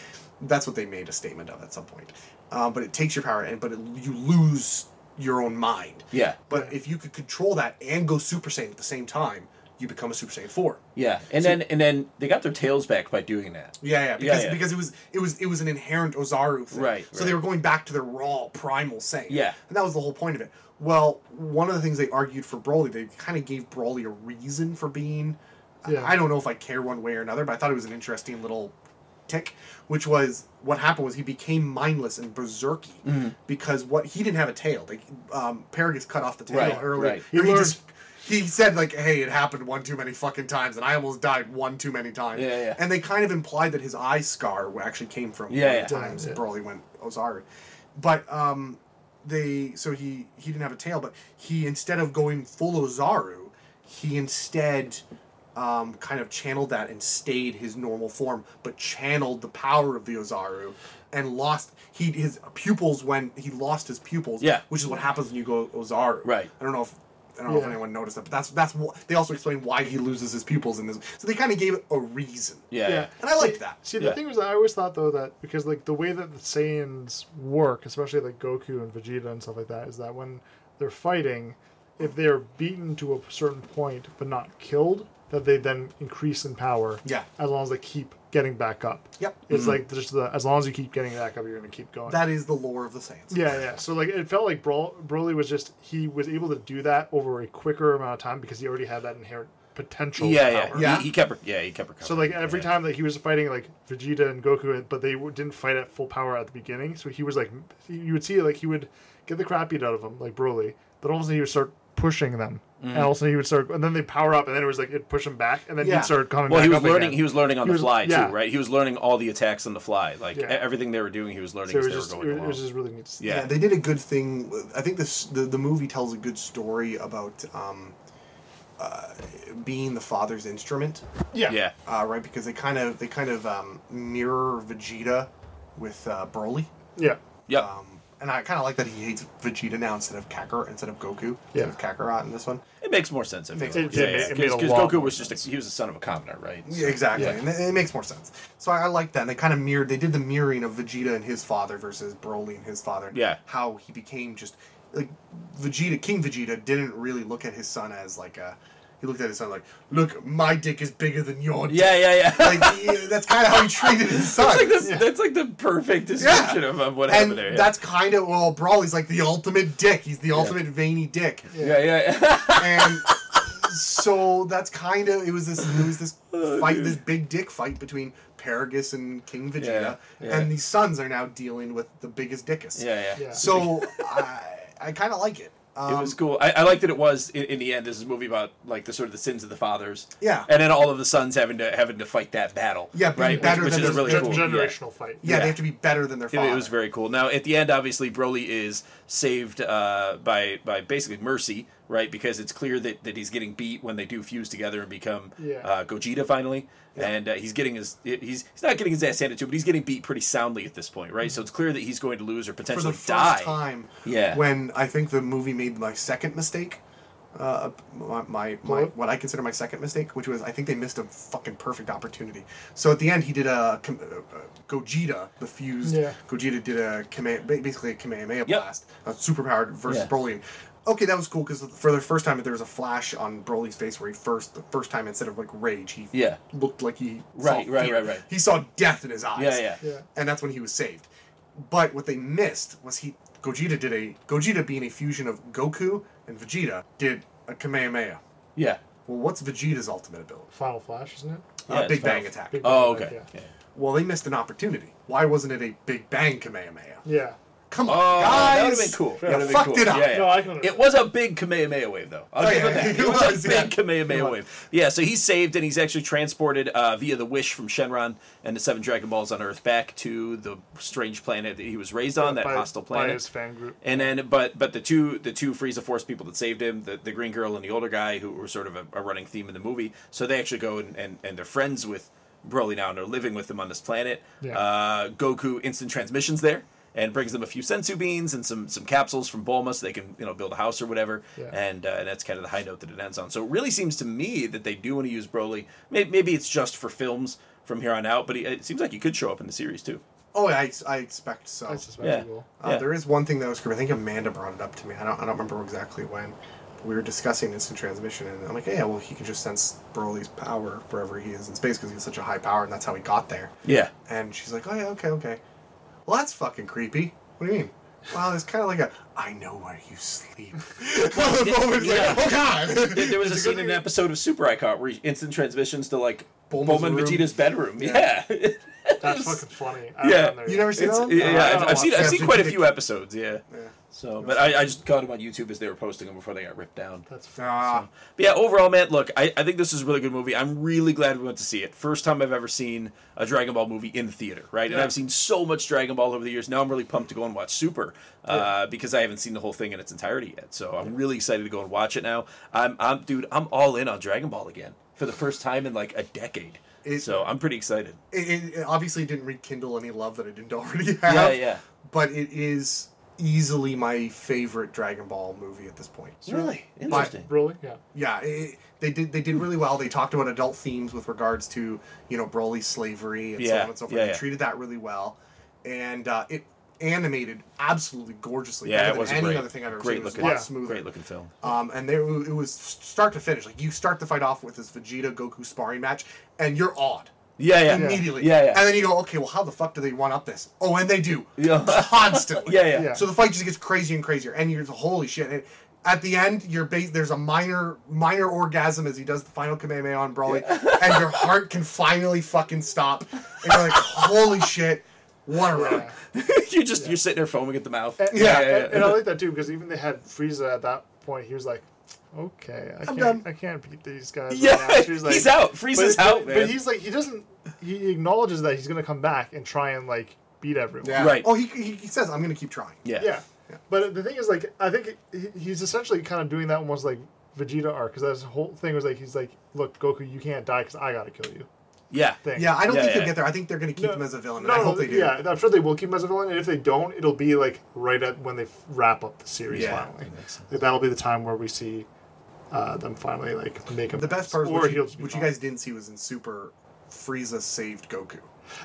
S3: That's what they made a statement of at some point. Um, but it takes your power and but it, you lose your own mind.
S1: Yeah.
S3: But if you could control that and go Super Saiyan at the same time, you become a Super Saiyan 4.
S1: Yeah, and then and then they got their tails back by doing that.
S3: Yeah, yeah, because
S1: yeah.
S3: because it was it was it was an inherent Ozaru thing.
S1: Right,
S3: So
S1: right.
S3: they were going back to their raw primal Saiyan.
S1: Yeah.
S3: And that was the whole point of it. Well, one of the things they argued for Broly, they kind of gave Broly a reason for being.
S2: Yeah.
S3: I don't know if I care one way or another, but I thought it was an interesting little tick, which was what happened was he became mindless and berserky
S1: Mm-hmm.
S3: because what he didn't have a tail. Like um, Paragus cut off the tail
S1: Right,
S3: early.
S1: right.
S3: He,
S2: He
S3: he
S2: learned-
S3: just he said like, "Hey, it happened one too many fucking times, and I almost died one too many times."
S1: Yeah, yeah.
S3: And and they kind of implied that his eye scar actually came from
S1: Yeah,
S3: one
S1: yeah.
S3: of the times
S2: Yeah.
S3: Broly went Ozaru. But um, they so he he didn't have a tail, but he instead of going full Ozaru, he instead um, kind of channeled that and stayed his normal form, but channeled the power of the Ozaru and lost he his pupils when he lost his pupils.
S1: Yeah.
S3: which is what happens when you go Ozaru.
S1: Right.
S3: I don't know if. I don't know
S2: Yeah.
S3: if anyone noticed that, but that's that's what they also explain why he loses his pupils in this. So they kind of gave it a reason.
S1: Yeah,
S2: Yeah.
S3: And I liked that.
S2: See,
S1: Yeah.
S2: the thing was, I always thought though that because like the way that the Saiyans work, especially like Goku and Vegeta and stuff like that, is that when they're fighting, if they are beaten to a certain point but not killed, that they then increase in power.
S3: Yeah.
S2: As long as they keep getting back up.
S3: Yep.
S2: It's like just the as long as you keep getting back up, you're gonna keep going.
S3: That is the lore of the Saiyans.
S2: yeah, yeah. So like it felt like Bro- Broly was just he was able to do that over a quicker amount of time because he already had that inherent potential.
S1: yeah, yeah.
S2: power.
S3: Yeah.
S1: He, he kept, re- yeah, he kept recovering.
S2: So like every
S1: Yeah.
S2: time that he was fighting like Vegeta and Goku, but they w- didn't fight at full power at the beginning. So he was like, you would see like he would get the crap beat out of him, like Broly. Then all of a sudden he would start pushing them,
S1: Mm.
S2: and all of a sudden he would start, and then they power up, and then it was like it push him back, and then
S3: Yeah.
S2: he'd start coming.
S1: Well,
S2: back
S1: he was
S2: up
S1: learning.
S2: again.
S1: He was learning on
S2: He
S1: the
S2: was-
S1: fly
S2: yeah.
S1: too, right? He was learning all the attacks on the fly, like
S2: Yeah.
S1: e- everything they were doing. He was learning
S2: So it
S1: as
S2: was
S1: they
S2: just
S1: were
S2: it
S1: going
S2: was- it
S1: along.
S2: was just really neat.
S1: yeah.
S3: Yeah, they did a good thing. I think this the, the movie tells a good story about um, uh, being the father's instrument,
S2: yeah,
S1: yeah,
S3: uh, right? Because they kind of they kind of um, mirror Vegeta with uh, Broly,
S2: yeah.
S1: yep.
S3: um, and I kind of like that he hates Vegeta now instead of Kakarot instead of Goku,
S2: Yeah.
S3: instead of Kakarot in this one.
S1: it makes more sense. I feel
S3: makes
S1: like.
S3: more
S1: yeah,
S2: sense. It made- it
S1: because
S2: made a lot
S1: Goku
S2: more
S1: was just a, he was a son of a commoner, right? So-
S3: Yeah, exactly,
S1: Yeah.
S3: and it, it makes more sense. So I, I like that. And they kind of mirrored. They did the mirroring of Vegeta and his father versus Broly and his father.
S1: Yeah.
S3: how he became just like Vegeta, King Vegeta didn't really look at his son as like a. He looked at his son like, "Look, my dick is bigger than your dick."
S1: yeah, yeah, yeah.
S3: like he- that's kind of how he treated his son.
S1: that's like the, that's like the perfect description of, of what
S3: and
S1: happened there. Yeah.
S3: that's kind of well, Broly's like the ultimate dick. He's the ultimate veiny dick.
S1: yeah, yeah, yeah.
S3: and so that's kind of it was this it was this fight this big dick fight between Paragus and King Vegeta
S1: Oh, Yeah, yeah.
S3: and these sons are now dealing with the biggest dickus.
S1: yeah, yeah.
S2: Yeah.
S3: So I I kind of like it. Um,
S1: It was cool. I, I like that it was in, in the end. This is a movie about like the sort of the sins of the fathers.
S3: Yeah.
S1: and then all of the sons having to having to fight that battle.
S3: Yeah, being
S1: right. Which-
S3: better
S1: which,
S3: than
S1: is
S3: their-
S1: really
S2: Gen-
S1: cool.
S2: generational fight.
S3: yeah,
S1: yeah.
S3: they have to be better than their
S1: Yeah.
S3: father.
S1: It, it was very cool. Now at the end, obviously Broly is saved uh, by by basically mercy, right? Because it's clear that, that he's getting beat when they do fuse together and become
S2: Yeah.
S1: uh, Gogeta finally, and uh, he's getting his he's he's not getting his ass handed to, him, but he's getting beat pretty soundly at this point, right? So it's clear that he's going to lose or
S3: for
S1: potentially
S3: the first
S1: die.
S3: time.
S1: Yeah.
S3: When I think the movie made my second mistake. Uh, my, my, my
S2: What?
S3: what I consider my second mistake, which was I think they missed a fucking perfect opportunity. So at the end, he did a, com- uh, uh, Gogeta, the fused
S2: Yeah.
S3: Gogeta did a Kame- ba- basically a Kamehameha
S1: Yep.
S3: blast, a superpowered versus
S1: Yeah.
S3: Broly. okay, that was cool because for the first time there was a flash on Broly's face where he first the first time instead of like rage he
S1: Yeah.
S3: looked like he
S1: Right,
S3: saw
S1: right,
S3: fear.
S1: right, right.
S3: he saw death in his eyes
S1: Yeah, yeah.
S2: Yeah.
S3: and that's when he was saved. But what they missed was he Gogeta did a Gogeta being a fusion of Goku and Vegeta did a Kamehameha.
S1: Yeah.
S3: Well, what's Vegeta's ultimate ability?
S2: Final Flash, isn't it?
S1: Yeah,
S3: Uh,
S1: it's
S3: Big Bang
S1: Final-
S3: Attack.
S2: Big-
S1: Oh, okay.
S2: Yeah.
S1: okay.
S3: Well, they missed an opportunity. Why wasn't it a Big Bang Kamehameha?
S2: Yeah.
S3: Come on,
S1: Oh,
S3: guys!
S1: that would have been cool. That
S3: You
S1: would've been
S3: fucked
S1: cool.
S3: it up.
S1: Yeah, yeah.
S2: No, I can
S1: it was a big Kamehameha wave, though. I'll
S3: Oh,
S1: give
S3: yeah,
S1: it that.
S3: it
S1: It was,
S3: was,
S1: a
S3: yeah.
S1: big Kamehameha
S3: It
S1: wave. Yeah, so he's saved and he's actually transported uh, via the wish from Shenron and the seven Dragon Balls on Earth back to the strange planet that he was raised on, that
S2: by,
S1: hostile
S2: By
S1: planet.
S2: his fan group.
S1: And then, but but the two the two Frieza Force people that saved him, the, the green girl and the older guy, who were sort of a, a running theme in the movie. So they actually go and, and, and they're friends with Broly now, and they're living with him on this planet.
S2: Yeah.
S1: Uh, Goku instant transmissions there and brings them a few sensu beans and some some capsules from Bulma, so they can you know build a house or whatever.
S2: Yeah.
S1: And uh, and that's kind of the high note that it ends on. So it really seems to me that they do want to use Broly. Maybe, maybe it's just for films from here on out, but he, it seems like he could show up in the series too.
S3: Oh, I, I expect so.
S2: I suspect
S1: Yeah.
S2: he will.
S3: Uh,
S1: Yeah.
S3: There is one thing that was. I think Amanda brought it up to me. I don't. I don't remember exactly when. We were discussing instant transmission, and I'm like, yeah, well, he can just sense Broly's power wherever he is in space because he has such a high power, and that's how he got there.
S1: Yeah.
S3: And she's like, oh yeah, okay, okay. Well, that's fucking creepy. What do you mean? Well, it's kind of like a, I know where you sleep. The moment's like,
S1: Yeah.
S3: oh god.
S1: There, there was a scene in an episode of Super I caught where he instant transmissions to like
S3: Bulma's
S1: Bulma and
S3: room.
S1: Vegeta's bedroom. Yeah, yeah.
S2: That's fucking funny. I
S1: Yeah.
S2: haven't done that
S3: You
S2: yet.
S3: never seen
S1: It's-
S3: that? one?
S1: yeah,
S2: I
S1: I've,
S2: don't
S1: I've seen
S3: watch
S1: I've
S3: it.
S1: seen quite a few episodes. Yeah.
S3: Yeah.
S1: So, but I, I just caught them on YouTube as they were posting them before they got ripped down.
S2: That's funny.
S3: Ah,
S1: But yeah, overall, man, look, I, I think this is a really good movie. I'm really glad we went to see it. First time I've ever seen a Dragon Ball movie in the theater, right? And
S2: Yeah.
S1: I've seen so much Dragon Ball over the years. Now I'm really pumped to go and watch Super uh, because I haven't seen the whole thing in its entirety yet. So I'm really excited to go and watch it now. I'm, I'm, dude, I'm all in on Dragon Ball again for the first time in like a decade.
S3: It-
S1: so I'm pretty excited.
S3: it, it- it obviously didn't rekindle any love that I didn't already have.
S1: Yeah, yeah.
S3: But it is easily my favorite Dragon Ball movie at this point.
S1: Really interesting.
S2: Broly? Yeah.
S3: yeah, it, they did they did really well. They talked about adult themes with regards to you know Broly's slavery and so
S1: Yeah,
S3: on and so forth.
S1: yeah,
S3: they
S1: yeah.
S3: treated that really well, and uh, it animated absolutely gorgeusly.
S1: Yeah,
S3: better
S1: it
S3: than
S1: was a
S3: any
S1: great,
S3: other thing I've ever seen.
S1: great
S3: It was
S1: looking,
S3: a lot
S2: Yeah.
S3: smoother.
S1: great looking film.
S3: Um, and there it was start to finish. Like you start the fight off with this Vegeta Goku sparring match, and you're awed.
S1: Yeah, yeah,
S3: Immediately,
S1: Yeah, yeah.
S3: and then you go, okay, well, how the fuck do they one up this? Oh, and they do,
S1: Yeah.
S3: constantly,
S1: Yeah, yeah.
S2: Yeah.
S3: So the fight just gets crazier and crazier, and you're just, holy shit. And at the end, you're bas- there's a minor minor orgasm as he does the final Kamehameha on Broly, and your heart can finally fucking stop, and you're like, holy shit, what a ride!
S1: you're just you're sitting there foaming at the mouth.
S2: And,
S1: yeah, yeah,
S2: Uh, and, and I like that too because even they had Frieza at that point. He was like, "Okay, I can't,
S3: done.
S2: I can't beat these guys."
S1: Yeah,
S2: right now." She was like-
S1: he's out.
S2: But,
S1: Frieza's
S2: but-
S1: out, man.
S2: but he's like, he doesn't. He acknowledges that he's gonna come back and try and like beat everyone.
S3: Yeah.
S1: Right.
S3: Oh, he, he, he says, I'm gonna keep trying.
S1: yeah.
S2: Yeah. But the thing is, like, I think he- he's essentially kind of doing that almost like Vegeta arc because that whole thing was like, he's like, "Look, Goku, you can't die because I gotta kill you."
S1: Yeah.
S2: Thing.
S3: Yeah, I don't
S1: Yeah,
S3: think
S1: yeah.
S3: he'll get there. I think they're gonna keep him as a villain. and I hope they do.
S2: Yeah, I'm sure they will keep him as a villain, and if they don't, it'll be like right at when they f- wrap up the series
S3: Yeah,
S2: finally.
S1: that makes sense.
S2: Like, that'll be the time where we see uh, them finally like make him.
S3: The best part, is
S2: or
S3: what, you,
S2: he'll just be
S3: what you
S2: fine.
S3: guys didn't see, was in Super Frieza saved Goku.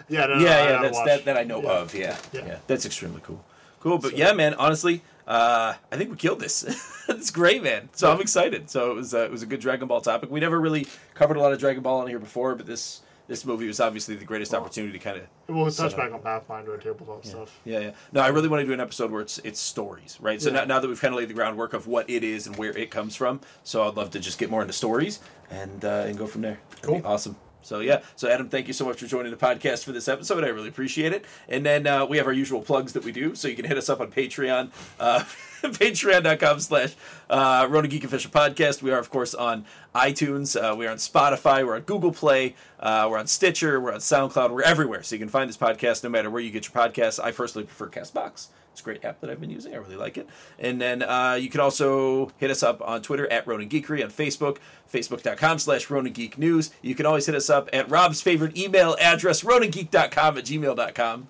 S2: Yeah, no, no,
S1: yeah,
S2: I- I
S1: yeah,
S2: gotta
S1: that's
S2: watch.
S1: that, that I know
S2: Yeah.
S1: of. Yeah. yeah,
S2: Yeah.
S1: that's extremely cool. Cool, but yeah, man. Honestly, uh, I think we killed this. it's great, man. So I'm excited. So it was uh, it was a good Dragon Ball topic. We never really covered a lot of Dragon Ball on here before, but this this movie was obviously the greatest opportunity to kind of
S2: We'll touch back on Pathfinder and tabletop stuff.
S1: Yeah, yeah. No, I really want to do an episode where it's it's stories, right? So
S2: Yeah.
S1: now, now that we've kind of laid the groundwork of what it is and where it comes from, so I'd love to just get more into stories and uh, and go from there. That'd be
S3: Cool.
S1: awesome. So yeah, so Adam, thank you so much for joining the podcast for this episode. I really appreciate it. And then uh, we have our usual plugs that we do, so you can hit us up on Patreon, uh, patreon.com slash uh, Rona Geek Official Podcast. We are, of course, on iTunes. Uh, we are on Spotify. We're on Google Play. Uh, we're on Stitcher. We're on SoundCloud. We're everywhere, so you can find this podcast no matter where you get your podcasts. I personally prefer CastBox. It's a great app that I've been using. I really like it. And then uh, you can also hit us up on Twitter at Ronan Geekery, on Facebook, facebook.com slash Ronan Geek News. You can always hit us up at Rob's favorite email address, ronangeek.com at gmail.com.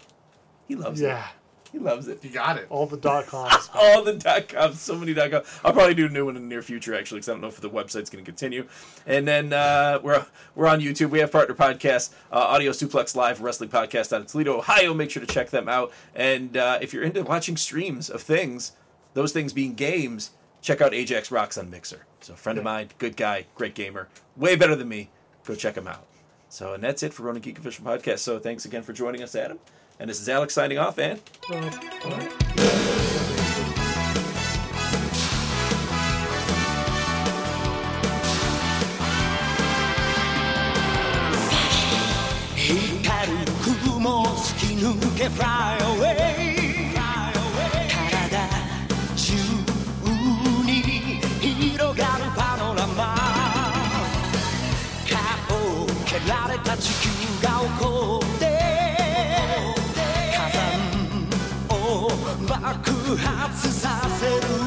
S1: He loves
S2: Yeah,
S1: it. He loves it.
S3: You got it.
S2: all the dot coms.
S1: All the dot coms, so many dot coms. I'll probably do a new one in the near future, actually, because I don't know if the website's going to continue. And then uh, we're we're on YouTube. We have partner podcasts, uh, Audio Suplex Live, Wrestling Podcast out of Toledo, Ohio. Make sure to check them out. And uh, if you're into watching streams of things, those things being games, check out Ajax Rocks on Mixer. So a friend of mine, good guy, great gamer, way better than me. Go check him out. So and that's it for Ronan Geek Official Podcast. So thanks again for joining us, Adam. And this is Alex signing off and
S5: 光る雲を突き抜け Fly away 体中に広がるパノラマ顔を蹴られた地球が怒って火山を爆発させる